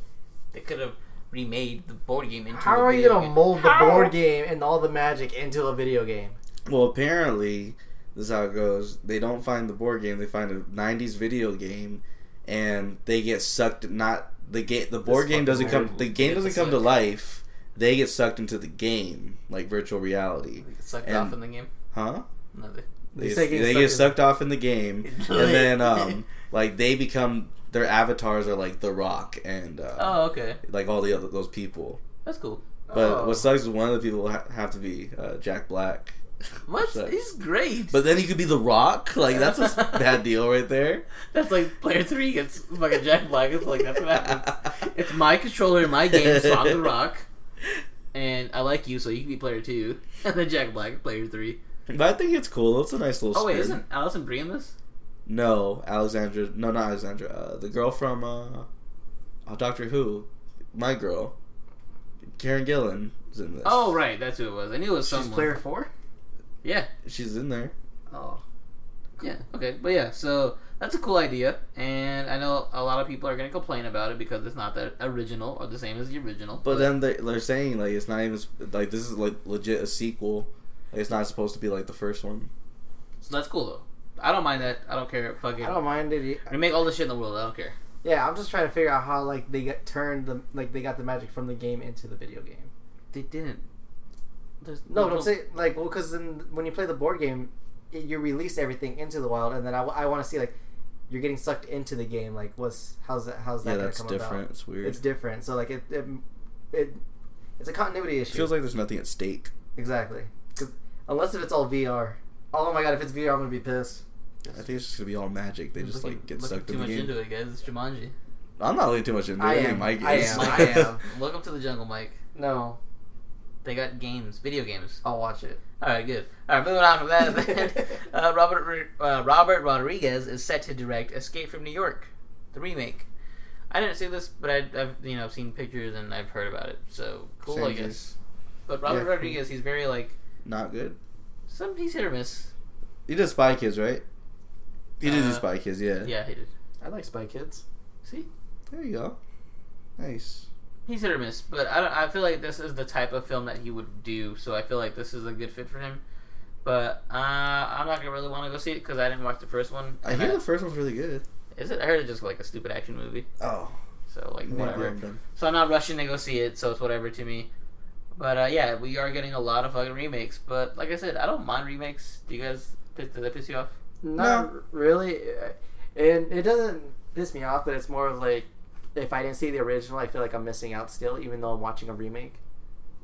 [SPEAKER 3] They could have remade the board game into.
[SPEAKER 1] How
[SPEAKER 3] a
[SPEAKER 1] are you
[SPEAKER 3] video
[SPEAKER 1] gonna
[SPEAKER 3] game.
[SPEAKER 1] mold the
[SPEAKER 3] How?
[SPEAKER 1] board game and all the magic into a video game?
[SPEAKER 4] Well, apparently This is how it goes. They don't find the board game. They find a '90s video game, and they get sucked. Not the game. The board game
[SPEAKER 3] fucking
[SPEAKER 4] doesn't come.
[SPEAKER 3] horrible.
[SPEAKER 4] The game
[SPEAKER 3] Yeah,
[SPEAKER 4] doesn't
[SPEAKER 3] it's
[SPEAKER 4] come to
[SPEAKER 3] like-
[SPEAKER 4] life. They get sucked into the game, like virtual reality.
[SPEAKER 3] They get sucked
[SPEAKER 4] And-
[SPEAKER 3] off in the game.
[SPEAKER 4] Huh?
[SPEAKER 3] No, they,
[SPEAKER 4] They,
[SPEAKER 1] You
[SPEAKER 4] get,
[SPEAKER 1] say getting
[SPEAKER 4] they get
[SPEAKER 1] sucked
[SPEAKER 4] sucked off in the game, and then um, like they become their avatars are like The Rock and uh,
[SPEAKER 3] oh, okay.
[SPEAKER 4] like all the other those people.
[SPEAKER 3] That's cool.
[SPEAKER 4] But
[SPEAKER 1] Oh.
[SPEAKER 4] what sucks is one of the people ha- have to be uh, Jack Black.
[SPEAKER 3] What?
[SPEAKER 4] Sucks.
[SPEAKER 3] He's great.
[SPEAKER 4] But then he could be The Rock. Like that's a s- bad deal right there.
[SPEAKER 3] That's like player three gets fucking Jack Black. It's like that's what happens. It's my controller, my game, so I'm the rock. And I like you, so you can be player two. And then Jack Black, player three.
[SPEAKER 4] But I think it's cool. It's a nice little.
[SPEAKER 3] Oh wait,
[SPEAKER 4] spin.
[SPEAKER 3] isn't Allison Brie in this?
[SPEAKER 4] No, Alexandra. No, not Alexandra. Uh, the girl from uh, uh, Doctor Who, my girl, Karen Gillan is in this.
[SPEAKER 3] Oh right, that's who it was. I knew it was someone.
[SPEAKER 1] She's player four.
[SPEAKER 3] Yeah,
[SPEAKER 4] she's in there.
[SPEAKER 1] Oh,
[SPEAKER 3] yeah, okay, but yeah. So that's a cool idea, and I know a lot of people are gonna complain about it because it's not that original or the same as the original.
[SPEAKER 4] But then they, they're saying like it's not even like this is like legit a sequel. Like, it's not supposed to be like the first one.
[SPEAKER 3] so that's cool though. I don't mind that. I don't care. Fucking,
[SPEAKER 1] I don't mind it. e-
[SPEAKER 3] we make all the shit in the world. I don't care.
[SPEAKER 1] Yeah, I'm just trying to figure out how like they got turned the like they got the magic from the game into the video game.
[SPEAKER 3] They didn't. There's
[SPEAKER 1] No, but I'm saying like well, because then when you play the board game, i you release everything into the wild, and then I, want to see like you're getting sucked into the game. Like, what's how's that? How's that?
[SPEAKER 4] yeah,
[SPEAKER 1] gonna
[SPEAKER 4] that's
[SPEAKER 1] come
[SPEAKER 4] different.
[SPEAKER 1] About?
[SPEAKER 4] It's weird.
[SPEAKER 1] It's different. So like it, it, it it's a continuity
[SPEAKER 4] it
[SPEAKER 1] issue.
[SPEAKER 4] feels like there's nothing at stake.
[SPEAKER 1] exactly. 'Cause unless if it's all VR. Oh my god, if it's VR, I'm gonna be pissed.
[SPEAKER 4] I think it's just gonna be all magic. They
[SPEAKER 3] You're
[SPEAKER 4] just
[SPEAKER 3] looking-
[SPEAKER 4] like get
[SPEAKER 3] looking
[SPEAKER 4] sucked
[SPEAKER 3] too
[SPEAKER 4] in the
[SPEAKER 3] much
[SPEAKER 4] game.
[SPEAKER 3] into it, guys. It's Jumanji.
[SPEAKER 4] I'm not looking too much into
[SPEAKER 1] I
[SPEAKER 4] it. Ain't
[SPEAKER 1] am.
[SPEAKER 4] my
[SPEAKER 1] I
[SPEAKER 4] guess.
[SPEAKER 1] am.
[SPEAKER 3] Mike,
[SPEAKER 1] I am.
[SPEAKER 3] Welcome to the jungle, Mike.
[SPEAKER 1] No,
[SPEAKER 3] They got games, video games.
[SPEAKER 1] I'll watch it.
[SPEAKER 3] All right, good. All right, moving on from that. uh, Robert Ro- uh, Robert Rodriguez is set to direct Escape from New York, the remake. I didn't see this, but I, I've you know seen pictures and I've heard about it. So cool, I
[SPEAKER 4] Same
[SPEAKER 3] guess.
[SPEAKER 4] case.
[SPEAKER 3] But Robert
[SPEAKER 4] Yeah.
[SPEAKER 3] Rodriguez, he's very like
[SPEAKER 4] Not good.
[SPEAKER 3] some he's hit or miss.
[SPEAKER 4] He did Spy Kids, right? He did do
[SPEAKER 3] Uh,
[SPEAKER 4] Spy Kids, yeah.
[SPEAKER 3] Yeah, he did.
[SPEAKER 1] I like Spy Kids.
[SPEAKER 3] See,
[SPEAKER 4] There you go. Nice.
[SPEAKER 3] he's hit or miss, but I don't. I feel like this is the type of film that he would do. So I feel like this is a good fit for him. But uh, I'm not gonna really want to go see it because I didn't watch the first one.
[SPEAKER 4] I
[SPEAKER 3] and
[SPEAKER 4] hear the first one's really good.
[SPEAKER 3] Is it? I heard it's just like a stupid action movie.
[SPEAKER 4] Oh,
[SPEAKER 3] So like
[SPEAKER 4] maybe
[SPEAKER 3] whatever.
[SPEAKER 4] I'm done.
[SPEAKER 3] So I'm not rushing to go see it. So it's whatever to me. But uh, yeah, we are getting a lot of fucking remakes. But like I said, I don't mind remakes. Do you guys? Does that piss you off?
[SPEAKER 1] Not really. uh, And it doesn't piss me off, but it's more of like if I didn't see the original, I feel like I'm missing out still, even though I'm watching a remake.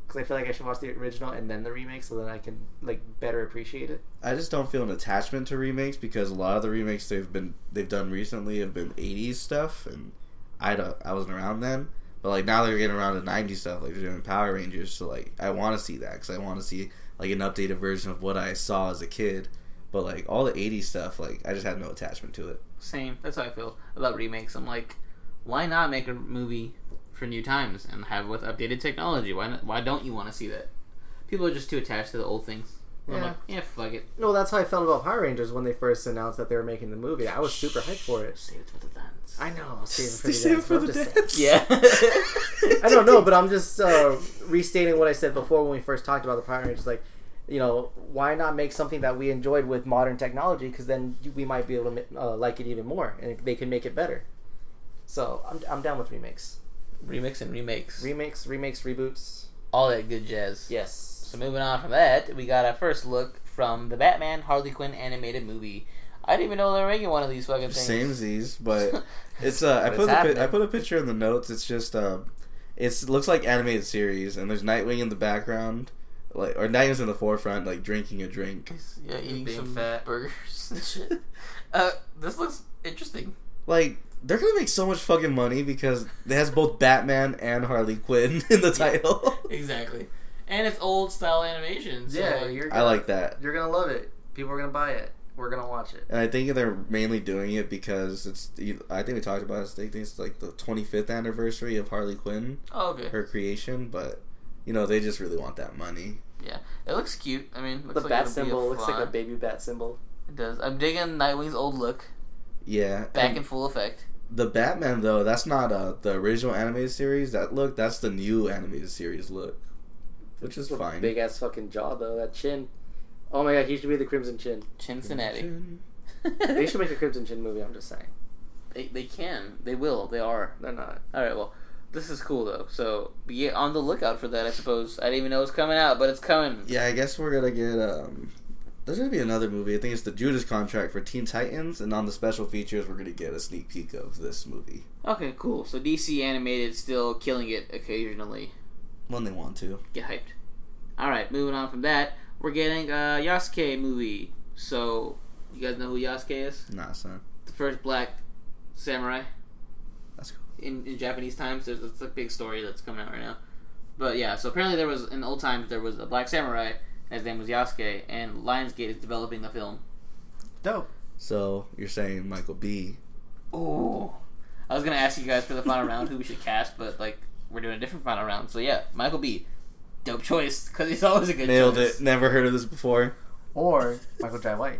[SPEAKER 1] Because I feel like I should watch the original and then the remake, so that I can like better appreciate it.
[SPEAKER 4] I just don't feel an attachment to remakes because a lot of the remakes they've been they've done recently have been '80s stuff, and I don't I wasn't around then. But like now they're getting around to '90s stuff, like they're doing Power Rangers. So like I want to see that because I want to see like an updated version of what I saw as a kid. But like all the '80s stuff, like I just had no attachment to it.
[SPEAKER 3] Same. That's how I feel about remakes. I'm like, why not make a movie for new times and have with updated technology? Why not, why don't you want to see that? People are just too attached to the old things. Yeah. I'm
[SPEAKER 1] Yeah.
[SPEAKER 3] like, yeah, fuck it.
[SPEAKER 1] No, that's how I felt about Power Rangers when they first announced that they were making the movie. I was super hyped for it.
[SPEAKER 3] Save it for the dance.
[SPEAKER 1] I know. I'll save it for
[SPEAKER 4] They
[SPEAKER 1] the,
[SPEAKER 4] save it
[SPEAKER 1] dance,
[SPEAKER 4] for
[SPEAKER 1] but I'm
[SPEAKER 4] the
[SPEAKER 1] just-
[SPEAKER 4] dance.
[SPEAKER 3] yeah.
[SPEAKER 1] I don't know, but I'm just uh, restating what I said before when we first talked about the Power Rangers. Like, you know, why not make something that we enjoyed with modern technology? Because then we might be able to uh, like it even more, and they can make it better. So I'm, I'm down with remakes,
[SPEAKER 3] Remix and remakes.
[SPEAKER 1] remakes, remakes, reboots.
[SPEAKER 3] All that good jazz.
[SPEAKER 1] Yes.
[SPEAKER 3] So moving on from that, we got our first look from the Batman Harley Quinn animated movie. I didn't even know they were making one of these fucking things.
[SPEAKER 4] Samesies, but it's uh, I put
[SPEAKER 1] But it's
[SPEAKER 4] the pi-
[SPEAKER 1] happening.
[SPEAKER 4] I put a picture in the notes. It's just um, it's it looks like animated series, and there's Nightwing in the background, like or Nightwing's in the forefront, like drinking a drink.
[SPEAKER 3] yeah, eating
[SPEAKER 7] Being
[SPEAKER 3] some
[SPEAKER 7] fat.
[SPEAKER 3] burgers and shit. Uh, this looks interesting.
[SPEAKER 4] Like they're gonna make so much fucking money because it has both Batman and Harley Quinn in the title.
[SPEAKER 3] Exactly. And it's old style animation. So
[SPEAKER 1] yeah,
[SPEAKER 3] like,
[SPEAKER 1] you're
[SPEAKER 4] I
[SPEAKER 1] gonna,
[SPEAKER 4] like that,
[SPEAKER 1] you're gonna love it. People are gonna buy it. We're gonna watch it.
[SPEAKER 4] and I think they're mainly doing it because it's. I think we talked about this. They think it's like the 25th anniversary of Harley Quinn,
[SPEAKER 3] oh, okay.
[SPEAKER 4] her creation, but you know they just really want that money.
[SPEAKER 3] Yeah, it looks cute. I mean, looks
[SPEAKER 1] The
[SPEAKER 3] like
[SPEAKER 1] bat
[SPEAKER 3] it'll be
[SPEAKER 1] symbol looks like a
[SPEAKER 3] flan.
[SPEAKER 1] baby bat symbol.
[SPEAKER 3] It does. I'm digging Nightwing's old look,
[SPEAKER 4] Yeah,
[SPEAKER 3] back
[SPEAKER 4] and-
[SPEAKER 3] in full effect.
[SPEAKER 4] The Batman though, that's not uh the original animated series. That look, that's the new animated series look, which is fine.
[SPEAKER 1] Big ass fucking jaw though. That chin.
[SPEAKER 7] Oh my god, he should be the Crimson Chin.
[SPEAKER 3] Cincinnati.
[SPEAKER 7] They should make a Crimson Chin movie. I'm just saying.
[SPEAKER 3] They, they can. They will. They are.
[SPEAKER 7] They're not.
[SPEAKER 3] All right. Well, this is cool though. So be on the lookout for that. I suppose I didn't even know it was coming out, but it's coming.
[SPEAKER 4] Yeah, I guess we're gonna get. um There's gonna be another movie. I think it's the Judas Contract for Teen Titans, and on the special features, we're gonna get a sneak peek of this movie
[SPEAKER 3] Okay. Cool. So DC animated still killing it occasionally.
[SPEAKER 4] when they want to.
[SPEAKER 3] Get hyped. All right. Moving on from that, we're getting a Yasuke movie. So you guys know who Yasuke is?
[SPEAKER 4] Nah, son,
[SPEAKER 3] The first black samurai.
[SPEAKER 4] that's cool.
[SPEAKER 3] in, in Japanese times. There's it's a big story that's coming out right now. But yeah, so apparently there was in old times there was a black samurai, and his name was Yasuke, and Lionsgate is developing the film.
[SPEAKER 1] Dope.
[SPEAKER 4] So you're saying Michael B.
[SPEAKER 3] Oh, I was gonna ask you guys for the final round who we should cast, but like we're doing a different final round. So yeah, Michael B. Dope choice because he's always a good
[SPEAKER 4] Nailed
[SPEAKER 3] choice.
[SPEAKER 4] it. Never heard of this before,
[SPEAKER 1] Or Michael Jai White.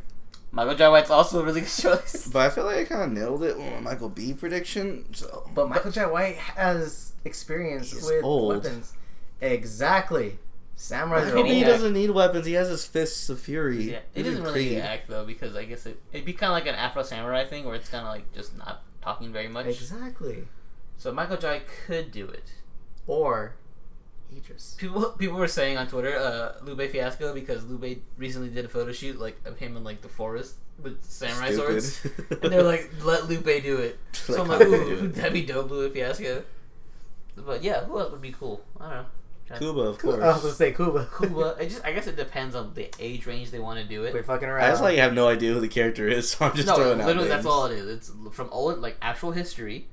[SPEAKER 3] Michael J. White's also a really good choice.
[SPEAKER 4] but I feel like I kind of nailed it with my Michael B. prediction. So
[SPEAKER 1] But Michael Jai White has experience
[SPEAKER 4] He's
[SPEAKER 1] with
[SPEAKER 4] old.
[SPEAKER 1] weapons. Exactly. Samurai
[SPEAKER 4] Michael
[SPEAKER 1] Zero.
[SPEAKER 4] B.
[SPEAKER 3] Yeah.
[SPEAKER 4] doesn't need weapons. He has his fists of fury.
[SPEAKER 3] Yeah, it
[SPEAKER 4] He's
[SPEAKER 3] doesn't
[SPEAKER 4] in
[SPEAKER 3] really
[SPEAKER 4] Creed.
[SPEAKER 3] act though because I guess it, it'd be kind of like an Afro Samurai thing where it's kind of like just not talking very much.
[SPEAKER 1] Exactly.
[SPEAKER 3] So Michael Jai could do it.
[SPEAKER 1] Or Idris.
[SPEAKER 3] People people were saying on Twitter, uh, Lube Fiasco because Lube recently did a photo shoot like of him in like the forest with samurai
[SPEAKER 4] Stupid.
[SPEAKER 3] swords, and they're like, "Let Lupe do it." So I'm
[SPEAKER 4] Let
[SPEAKER 3] like,
[SPEAKER 4] Lupe do
[SPEAKER 3] "Ooh,
[SPEAKER 4] it."
[SPEAKER 3] that'd be dope, Lupe Fiasco." But yeah, who else would be cool? I don't know.
[SPEAKER 4] Cuba, of
[SPEAKER 1] I was gonna
[SPEAKER 4] course.
[SPEAKER 1] say Cuba.
[SPEAKER 3] Cuba. it just I guess it depends on the age range they want to do
[SPEAKER 1] We're
[SPEAKER 3] it.
[SPEAKER 1] fucking around.
[SPEAKER 4] I just like have no idea who the character is, so I'm just
[SPEAKER 3] No,
[SPEAKER 4] throwing out.
[SPEAKER 3] literally that's
[SPEAKER 4] names.
[SPEAKER 3] all it is. It's from old like actual history.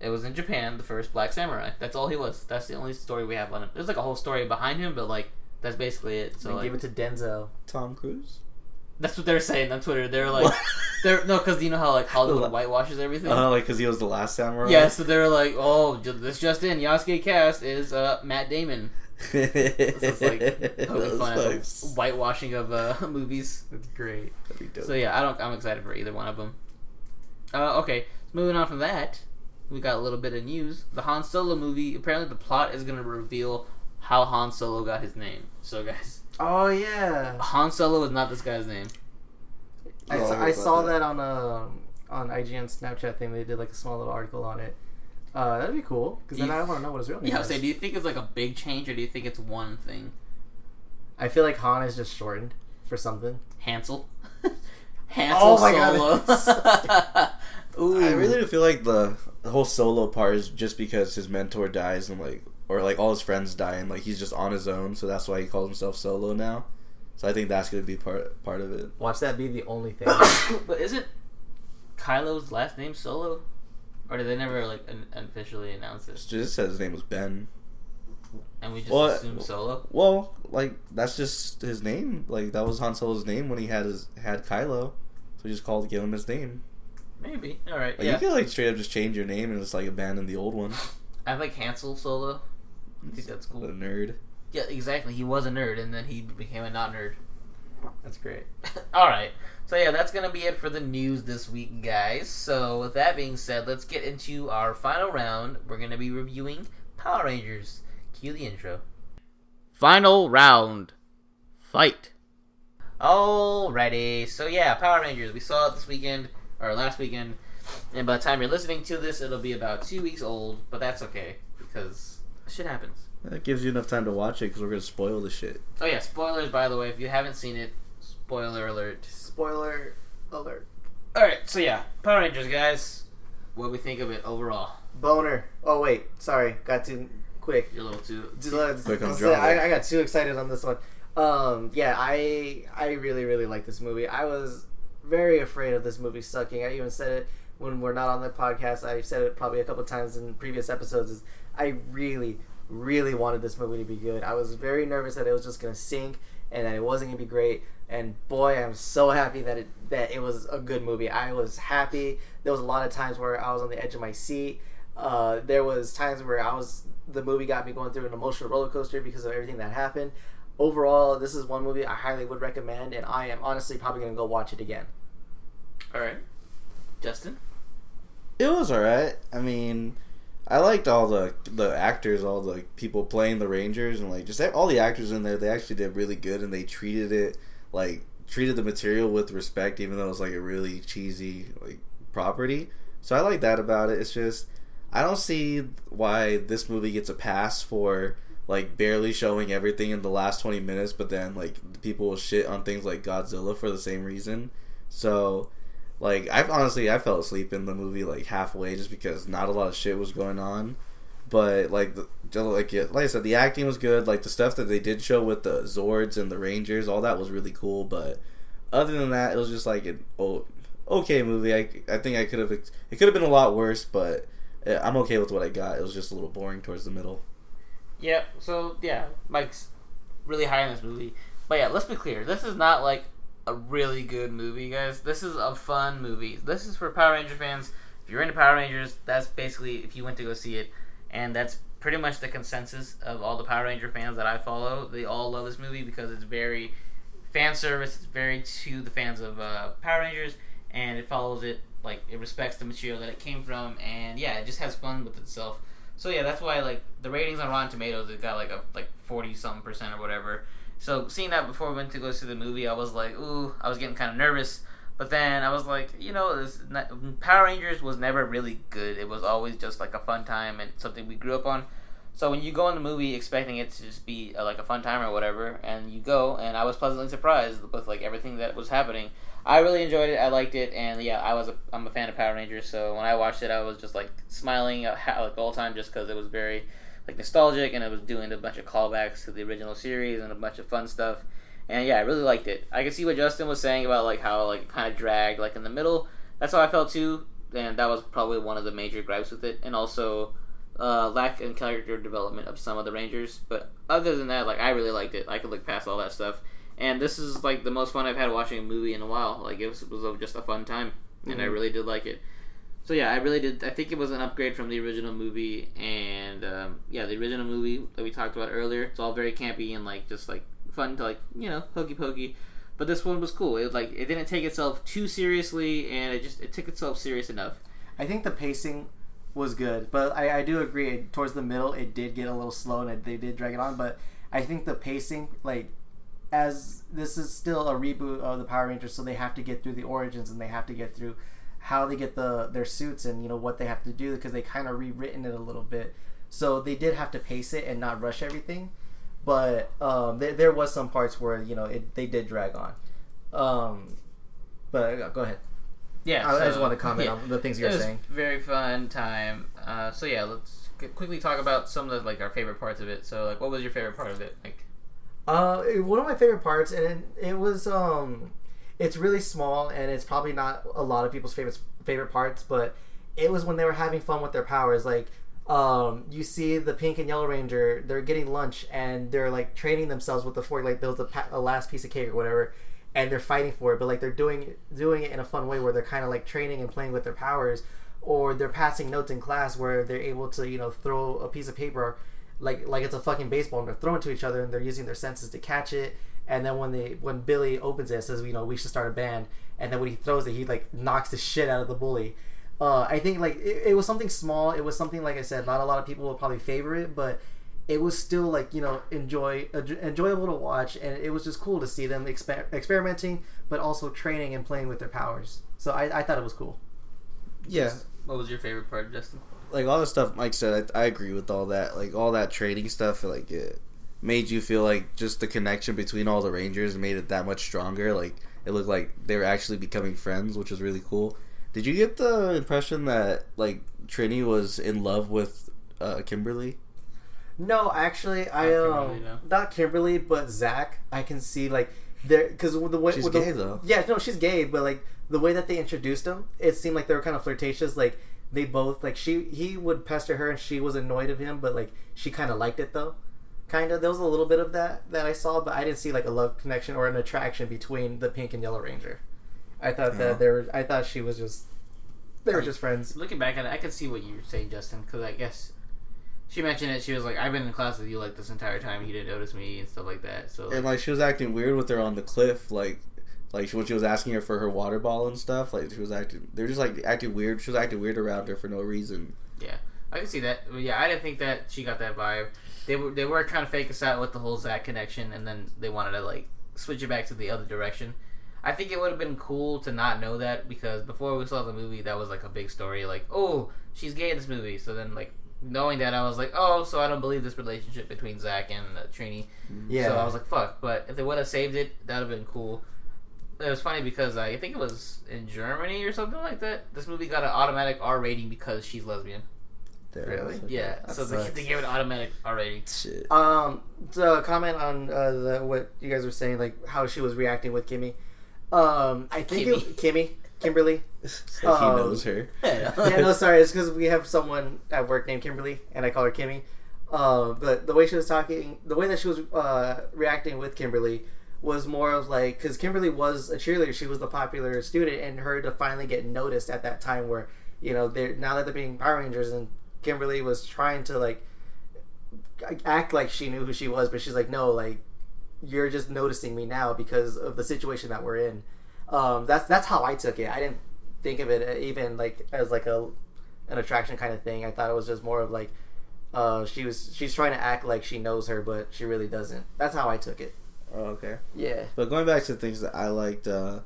[SPEAKER 3] It was in Japan, the first black samurai. That's all he was. That's the only story we have on him. There's like a whole story behind him, but like that's basically it. So
[SPEAKER 1] They
[SPEAKER 3] like,
[SPEAKER 1] give it to Denzel.
[SPEAKER 4] Tom Cruise.
[SPEAKER 3] That's what they're saying on Twitter. They're like, they're no, because you know how like Hollywood whitewashes everything.
[SPEAKER 4] Oh, like because he was the last samurai.
[SPEAKER 3] yeah, so they're like, oh, ju- this just in, Yasuke cast is uh, Matt Damon.
[SPEAKER 4] this
[SPEAKER 3] So it's like poking fun at the
[SPEAKER 4] That'd
[SPEAKER 3] whitewashing of uh, movies.
[SPEAKER 1] That's great.
[SPEAKER 4] be dope.
[SPEAKER 3] So yeah, I don't. I'm excited for either one of them. Uh, okay, so moving on from that, we got a little bit of news. The Han Solo movie. Apparently, the plot is going to reveal how Han Solo got his name. So guys,
[SPEAKER 1] Oh yeah.
[SPEAKER 3] Han Solo is not this guy's name.
[SPEAKER 1] I,
[SPEAKER 4] Yeah,
[SPEAKER 1] saw-
[SPEAKER 4] I heard
[SPEAKER 1] I
[SPEAKER 4] about
[SPEAKER 1] saw
[SPEAKER 4] that.
[SPEAKER 1] that on um on IGN Snapchat thing. They did like a small little article on it. Uh, that'd be cool because then
[SPEAKER 3] You-
[SPEAKER 1] I want to know what his real name
[SPEAKER 3] Yeah, I was
[SPEAKER 1] is.
[SPEAKER 3] saying, do you think it's like a big change, or do you think it's one thing?
[SPEAKER 1] I feel like Han is just shortened for something.
[SPEAKER 3] Hansel. Hansel
[SPEAKER 1] Oh my God.
[SPEAKER 3] Solo. Ooh.
[SPEAKER 4] I really do feel like the, the whole solo part is just because his mentor dies and like, or like all his friends die and like he's just on his own, so that's why he calls himself solo now. So I think that's gonna be part part of it.
[SPEAKER 1] Watch that be the only thing.
[SPEAKER 3] but isn't Kylo's last name Solo? Or did they never like un- officially announce
[SPEAKER 4] It's
[SPEAKER 3] it?
[SPEAKER 4] just- It said his name was Ben.
[SPEAKER 3] And we just
[SPEAKER 4] Well,
[SPEAKER 3] assume Solo.
[SPEAKER 4] Well, like that's just his name. Like that was Han Solo's name when he had his had Kylo, so he just called gave him his name.
[SPEAKER 3] Maybe. All right.
[SPEAKER 4] Like
[SPEAKER 3] yeah.
[SPEAKER 4] you can like straight up just change your name and just like abandon the old one.
[SPEAKER 3] I like Hansel Solo. I think that's
[SPEAKER 4] The
[SPEAKER 3] cool.
[SPEAKER 4] nerd.
[SPEAKER 3] Yeah, exactly. He was a nerd, and then he became a not nerd.
[SPEAKER 1] That's great.
[SPEAKER 3] All right. So yeah, that's gonna be it for the news this week, guys. So with that being said, let's get into our final round. We're gonna be reviewing Power Rangers. Cue the intro. Final round. Fight. Alrighty. So yeah, Power Rangers. We saw it this weekend or last weekend, and by the time you're listening to this, it'll be about two weeks old. But that's okay because shit happens.
[SPEAKER 4] That gives you enough time to watch it because we're gonna spoil the shit.
[SPEAKER 3] Oh yeah, spoilers by the way. If you haven't seen it, spoiler alert.
[SPEAKER 1] Spoiler alert.
[SPEAKER 3] All right, so yeah, Power Rangers guys, what we think of it overall?
[SPEAKER 1] Boner. Oh wait, sorry, got too quick.
[SPEAKER 3] You're a little too.
[SPEAKER 1] Just let's-
[SPEAKER 4] Quick on
[SPEAKER 1] let's
[SPEAKER 4] draw
[SPEAKER 1] say
[SPEAKER 4] there.
[SPEAKER 1] I, I got too excited on this one. Um, yeah, I I really really like this movie. I was very afraid of this movie sucking. I even said it when we're not on the podcast. I said it probably a couple times in previous episodes. Is I really really wanted this movie to be good. I was very nervous that it was just gonna sink and that it wasn't gonna be great. And boy, I'm so happy that it that it was a good movie. I was happy. There was a lot of times where I was on the edge of my seat. Uh, there was times where I was the movie got me going through an emotional roller coaster because of everything that happened. Overall, this is one movie I highly would recommend, and I am honestly probably gonna go watch it again.
[SPEAKER 3] All right, Justin.
[SPEAKER 4] It was alright. I mean, I liked all the the actors, all e, the people playing the Rangers, and like just all the actors in there. They actually did really good, and they treated it like treated the material with respect, even though it was like a really cheesy like property. So I like that about it. It's just I don't see why this movie gets a pass for like barely showing everything in the last 20 minutes, but then like people will shit on things like Godzilla for the same reason. So like I've honestly I fell asleep in the movie like halfway just because not a lot of shit was going on. But like the just like yeah, like I said, the acting was good. Like the stuff that they did show with the Zords and the Rangers, all that was really cool. But other than that, it was just like an oh, okay movie. I, I think I could have it could have been a lot worse, but uh, I'm okay with what I got. It was just a little boring towards the middle.
[SPEAKER 3] Yep. So yeah, Mike's really high in this movie. But yeah, let's be clear. This is not like a really good movie, guys. This is a fun movie. This is for Power Ranger fans. If you're into Power Rangers, that's basically if you went to go see it, and that's pretty much the consensus of all the Power Ranger fans that I follow. They all love this movie because it's very fan service. It's very to the fans of uh, Power Rangers, and it follows it like it respects the material that it came from, and yeah, it just has fun with itself. So yeah, that's why like the ratings on Rotten Tomatoes it got like a like forty something percent or whatever. So seeing that before we went to go see the movie, I was like, ooh, I was getting kind of nervous. But then I was like, you know, this not, Power Rangers was never really good. It was always just like a fun time and something we grew up on. So when you go in the movie expecting it to just be uh, like a fun time or whatever, and you go, and I was pleasantly surprised with like everything that was happening. I really enjoyed it. I liked it, and yeah, I was a, I'm a fan of Power Rangers. So when I watched it, I was just like smiling at how- like the whole time, just because it was very like nostalgic, and it was doing a bunch of callbacks to the original series and a bunch of fun stuff. And yeah, I really liked it. I could see what Justin was saying about like how like it kind of dragged like in the middle. That's how I felt too, and that was probably one of the major gripes with it. And also, uh, lack in character development of some of the Rangers. But other than that, like I really liked it. I could look past all that stuff. And this is like the most fun I've had watching a movie in a while. Like it was, it was a- just a fun time, and I really did like it. So yeah, I really did. I think it was an upgrade from the original movie, and um, yeah, the original movie that we talked about earlier. It's all very campy and like just like fun to like you know hokey pokey. But this one was cool. It like it didn't take itself too seriously, and it just it took itself serious enough.
[SPEAKER 1] I think the pacing was good, but I, I do agree. it- Towards the middle, it did get a little slow, and it, they did drag it on. But I think the pacing, like, as this is still a reboot of the Power Rangers, so they have to get through the origins, and they have to get through how they get the their suits, and you know what they have to do because they kind of rewritten it a little bit. So they did have to pace it and not rush everything. But um, there, there was some parts where you know it, they did drag on. Um, but uh, go ahead.
[SPEAKER 3] Yeah,
[SPEAKER 1] I, I just
[SPEAKER 3] so-
[SPEAKER 1] want to comment
[SPEAKER 3] yeah.
[SPEAKER 1] on the things
[SPEAKER 3] It
[SPEAKER 1] you're
[SPEAKER 3] was
[SPEAKER 1] saying.
[SPEAKER 3] Very fun time. Uh, so yeah, let's qu- quickly talk about some of the, like our favorite parts of it. So like, what was your favorite part of it? Like,
[SPEAKER 1] Uh, it- one of my favorite parts, and it, it was um, it's really small, and it's probably not a lot of people's favorite favorite parts, but it was when they were having fun with their powers. Like, um, you see the pink and yellow ranger, they're getting lunch, and they're like training themselves with the fork, like builds a, pa- a last piece of cake or whatever, and they're fighting for it, but like they're doing doing it in a fun way where they're kind of like training and playing with their powers, or they're passing notes in class where they're able to you know throw a piece of paper like like it's a fucking baseball and they're throwing to each other and they're using their senses to catch it and then when they when Billy opens it and says you know we should start a band and then when he throws it he like knocks the shit out of the bully. Uh, I think like it, it was something small. It was something like I said, not a lot of people will probably favor it, but it was still like you know enjoy enj- enjoyable to watch and it was just cool to see them exper- experimenting but also training and playing with their powers. So I, I thought it was cool.
[SPEAKER 4] Yeah,
[SPEAKER 3] what was your favorite part, Justin?
[SPEAKER 4] like all the stuff Mike said, I, I agree with all that. Like all that trading stuff, like it made you feel like just the connection between all the Rangers made it that much stronger. Like it looked like they were actually becoming friends, which was really cool. Did you get the impression that like Trini was in love with uh, Kimberly?
[SPEAKER 1] No, actually, I
[SPEAKER 3] Not
[SPEAKER 1] um
[SPEAKER 3] Kimberly, no.
[SPEAKER 1] not Kimberly, but Zach. I can see like there because the way
[SPEAKER 4] She's
[SPEAKER 1] with the-
[SPEAKER 4] gay, though.
[SPEAKER 1] Yeah, no, she's gay, but like the way that they introduced him, it seemed like they were kind of flirtatious. Like they both like she he would pester her and she was annoyed of him, but like she kind of liked it though. Kind of there was a little bit of that that I saw, but I didn't see like a love connection or an attraction between the pink and yellow ranger. I thought
[SPEAKER 4] Yeah.
[SPEAKER 1] that there were, I thought she was just they were just friends.
[SPEAKER 3] Looking back at it, I could see what you were saying, Justin, because I guess she mentioned it. She was like, "I've been in class with you like this entire time. You didn't notice me and stuff like that." So
[SPEAKER 4] And like she was acting weird with her on the cliff, like like when she was asking her for her water bottle and stuff. Like she was acting, they were just like acting weird. She was acting weird around her for no reason.
[SPEAKER 3] Yeah, I can see that. But yeah, I didn't think that she got that vibe. They were they were trying to fake us out with the whole Zach connection, and then they wanted to like switch it back to the other direction. I think it would have been cool to not know that because before we saw the movie, that was like a big story. Like, oh, she's gay in this movie. So then, like, knowing that, I was like, oh, so I don't believe this relationship between Zach and uh, Trini.
[SPEAKER 1] Yeah.
[SPEAKER 3] So I was like, fuck. But if they would have saved it, that would have been cool. It was funny because I think it was in Germany or something like that. This movie got an automatic R rating because she's lesbian.
[SPEAKER 4] There it
[SPEAKER 1] Really?
[SPEAKER 4] is.
[SPEAKER 3] Yeah.
[SPEAKER 1] That
[SPEAKER 3] so they,
[SPEAKER 1] sucks.
[SPEAKER 3] they gave it automatic R rating.
[SPEAKER 4] Shit.
[SPEAKER 1] Um, to comment on uh, the, what you guys were saying, like how she was reacting with Kimmy. Um, I think Kimmy, it, Kimmy Kimberly.
[SPEAKER 4] It's like
[SPEAKER 1] Um,
[SPEAKER 4] he knows her.
[SPEAKER 1] yeah, no, sorry, it's because we have someone at work named Kimberly, and I call her Kimmy. Uh, but the way she was talking, the way that she was uh, reacting with Kimberly was more of like because Kimberly was a cheerleader, she was the popular student, and her to finally get noticed at that time where you know they're now that they're being Power Rangers, and Kimberly was trying to like act like she knew who she was, but she's like, no, like you're just noticing me now because of the situation that we're in. Um, that's that's how I took it. I didn't think of it even like as like a an attraction kind of thing. I thought it was just more of like uh, she was she's trying to act like she knows her, but she really doesn't. That's how I took it.
[SPEAKER 4] Oh, okay.
[SPEAKER 1] Yeah.
[SPEAKER 4] But going back to things that I liked, uh,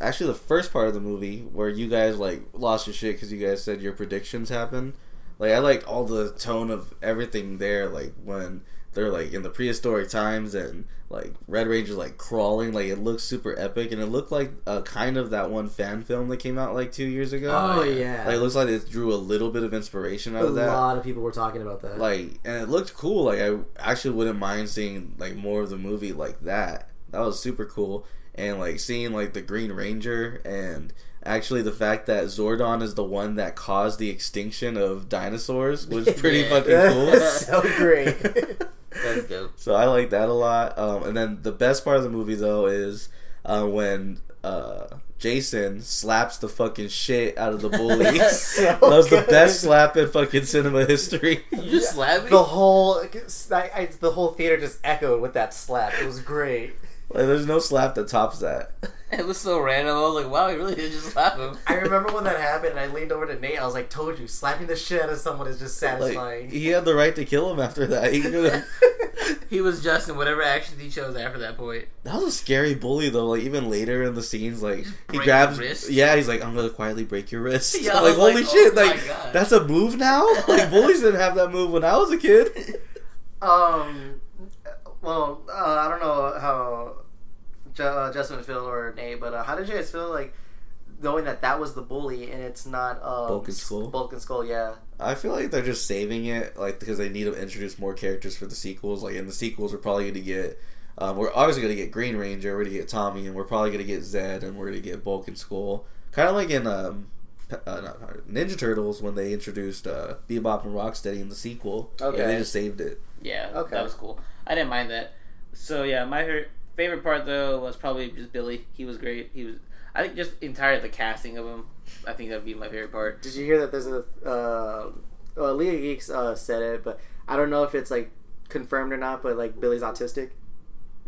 [SPEAKER 4] actually the first part of the movie where you guys like lost your shit because you guys said your predictions happened. Like I liked all the tone of everything there. Like when they're like in the prehistoric times and like Red Ranger like crawling. Like it looks super epic and it looked like uh, kind of that one fan film that came out like two years ago.
[SPEAKER 1] Oh, yeah.
[SPEAKER 4] Like it looks like it drew a little bit of inspiration out
[SPEAKER 1] A
[SPEAKER 4] of that
[SPEAKER 1] lot of people were talking about that.
[SPEAKER 4] like and it looked cool like i actually wouldn't mind seeing like more of the movie like that that was super cool and like seeing like the green ranger and actually the fact that zordon is the one that caused the extinction of dinosaurs was pretty
[SPEAKER 3] Yeah.
[SPEAKER 4] fucking cool
[SPEAKER 1] so great.
[SPEAKER 3] That's dope.
[SPEAKER 4] so I like that a lot. Um, and then the best part of the movie though is uh, when uh, Jason slaps the fucking shit out of the bully.
[SPEAKER 1] So
[SPEAKER 4] that was the
[SPEAKER 1] good.
[SPEAKER 4] best slap in fucking cinema history.
[SPEAKER 3] You just slap
[SPEAKER 1] the
[SPEAKER 3] me?
[SPEAKER 1] whole I, I, the whole theater just echoed with that slap. It was great.
[SPEAKER 4] Like, there's no slap that tops that.
[SPEAKER 3] It was so random. I was like, wow, you really did just slap him.
[SPEAKER 1] I remember when that happened, and I leaned over to Nate. I was like, "Told you, slapping the shit out of someone is just
[SPEAKER 4] Like
[SPEAKER 1] satisfying."
[SPEAKER 4] he had the right to kill him after that. He could've-
[SPEAKER 3] He was just in whatever actions he chose after that point.
[SPEAKER 4] that was a scary bully though. Like even later in the scenes, like he
[SPEAKER 3] break
[SPEAKER 4] grabs,
[SPEAKER 3] your wrist?
[SPEAKER 4] yeah, he's like, "I'm gonna quietly break your wrist."
[SPEAKER 3] Yeah, I was
[SPEAKER 4] like holy
[SPEAKER 3] like,
[SPEAKER 4] shit,
[SPEAKER 3] oh my
[SPEAKER 4] like
[SPEAKER 3] God.
[SPEAKER 4] that's a move now. Like bullies didn't have that move when I was a kid.
[SPEAKER 1] Um. Well, uh, I don't know how Ju- uh, Justin would feel or Nate, but uh, how did you guys feel like knowing that that was the bully and it's not um,
[SPEAKER 4] Bulk and Skull?
[SPEAKER 1] Bulk and Skull, yeah.
[SPEAKER 4] I feel like they're just saving it, like because they need to introduce more characters for the sequels. Like in the sequels, we're probably going to get, um, we're obviously going to get Green Ranger, we're going to get Tommy, and we're probably going to get Zed, and we're going to get Bulk and Skull. Kind of like in um, Pe- uh, not Power- Ninja Turtles when they introduced uh, Bebop and Rocksteady in the sequel.
[SPEAKER 1] Okay.
[SPEAKER 4] Yeah, they just saved it.
[SPEAKER 3] Yeah,
[SPEAKER 1] Okay.
[SPEAKER 3] that was cool. I didn't mind that. So yeah, my her- favorite part though was probably just Billy. He was great. He was. I think just entire the casting of him. I think that'd be my favorite part.
[SPEAKER 1] Did you hear that? There's a uh, well, League of Geeks uh, said it, but I don't know if it's like confirmed or not. But like Billy's autistic.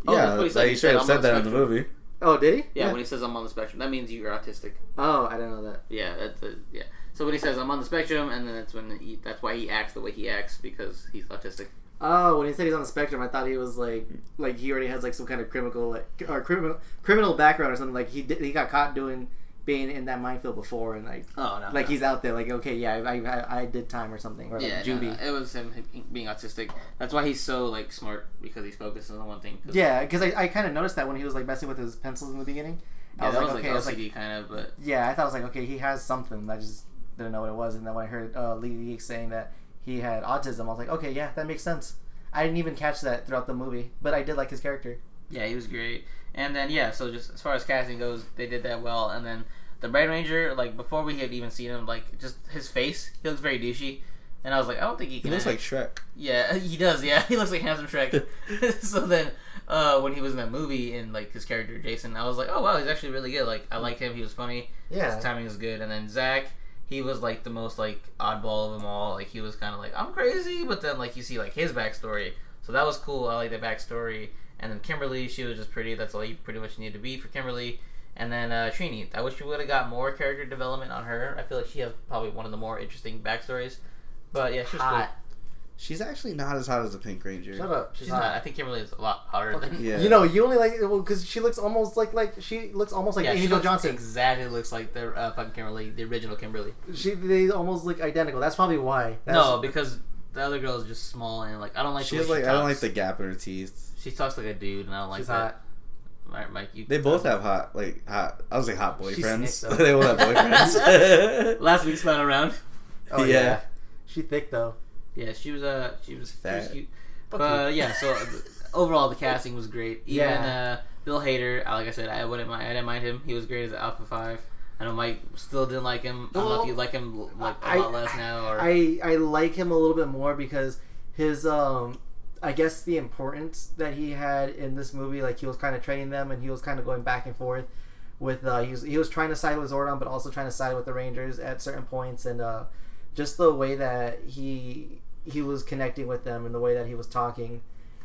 [SPEAKER 3] Oh,
[SPEAKER 4] yeah,
[SPEAKER 3] that's what he
[SPEAKER 4] like,
[SPEAKER 3] said. He
[SPEAKER 4] he straight
[SPEAKER 3] said,
[SPEAKER 4] up
[SPEAKER 3] "I'm
[SPEAKER 4] said
[SPEAKER 3] on
[SPEAKER 4] that in
[SPEAKER 3] the
[SPEAKER 4] the movie.
[SPEAKER 1] Oh, did he?
[SPEAKER 3] Yeah, when he says I'm on the spectrum, that means you're autistic.
[SPEAKER 1] Oh, I didn't know that.
[SPEAKER 3] Yeah, that's a, yeah. So when he says I'm on the spectrum, and then that's when he, that's why he acts the way he acts because he's autistic.
[SPEAKER 1] Oh, when he said he's on the spectrum, I thought he was like like he already has like some kind of criminal like or criminal criminal background or something. Like he did, he got caught doing being in that minefield before, and like
[SPEAKER 3] Oh no,
[SPEAKER 1] like he's out there like okay yeah I, I, I did time or something or like
[SPEAKER 3] yeah, no,
[SPEAKER 1] juvie.
[SPEAKER 3] no, it was him being autistic. That's why he's so like smart because he's focused on the one thing. 'Cause-
[SPEAKER 1] Yeah, because I, I kind of noticed that when he was like messing with his pencils in the beginning. I
[SPEAKER 3] yeah,
[SPEAKER 1] was
[SPEAKER 3] that
[SPEAKER 1] like,
[SPEAKER 3] was like
[SPEAKER 1] okay, I was like,
[SPEAKER 3] OCD kind of, but
[SPEAKER 1] yeah, I thought I was like, okay, he has something. I just didn't know what it was. And then when I heard uh, Lee Geek saying that he had autism, I was like, okay, yeah, that makes sense. I didn't even catch that throughout the movie, but I did like his character.
[SPEAKER 3] Yeah, he was great. And then yeah, so just as far as casting goes, they did that well. And then the Red Ranger, like before we had even seen him, like just his face, he looks very douchey. And I was like, I don't think he
[SPEAKER 4] He
[SPEAKER 3] can.
[SPEAKER 4] looks like
[SPEAKER 3] act.
[SPEAKER 4] Shrek.
[SPEAKER 3] yeah, he does. Yeah, he looks like handsome Shrek. so then, uh, when he was in that movie and like his character Jason, I was like, oh wow, he's actually really good. Like I liked him. He was funny. His timing was good. And then Zach, he was like the most like oddball of them all. Like he was kind of like I'm crazy, but then like you see like his backstory. So that was cool. I like the backstory. And then Kimberly, she was just pretty. That's all you pretty much need to be for Kimberly. And then uh, Trini, I wish we would have got more character development on her. I feel like she has probably one of the more interesting backstories. But yeah, she was cool.
[SPEAKER 4] She's actually not as hot as the Pink Ranger.
[SPEAKER 1] Shut up.
[SPEAKER 3] She's not. I think Kimberly is a lot hotter
[SPEAKER 1] Fuck
[SPEAKER 3] than.
[SPEAKER 4] Yeah.
[SPEAKER 1] You know, you only like well because she looks almost like like she looks almost like
[SPEAKER 3] Yeah, she
[SPEAKER 1] Angel
[SPEAKER 3] looks-
[SPEAKER 1] Johnson.
[SPEAKER 3] exactly looks like the uh, fucking Kimberly, the original Kimberly.
[SPEAKER 1] She they almost look identical. That's probably why. That's,
[SPEAKER 3] no, because the other girl is just small and like I don't like.
[SPEAKER 4] She
[SPEAKER 3] the
[SPEAKER 4] has
[SPEAKER 3] way
[SPEAKER 4] like I don't like
[SPEAKER 3] talks.
[SPEAKER 4] the gap in her teeth.
[SPEAKER 3] She talks like a dude, and I don't like
[SPEAKER 1] she's
[SPEAKER 3] that.
[SPEAKER 1] hot.
[SPEAKER 3] Mike, Mike, you.
[SPEAKER 4] They both have hot like hot. I was like hot boyfriends.
[SPEAKER 1] thick, Um, though.
[SPEAKER 4] they both have boyfriends.
[SPEAKER 3] Last week's final round.
[SPEAKER 1] Oh yeah.
[SPEAKER 4] Yeah.
[SPEAKER 1] She thick though.
[SPEAKER 3] Yeah, she was. Uh, she was. She was
[SPEAKER 4] Fat.
[SPEAKER 3] cute. But yeah, so uh, overall the casting was great. Even uh, Bill Hader, uh, like I said, I wouldn't mind. I didn't mind him. He was great as Alpha Five. I know Mike still didn't like him. I don't know
[SPEAKER 1] Well,
[SPEAKER 3] if you like him l- like a
[SPEAKER 1] I-
[SPEAKER 3] lot less now or
[SPEAKER 1] I I like him a little bit more because his um I guess the importance that he had in this movie, like he was kind of training them and he was kind of going back and forth with uh he was he was trying to side with Zordon but also trying to side with the Rangers at certain points and uh just the way that he he was connecting with them and the way that he was talking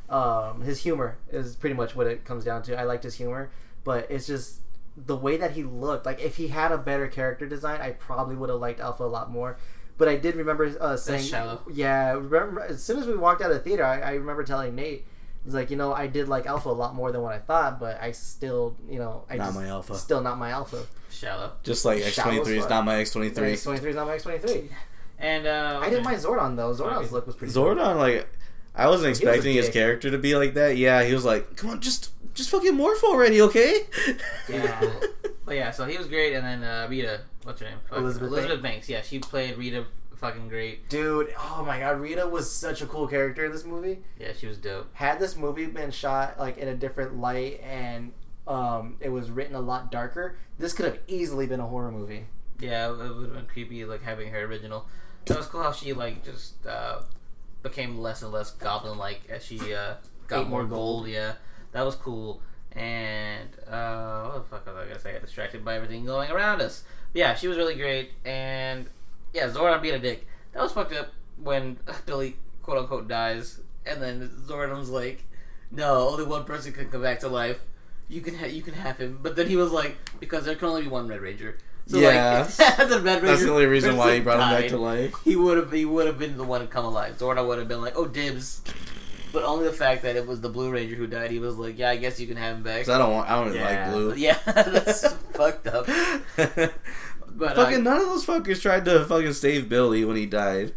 [SPEAKER 1] um, his humor is pretty much what it comes down to. I liked his humor, but it's just the way that he looked. Like if he had a better character design, I probably would have liked Alpha a lot more. But I did remember uh, saying,
[SPEAKER 3] shallow.
[SPEAKER 1] "Yeah." Remember, as soon as we walked out of the theater, I, I remember telling Nate, "It's like you know, I did like Alpha a lot more than what I thought, but I still, you know, I
[SPEAKER 4] Not
[SPEAKER 1] just-
[SPEAKER 4] my Alpha."
[SPEAKER 1] still not my Alpha.
[SPEAKER 3] shallow.
[SPEAKER 4] Just like X
[SPEAKER 1] Shallow
[SPEAKER 4] twenty three is
[SPEAKER 1] as fuck.
[SPEAKER 4] not my X twenty three.
[SPEAKER 1] X twenty three is not my X twenty three.
[SPEAKER 3] And uh,
[SPEAKER 1] I didn't mind Zordon though. Zordon's
[SPEAKER 3] Okay.
[SPEAKER 1] look was pretty. cool.
[SPEAKER 4] Zordon, like, I wasn't
[SPEAKER 1] He was a
[SPEAKER 4] expecting his
[SPEAKER 1] dick.
[SPEAKER 4] character to be like that. Yeah, he was like, "Come on, just, just fucking morph already, okay?"
[SPEAKER 3] Yeah. But yeah, so he was great, and then uh, Rita, what's her name? Fuck,
[SPEAKER 1] Elizabeth
[SPEAKER 3] Elizabeth Banks. Yeah, she played Rita, fucking great.
[SPEAKER 1] Dude, oh my god, Rita was such a cool character in this movie.
[SPEAKER 3] Yeah, she was dope.
[SPEAKER 1] had this movie been shot like in a different light and um, it was written a lot darker, this could have easily been a horror movie.
[SPEAKER 3] Yeah, it would have been creepy like having her original. That was cool how she like just uh, became less and less goblin like as she uh, got
[SPEAKER 1] Ate
[SPEAKER 3] more
[SPEAKER 1] more
[SPEAKER 3] gold. Yeah, that was cool. And uh, what the fuck was I gonna say? I got distracted by everything going around us. But yeah, she was really great. And yeah, Zordon being a dick. That was fucked up when Billy quote unquote dies, and then Zordon's like, "No, only one person can come back to life. You can ha- you can have him." But then he was like, "Because there can only be one Red Ranger." So
[SPEAKER 4] Yeah.
[SPEAKER 3] like, the Red Ranger.
[SPEAKER 4] That's the only reason why he brought him back
[SPEAKER 3] died.
[SPEAKER 4] to life.
[SPEAKER 3] He would have he would have been the one to come alive. Zorna would have been like, "Oh, dibs." But only the fact that it was the Blue Ranger who died, he was like, "Yeah, I guess you can have him back."
[SPEAKER 4] 'Cause I don't want, I don't really
[SPEAKER 3] yeah.
[SPEAKER 4] like blue.
[SPEAKER 3] Yeah, that's fucked up. But uh,
[SPEAKER 4] fucking none of those fuckers tried to fucking save Billy when he died.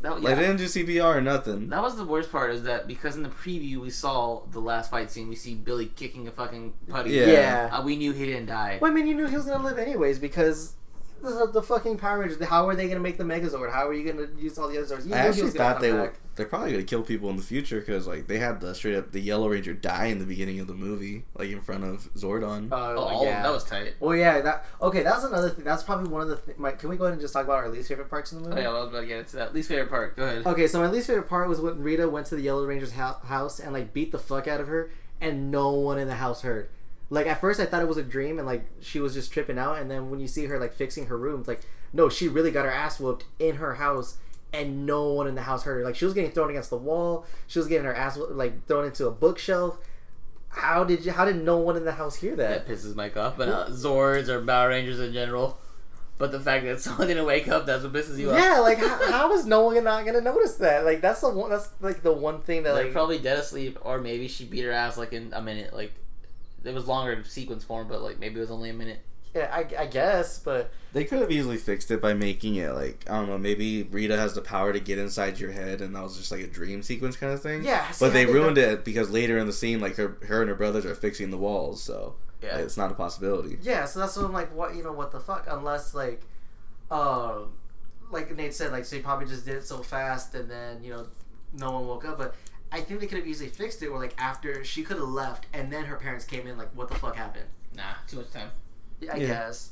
[SPEAKER 3] that,
[SPEAKER 4] Like,
[SPEAKER 3] yeah.
[SPEAKER 4] they didn't do CPR or nothing.
[SPEAKER 3] That was the worst part is that because in the preview we saw the last fight scene, we see Billy kicking a fucking putty.
[SPEAKER 4] Yeah.
[SPEAKER 3] Uh, we knew he didn't die.
[SPEAKER 1] Well, I mean, you knew he was gonna live anyways because the, the fucking Power Rangers. How are they gonna make the Megazord? How are you gonna use all the other Zords? You
[SPEAKER 4] I
[SPEAKER 1] knew he
[SPEAKER 4] actually
[SPEAKER 1] was gonna
[SPEAKER 4] thought
[SPEAKER 1] come
[SPEAKER 4] they
[SPEAKER 1] back.
[SPEAKER 4] were. They're probably gonna kill people in the future because like they had the straight up the Yellow Ranger die in the beginning of the movie, like in front of Zordon.
[SPEAKER 1] Uh.
[SPEAKER 3] Oh, all of them. That was tight.
[SPEAKER 1] Well, yeah. That okay. That's another thing. That's probably one of the. Th- my, can we go ahead and just talk about our least favorite parts in the
[SPEAKER 3] Oh,
[SPEAKER 1] movie?
[SPEAKER 3] yeah, well, I was about to get into that. Least favorite part. Go ahead.
[SPEAKER 1] Okay, so my least favorite part was when Rita went to the Yellow Ranger's hou- house and like beat the fuck out of her, and no one in the house heard. Like at first, I thought it was a dream, and like she was just tripping out. And then when you see her like fixing her room, it's like no, she really got her ass whooped in her house, and no one in the house heard her. Like she was getting thrown against the wall, she was getting her ass whoop- like thrown into a bookshelf. How did you? How did no one in the house hear that?
[SPEAKER 3] That pisses Mike off. But uh, Zords or Power Rangers in general. But the fact that someone didn't wake up, that's what pisses you off.
[SPEAKER 1] Yeah, like how, how is no one not gonna notice that? Like that's the one. That's like the one thing that
[SPEAKER 3] They're
[SPEAKER 1] like
[SPEAKER 3] probably dead asleep, or maybe she beat her ass like in a minute. Like it was longer in sequence form, but like maybe it was only a minute.
[SPEAKER 1] yeah, I, I guess, but
[SPEAKER 4] They could have easily fixed it by making it like I don't know, maybe Rita has the power to get inside your head, and that was just like a dream sequence kind of thing.
[SPEAKER 1] Yeah, see,
[SPEAKER 4] but
[SPEAKER 1] I
[SPEAKER 4] they
[SPEAKER 1] think
[SPEAKER 4] ruined it because later in the scene, like her, her and her brothers are fixing the walls, so
[SPEAKER 3] Yeah.
[SPEAKER 4] like, it's not a possibility.
[SPEAKER 1] Yeah, so that's what I'm like, what you know, what the fuck? Unless like, um, like Nate said, like so they probably just did it so fast, and then you know, no one woke up. But I think they could have easily fixed it. Where like after she could have left, and then her parents came in. Like, what the fuck happened?
[SPEAKER 3] Nah, too much time.
[SPEAKER 1] I
[SPEAKER 4] Yeah.
[SPEAKER 1] guess.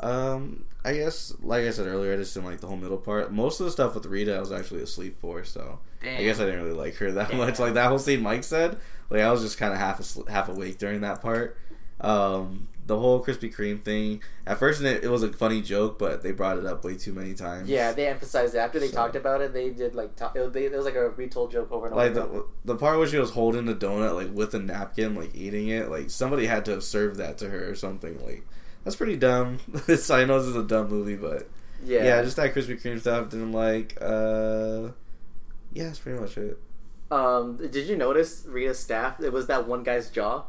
[SPEAKER 4] Um, I guess like I said earlier, I just didn't like the whole middle part. Most of the stuff with Rita, I was actually asleep for, so
[SPEAKER 3] Damn.
[SPEAKER 4] I guess I didn't really like her that much. Like that whole scene Mike said, like I was just kind of half asl- half awake during that part. Um, the whole Krispy Kreme thing. At first, it, it was a funny joke, but they brought it up way too many times.
[SPEAKER 1] they emphasized it after
[SPEAKER 4] they So- talked
[SPEAKER 1] about it. They did like it, was, they, it was like a retold joke over and
[SPEAKER 4] Like the the part where she was holding the donut like with a napkin, like eating it, like somebody had to have served that to her or something. Like that's pretty dumb. It's- I know this is a dumb movie, but yeah, just that Krispy Kreme stuff. Didn't like uh, Yeah, that's pretty much it.
[SPEAKER 1] Um, did you notice Rita's staff? It was that one guy's jaw.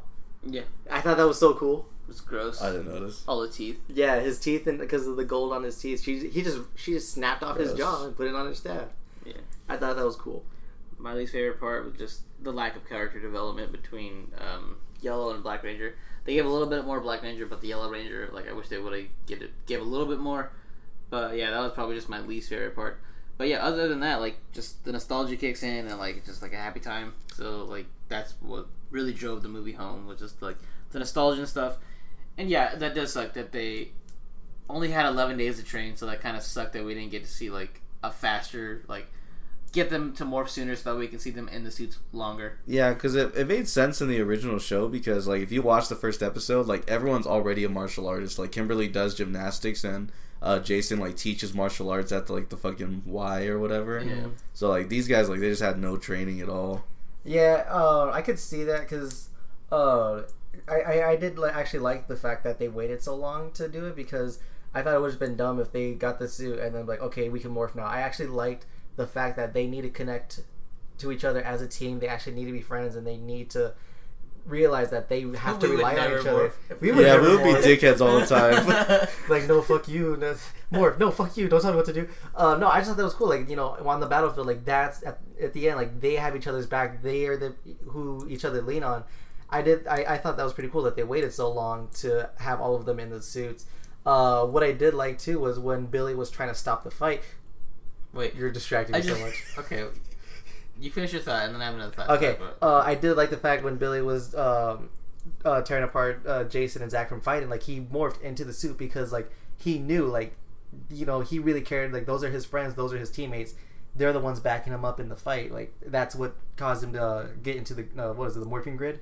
[SPEAKER 9] Yeah.
[SPEAKER 1] I thought that was so cool.
[SPEAKER 9] It's gross.
[SPEAKER 4] I didn't notice.
[SPEAKER 9] All the teeth.
[SPEAKER 1] Yeah, his teeth and because of the gold on his teeth, she he just she just snapped off his
[SPEAKER 4] Gross.
[SPEAKER 1] jaw and put it on her staff.
[SPEAKER 9] Yeah.
[SPEAKER 1] I thought that was cool.
[SPEAKER 3] My least favorite part was just the lack of character development between um, Yellow and Black Ranger. They gave a little bit more Black Ranger, but the Yellow Ranger, like I wish they would have give it gave a little bit more. But yeah, that was probably just my least favorite part. But yeah, other than that, like just the nostalgia kicks in and like just like a happy time. So like that's what really drove the movie home was just like the nostalgia and stuff. And yeah, that does suck that they only had eleven days to train, so that kind of sucked that we didn't get to see like a faster like get them to morph sooner so that we can see them in the suits longer.
[SPEAKER 4] Yeah, because it, it made sense in the original show because like if you watch the first episode, like everyone's already a martial artist. Like Kimberly does gymnastics and uh, Jason like teaches martial arts at the, like the fucking Y or whatever.
[SPEAKER 3] Yeah.
[SPEAKER 4] So like these guys like they just had no training at all.
[SPEAKER 1] Yeah, uh, I could see that because uh, I, I I did li- actually like the fact that they waited so long to do it because I thought it would have been dumb if they got the suit and then like okay we can morph now. I actually liked the fact that they need to connect to each other as a team. They actually need to be friends and they need to realize that they have to
[SPEAKER 3] We would
[SPEAKER 1] rely on
[SPEAKER 3] never
[SPEAKER 1] each other.
[SPEAKER 3] morph.
[SPEAKER 1] We
[SPEAKER 4] yeah,
[SPEAKER 1] never
[SPEAKER 4] we would be
[SPEAKER 1] morph.
[SPEAKER 4] dickheads all the time.
[SPEAKER 1] like no fuck you no, more no fuck you don't tell me what to do uh, no i just thought that was cool like you know on the battlefield like that's at, at the end like they have each other's back they are the who each other lean on i did I, I thought that was pretty cool that they waited so long to have all of them in the suits uh, what i did like too was when billy was trying to stop the fight
[SPEAKER 3] Wait,
[SPEAKER 1] you're distracting me
[SPEAKER 3] I just
[SPEAKER 1] so much
[SPEAKER 3] okay. You finish your thought, and then I have another thought.
[SPEAKER 1] Okay,
[SPEAKER 3] But-
[SPEAKER 1] uh, I did like the fact when Billy was um, uh, tearing apart uh, Jason and Zach from fighting, like he morphed into the suit because like he knew, like you know, he really cared. Like those are his friends, those are his teammates. They're the ones backing him up in the fight. Like that's what caused him to uh, get into the uh, what is it, the morphing grid.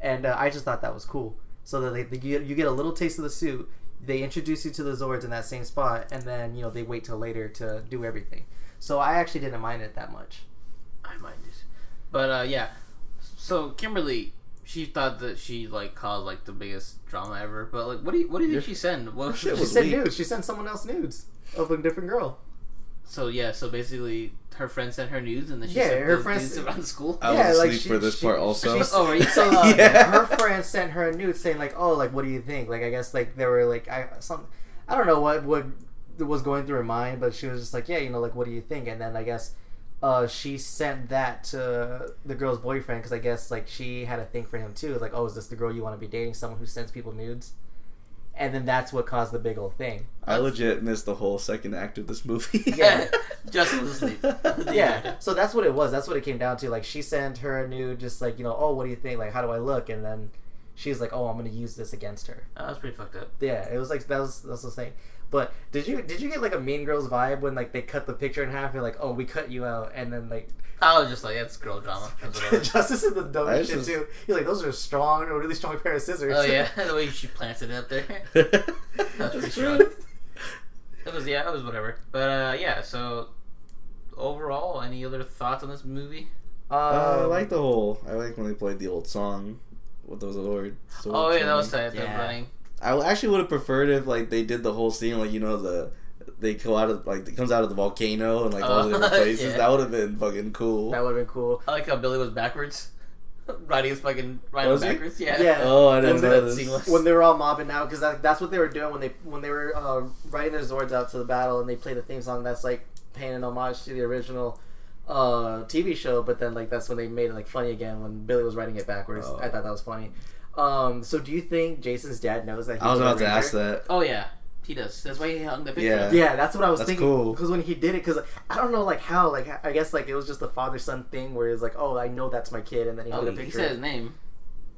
[SPEAKER 1] And uh, I just thought that was cool. So that they, they, you, you get a little taste of the suit. They introduce you to the Zords in that same spot, and then you know they wait till later to do everything. So I actually didn't mind it that much.
[SPEAKER 3] Oh, I mind it. But uh, yeah, so Kimberly, she thought that she like caused like the biggest drama ever. But like, what do you what do you think she sent? What
[SPEAKER 4] shit
[SPEAKER 1] She
[SPEAKER 4] was
[SPEAKER 1] sent
[SPEAKER 4] leaked.
[SPEAKER 1] nudes. She sent someone else nudes of a different girl.
[SPEAKER 3] so yeah, so basically, her friend sent her nudes, and then she
[SPEAKER 1] Yeah,
[SPEAKER 3] sent
[SPEAKER 1] her
[SPEAKER 3] those
[SPEAKER 1] friends-
[SPEAKER 3] nudes around school.
[SPEAKER 4] I
[SPEAKER 1] Yeah,
[SPEAKER 4] was
[SPEAKER 1] like,
[SPEAKER 4] asleep
[SPEAKER 1] she-
[SPEAKER 4] for this
[SPEAKER 1] she-
[SPEAKER 4] part also.
[SPEAKER 1] she's-
[SPEAKER 3] oh, are you
[SPEAKER 1] So
[SPEAKER 3] saying?
[SPEAKER 1] uh,
[SPEAKER 4] Yeah.
[SPEAKER 1] her friend sent her a nude saying like, "Oh, like what do you think?" Like I guess like they were like I some I don't know what what was going through her mind, but she was just like, "Yeah, you know, like what do you think?" And then I guess uh, she sent that to the girl's boyfriend because I guess like she had a thing for him too. Like, "Oh, is this the girl you want to be dating? Someone who sends people nudes?" And then that's what caused the big old thing.
[SPEAKER 4] I legit missed the whole second act of this movie.
[SPEAKER 1] Yeah.
[SPEAKER 3] Justin was asleep.
[SPEAKER 1] yeah. So that's what it was. That's what it came down to. Like she sent her a nude, just like you know, oh, what do you think? Like, how do I look? And then she's like, oh, I'm gonna use this against her.
[SPEAKER 3] that was pretty fucked up.
[SPEAKER 1] Yeah, it was like that was that's the thing. But did you did you get like a Mean Girls vibe when like they cut the picture in half? You're like, oh, we cut you out, and then like
[SPEAKER 3] I was just like, that's girl drama. That's whatever.
[SPEAKER 1] Justice is the
[SPEAKER 4] I
[SPEAKER 1] dumbest shit
[SPEAKER 4] just-
[SPEAKER 1] too. He's like, those are strong, a really strong pair of scissors.
[SPEAKER 3] oh yeah, the way she planted it up there. That's pretty strong. It was yeah, it was whatever. But uh, yeah, so overall, any other thoughts on this movie?
[SPEAKER 4] Uh, I
[SPEAKER 1] Um,
[SPEAKER 4] like the whole. I like when they played the old song with those old. sword
[SPEAKER 3] Oh yeah, that was
[SPEAKER 4] singing.
[SPEAKER 3] tight.
[SPEAKER 1] Yeah.
[SPEAKER 3] Yeah. running.
[SPEAKER 4] I actually would have preferred if like they did the whole scene like you know the they go out of like it comes out of the volcano and like all the
[SPEAKER 3] Oh,
[SPEAKER 4] different places.
[SPEAKER 3] yeah.
[SPEAKER 4] That would have been fucking cool.
[SPEAKER 1] that would have been cool.
[SPEAKER 3] I like how Billy was backwards. Riding his fucking riding
[SPEAKER 4] Was he?
[SPEAKER 3] backwards. Yeah.
[SPEAKER 1] Yeah.
[SPEAKER 4] oh, I didn't
[SPEAKER 3] Wasn't
[SPEAKER 4] know
[SPEAKER 3] that
[SPEAKER 4] this.
[SPEAKER 3] seamless?
[SPEAKER 1] when they were all mobbing out because that, that's what they were doing when they when they were uh, writing their Zords out to the battle and they played a theme song that's like paying an homage to the original uh, TV show. But then like that's when they made it like funny again when Billy was writing it backwards.
[SPEAKER 4] Oh.
[SPEAKER 1] I thought that was funny. Um, so do you think Jason's dad knows that? He's
[SPEAKER 4] I was
[SPEAKER 1] a
[SPEAKER 4] about to
[SPEAKER 1] ranger?
[SPEAKER 4] ask that.
[SPEAKER 3] Oh yeah, he does. That's why he hung the picture.
[SPEAKER 4] Yeah.
[SPEAKER 3] up.
[SPEAKER 1] Yeah, that's what I was
[SPEAKER 4] That's
[SPEAKER 1] thinking.
[SPEAKER 4] cool.
[SPEAKER 1] Because when he did it, because I don't know like how like I guess like it was just a father son thing where it's like oh I know that's my kid and then he hung
[SPEAKER 3] Oh,
[SPEAKER 1] a
[SPEAKER 3] he
[SPEAKER 1] picture.
[SPEAKER 3] said his name.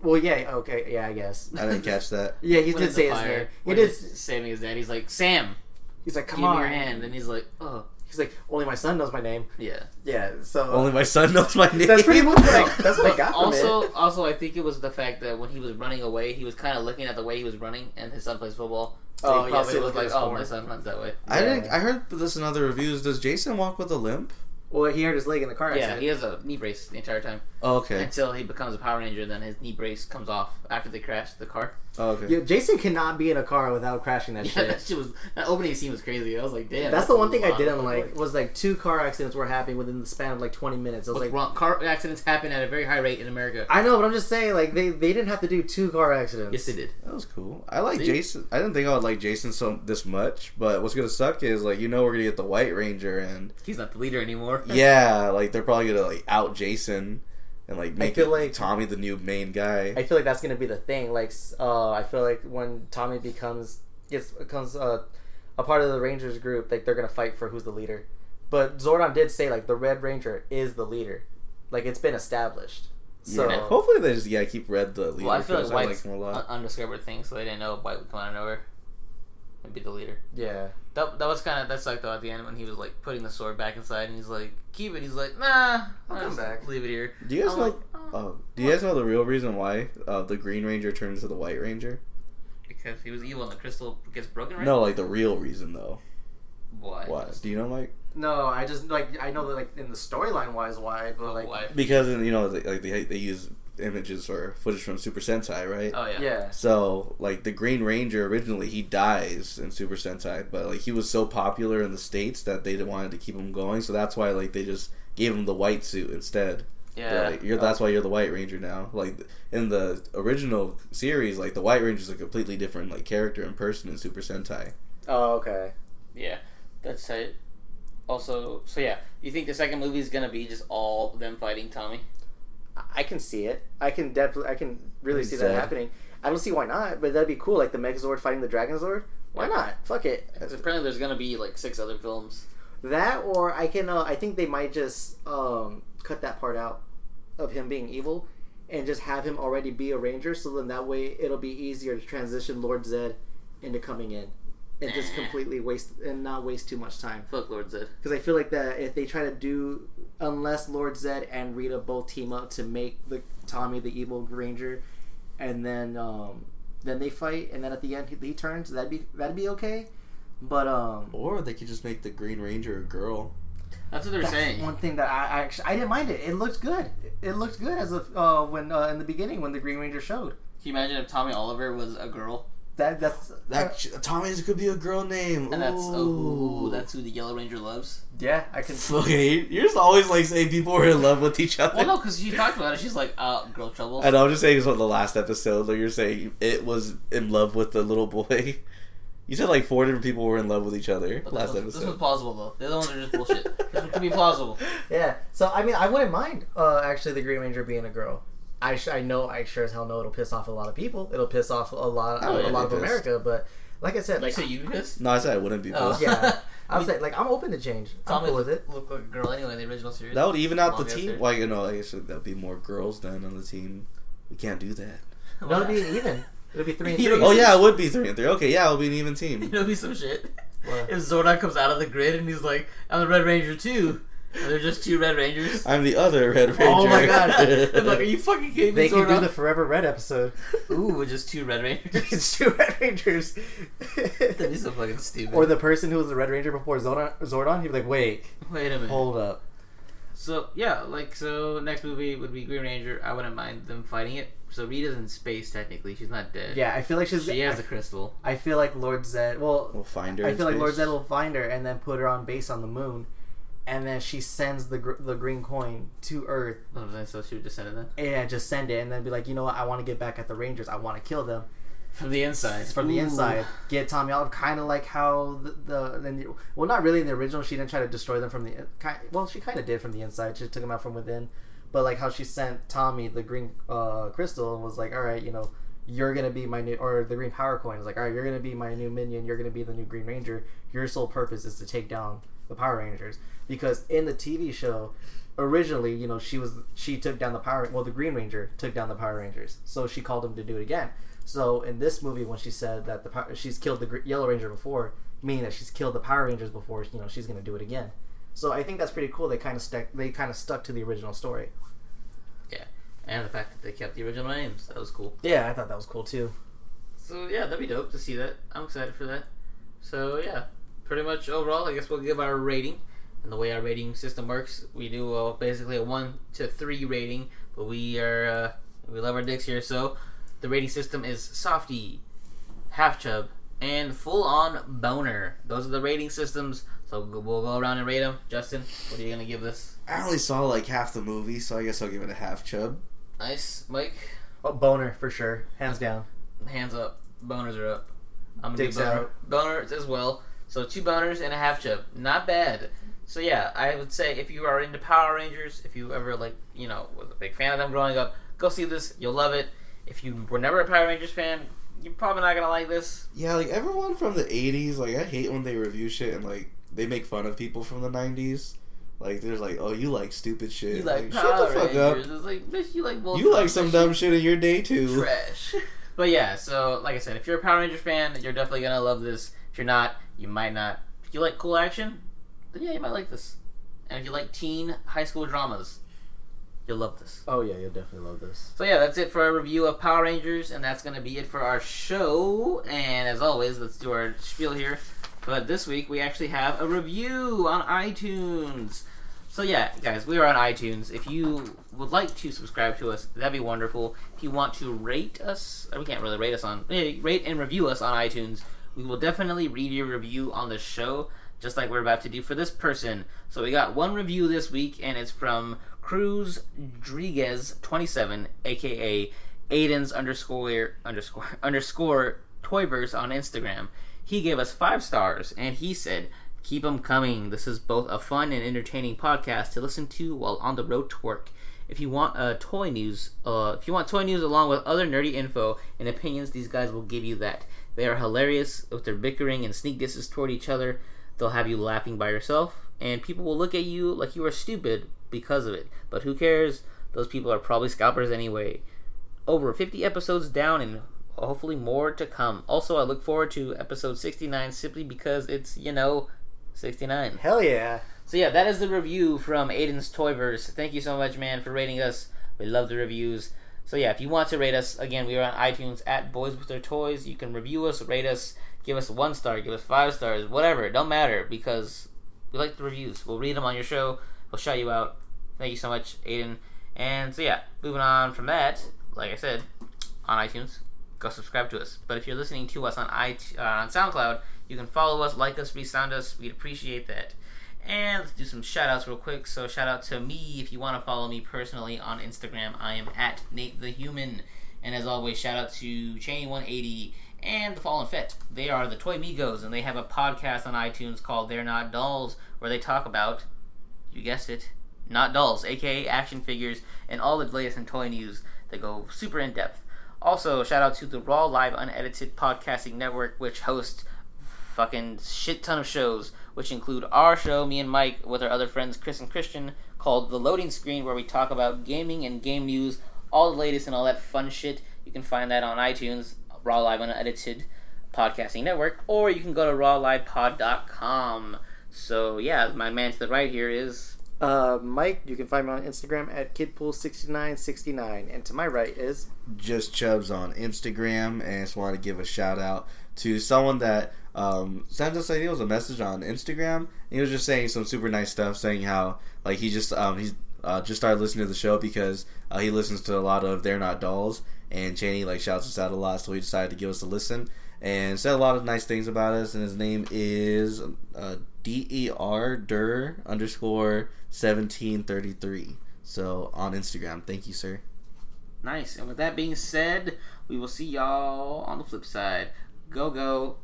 [SPEAKER 1] well, yeah, okay, yeah, I guess.
[SPEAKER 4] I didn't catch that.
[SPEAKER 1] Yeah, he
[SPEAKER 3] When
[SPEAKER 1] did
[SPEAKER 3] it's
[SPEAKER 1] say
[SPEAKER 3] a
[SPEAKER 1] his
[SPEAKER 3] fire,
[SPEAKER 1] name. He
[SPEAKER 3] when
[SPEAKER 1] did.
[SPEAKER 3] it's Sammy his dad. He's like Sam,
[SPEAKER 1] He's like, come
[SPEAKER 3] give
[SPEAKER 1] on,
[SPEAKER 3] me your hand, and he's like, oh
[SPEAKER 1] He's like, only my son knows my name.
[SPEAKER 3] yeah.
[SPEAKER 1] Yeah, so
[SPEAKER 4] Only my son knows my name.
[SPEAKER 1] that's pretty much what I, that's what I got from
[SPEAKER 3] Also,
[SPEAKER 1] it.
[SPEAKER 3] also, I think it was the fact that when he was running away, he was kind of looking at the way he was running, and his son plays football. So he
[SPEAKER 1] Oh, yeah,
[SPEAKER 3] probably
[SPEAKER 1] so he
[SPEAKER 3] was
[SPEAKER 1] looked at
[SPEAKER 3] like,
[SPEAKER 1] his
[SPEAKER 3] oh,
[SPEAKER 1] form.
[SPEAKER 3] my son runs that way.
[SPEAKER 4] I didn't.
[SPEAKER 1] Yeah.
[SPEAKER 4] I heard this in other reviews. Does Jason walk with a limp?
[SPEAKER 1] Well, he hurt his leg in the car
[SPEAKER 3] Yeah,
[SPEAKER 1] accident.
[SPEAKER 3] he has a knee brace the entire time
[SPEAKER 4] Oh, okay.
[SPEAKER 3] until he becomes a Power Ranger. Then his knee brace comes off after they crash the car.
[SPEAKER 4] Oh, okay.
[SPEAKER 1] Yeah, Jason cannot be in a car without crashing that
[SPEAKER 3] Yeah, that
[SPEAKER 1] shit.
[SPEAKER 3] shit was that opening scene was crazy. I was like, damn.
[SPEAKER 1] That's the
[SPEAKER 3] a
[SPEAKER 1] one thing I
[SPEAKER 3] lot.
[SPEAKER 1] didn't like was like two car accidents were happening within the span of like 20 minutes. I was
[SPEAKER 3] What's
[SPEAKER 1] like,
[SPEAKER 3] wrong? Car accidents happen at a very high rate in America.
[SPEAKER 1] I know, but I'm just saying like they, they didn't have to do two car accidents.
[SPEAKER 3] yes, they did.
[SPEAKER 4] That was cool. I like
[SPEAKER 3] See?
[SPEAKER 4] Jason. I didn't think I would like Jason so this much, but what's gonna suck is like you know we're gonna get the White Ranger and
[SPEAKER 3] He's not the leader anymore.
[SPEAKER 4] yeah, like they're probably gonna like out Jason and like make
[SPEAKER 1] feel
[SPEAKER 4] it
[SPEAKER 1] like-
[SPEAKER 4] Tommy the new main guy.
[SPEAKER 1] I feel like that's gonna be the thing. Like, s- uh, I feel like when Tommy becomes gets becomes uh, a part of the Rangers group, like they're gonna fight for who's the leader. But Zordon did say like the Red Ranger is the leader, like it's been established. So
[SPEAKER 4] Yeah. hopefully they just yeah keep Red the leader.
[SPEAKER 3] Well, I feel like
[SPEAKER 4] 'cause I
[SPEAKER 3] White's
[SPEAKER 4] like him a
[SPEAKER 3] un-
[SPEAKER 4] lot.
[SPEAKER 3] undiscovered thing, so they didn't know White would come out of nowhere and be the leader.
[SPEAKER 1] yeah,
[SPEAKER 3] That, that was kind of that sucked though at the end when he was like putting the sword back inside and he's like keep it. He's like nah, I'll
[SPEAKER 1] come
[SPEAKER 3] just
[SPEAKER 1] back."
[SPEAKER 3] Leave it here.
[SPEAKER 4] Do you guys
[SPEAKER 3] I'm
[SPEAKER 4] know?
[SPEAKER 3] like,
[SPEAKER 4] oh, do you guys know the real reason why uh, the Green Ranger turned into the White Ranger?
[SPEAKER 3] Because he was evil and the crystal gets broken. Right?
[SPEAKER 4] No, like the real reason though.
[SPEAKER 3] Why?
[SPEAKER 4] What? Do you know, Mike?
[SPEAKER 1] no, I just like I know that like in the storyline wise why, but like
[SPEAKER 3] Why?
[SPEAKER 4] Because you know, they- like they they use images or footage from Super Sentai, right?
[SPEAKER 3] Oh yeah.
[SPEAKER 1] yeah,
[SPEAKER 4] So, like the Green Ranger originally, he dies in Super Sentai, but like he was so popular in the states that they wanted to keep him going, so that's why like they just gave him the white suit instead. They're
[SPEAKER 3] Yeah.
[SPEAKER 4] like, you're, that's why you're the White Ranger now. Like in the original series, like the White Ranger's a completely different like character and person in Super Sentai.
[SPEAKER 1] oh okay,
[SPEAKER 3] Yeah, that's it. Also, so yeah, you think the second movie is gonna be just all them fighting Tommy?
[SPEAKER 1] I- I can see it. I can definitely, I can really see that
[SPEAKER 4] Zed.
[SPEAKER 1] happening. I don't see why not, but that'd be cool. Like the Megazord fighting the Dragonzord. Why
[SPEAKER 3] Yeah.
[SPEAKER 1] not? Fuck it.
[SPEAKER 3] 'Cause apparently there's gonna be like six other films.
[SPEAKER 1] That or I can uh, I think they might just um, cut that part out of him being evil and just have him already be a ranger so then that way it'll be easier to transition Lord Zed into coming in and just completely waste and not waste too much time
[SPEAKER 3] Fuck Lord Zed.
[SPEAKER 1] because I feel like that if they try to do unless Lord Zed and Rita both team up to make the Tommy the evil ranger and then um, then they fight and then at the end he, he turns that'd be that'd be okay but um
[SPEAKER 4] Or they could just make the Green Ranger a girl.
[SPEAKER 3] That's what they're
[SPEAKER 1] that's
[SPEAKER 3] saying.
[SPEAKER 1] one thing that I, I actually I didn't mind it. It looked good. It looked good as a uh, when uh, in the beginning when the Green Ranger showed.
[SPEAKER 3] Can you imagine if Tommy Oliver was a girl?
[SPEAKER 1] That that's uh,
[SPEAKER 4] That sh- Tommy's could be a girl name.
[SPEAKER 3] And that's
[SPEAKER 4] Ooh.
[SPEAKER 3] ooh, that's who the Yellow Ranger loves.
[SPEAKER 1] yeah. I can.
[SPEAKER 4] Okay, you're just always like saying people were in love with each other.
[SPEAKER 3] Well, no, because she talked about it. She's like, uh, girl trouble.
[SPEAKER 4] And I was just saying, it's on the last episode, like you're saying, it was in love with the little boy. You said like four different people were in love with each other
[SPEAKER 3] But
[SPEAKER 4] last
[SPEAKER 3] this, was, this was
[SPEAKER 4] episode.
[SPEAKER 3] plausible though. The other ones are just bullshit. this one could be plausible.
[SPEAKER 1] Yeah. So I mean, I wouldn't mind uh, actually the Green Ranger being a girl. I, sh- I know I sure as hell know it'll piss off a lot of people. It'll piss off a lot
[SPEAKER 4] Oh, yeah,
[SPEAKER 1] a lot of
[SPEAKER 4] it does.
[SPEAKER 1] America. But like I said,
[SPEAKER 3] Like,
[SPEAKER 1] like
[SPEAKER 3] so you pissed?
[SPEAKER 4] No, I said I wouldn't be.
[SPEAKER 3] Oh.
[SPEAKER 4] pissed.
[SPEAKER 1] yeah, I was like like I'm open to change. I'm
[SPEAKER 3] Tommy
[SPEAKER 1] cool with it.
[SPEAKER 3] looked like a girl anyway in the original series.
[SPEAKER 4] That would even out the
[SPEAKER 3] Long
[SPEAKER 4] team.
[SPEAKER 3] answer.
[SPEAKER 4] Well, you know, I guess that'd be more girls then on the team. We can't do that.
[SPEAKER 1] No, it'll be even. It'll be three and
[SPEAKER 3] You
[SPEAKER 1] three.
[SPEAKER 3] know-
[SPEAKER 4] Oh yeah, it would be three and three. Okay, yeah, it'll be an even
[SPEAKER 3] You
[SPEAKER 4] team.
[SPEAKER 3] know, be some shit.
[SPEAKER 1] What?
[SPEAKER 3] If Zordon comes out of the grid and he's like, "I'm the Red Ranger too," and they're just two Red Rangers.
[SPEAKER 4] I'm the other Red Ranger.
[SPEAKER 1] Oh my God.
[SPEAKER 3] I'm like, are you fucking kidding
[SPEAKER 1] They
[SPEAKER 3] me,
[SPEAKER 1] can do the
[SPEAKER 3] Zordon?
[SPEAKER 1] Forever Red episode.
[SPEAKER 3] Ooh, with just two Red Rangers.
[SPEAKER 1] it's two Red Rangers.
[SPEAKER 3] That'd be so fucking stupid.
[SPEAKER 1] Or the person who was the Red Ranger before Zordon, Zordon he'd be like, wait,
[SPEAKER 3] Wait a minute.
[SPEAKER 1] hold up.
[SPEAKER 3] So yeah, like so, next movie would be Green Ranger. I wouldn't mind them fighting it. So Rita's in space technically; she's not dead.
[SPEAKER 1] Yeah, I feel like she's.
[SPEAKER 3] she has the crystal.
[SPEAKER 1] I feel like Lord Zed.
[SPEAKER 4] We'll
[SPEAKER 1] Well,
[SPEAKER 4] find her.
[SPEAKER 1] I
[SPEAKER 4] in
[SPEAKER 1] feel like Lord
[SPEAKER 4] space.
[SPEAKER 1] Zed will find her and then put her on base on the moon, and then she sends the gr- the green coin to Earth
[SPEAKER 3] Oh, then so she would just send it then
[SPEAKER 1] and just send it, and then be like, you know what, I want to get back at the Rangers. I want to kill them.
[SPEAKER 3] from the inside.
[SPEAKER 1] It's from the
[SPEAKER 3] Ooh.
[SPEAKER 1] inside. Get Tommy Oliver, kind of like how the, the then the- well, not really in the original. She didn't try to destroy them from the kind. Well, she kind of did from the inside. She took them out from within, but like how she sent Tommy the green uh, crystal and was like, all right, you know, you're gonna be my new or the green power coin was like, all right, you're gonna be my new minion. You're gonna be the new Green Ranger. Your sole purpose is to take down the Power Rangers because in the TV show. Originally, you know, she was she took down the power. Well, the Green Ranger took down the Power Rangers, so she called him to do it again. So in this movie, when she said that the power, she's killed the Gr- Yellow Ranger before, meaning that she's killed the Power Rangers before, you know she's gonna do it again. So I think that's pretty cool. They kind of stuck. They kind of stuck to the original story.
[SPEAKER 3] Yeah, and the fact that they kept the original names that was cool.
[SPEAKER 1] Yeah, I thought that was cool too.
[SPEAKER 3] So yeah, that'd be dope to see that. I'm excited for that. So yeah, pretty much overall, I guess we'll give our rating. And the way our rating system works, we do uh, basically a one to three rating. But we are uh, we love our dicks here, so The rating system is softy, half chub, and full on boner. Those are the rating systems. So we'll go around and rate them. Justin, what are you gonna give this?
[SPEAKER 4] I only saw like half the movie, so I guess I'll give it a half chub.
[SPEAKER 3] Nice, Mike.
[SPEAKER 1] Oh, boner for sure, hands down.
[SPEAKER 3] Hands up. Boners are up. I'm gonna
[SPEAKER 1] Dicks
[SPEAKER 3] do boner. boners as well. So two boners and a half chub. Not bad. So yeah, I would say if you are into Power Rangers, if you ever like, you know, was a big fan of them growing up, go see this. You'll love it. If you were never a Power Rangers fan, you're probably not gonna like this.
[SPEAKER 4] Yeah, like everyone from the '80s. Like I hate when they review shit and like they make fun of people from the '90s. Like they're like, "Oh, you like stupid shit."
[SPEAKER 3] You like,
[SPEAKER 4] shut
[SPEAKER 3] Power
[SPEAKER 4] the fuck
[SPEAKER 3] Rangers.
[SPEAKER 4] up.
[SPEAKER 3] It's like this. You like Voltron.
[SPEAKER 4] You like some
[SPEAKER 3] This
[SPEAKER 4] dumb shit in your day too.
[SPEAKER 3] trash. But yeah, so like I said, if you're a Power Ranger fan, you're definitely gonna love this. If you're not, you might not. If you like cool action, then yeah, you might like this. And if you like teen high school dramas, you'll love this.
[SPEAKER 1] Oh yeah, you'll definitely love this.
[SPEAKER 3] So yeah, that's it for our review of Power Rangers, and that's gonna be it for our show. And as always, let's do our spiel here. But this week we actually have a review on iTunes. So yeah, guys, we are on iTunes. If you would like to subscribe to us, that'd be wonderful. If you want to rate us, uh, we can't really rate us on eh, rate and review us on iTunes. We will definitely read your review on the show, just like we're about to do for this person. So we got one review this week, and it's from Cruz Driguez twenty seven, aka Aiden's underscore underscore underscore Toyverse on Instagram. He gave us five stars, and he said. Keep 'em coming. This is both a fun and entertaining podcast to listen to while on the road to work. If you want uh, toy news, uh, if you want toy news along with other nerdy info and opinions, these guys will give you that. They are hilarious with their bickering and sneak disses toward each other. They'll have you laughing by yourself, and people will look at you like you are stupid because of it. But who cares? Those people are probably scalpers anyway over 50 episodes down and hopefully more to come. Also, I look forward to episode 69 simply because it's, you know, 69.
[SPEAKER 1] Hell yeah.
[SPEAKER 3] So, yeah, that is the review from Aiden's Toyverse. Thank you so much, man, for rating us. We love the reviews. So, yeah, if you want to rate us, again, we are on iTunes at Boys With Their Toys. You can review us, rate us, give us one star, give us five stars, whatever. It don't matter because we like the reviews. We'll read them on your show. We'll shout you out. Thank you so much, Aiden. And so yeah, moving on from that, like I said, on iTunes, go subscribe to us. But if you're listening to us on it- uh, on SoundCloud, you can follow us, like us, resound us. We'd appreciate that. And let's do some shout outs real quick. So shout out to me if you want to follow me personally on Instagram. I am at Nate the Human. And as always, shout out to Cheney180 and The Fallen Fett. They are the Toy Migos, and they have a podcast on iTunes called They're Not Dolls, where they talk about, you guessed it, not dolls, aka action figures, and all the latest in toy news that go super in depth. Also, shout out to the Raw Live Unedited Podcasting Network, which hosts fucking shit ton of shows, which include our show, me and Mike, with our other friends Chris and Christian, called The Loading Screen, where we talk about gaming and game news, all the latest and all that fun shit. You can find that on iTunes, Raw Live Unedited Podcasting Network, or you can go to rawlivepod.com. So, yeah, my man to the right here is
[SPEAKER 1] Uh, Mike, you can find me on Instagram at kidpool6969, and to my right is
[SPEAKER 4] just Chubs on Instagram, and just want to give a shout out to someone that um, sent us. I think it was a message on Instagram. And he was just saying some super nice stuff, saying how like he just um, he's uh, just started listening to the show because uh, he listens to a lot of They're Not Dolls, and Cheney like shouts us out a lot, so he decided to give us a listen and said a lot of nice things about us. And his name is uh, D E R Der underscore seventeen thirty three. So on Instagram, thank you, sir.
[SPEAKER 3] Nice. And with that being said, we will see y'all on the flip side. Go, go.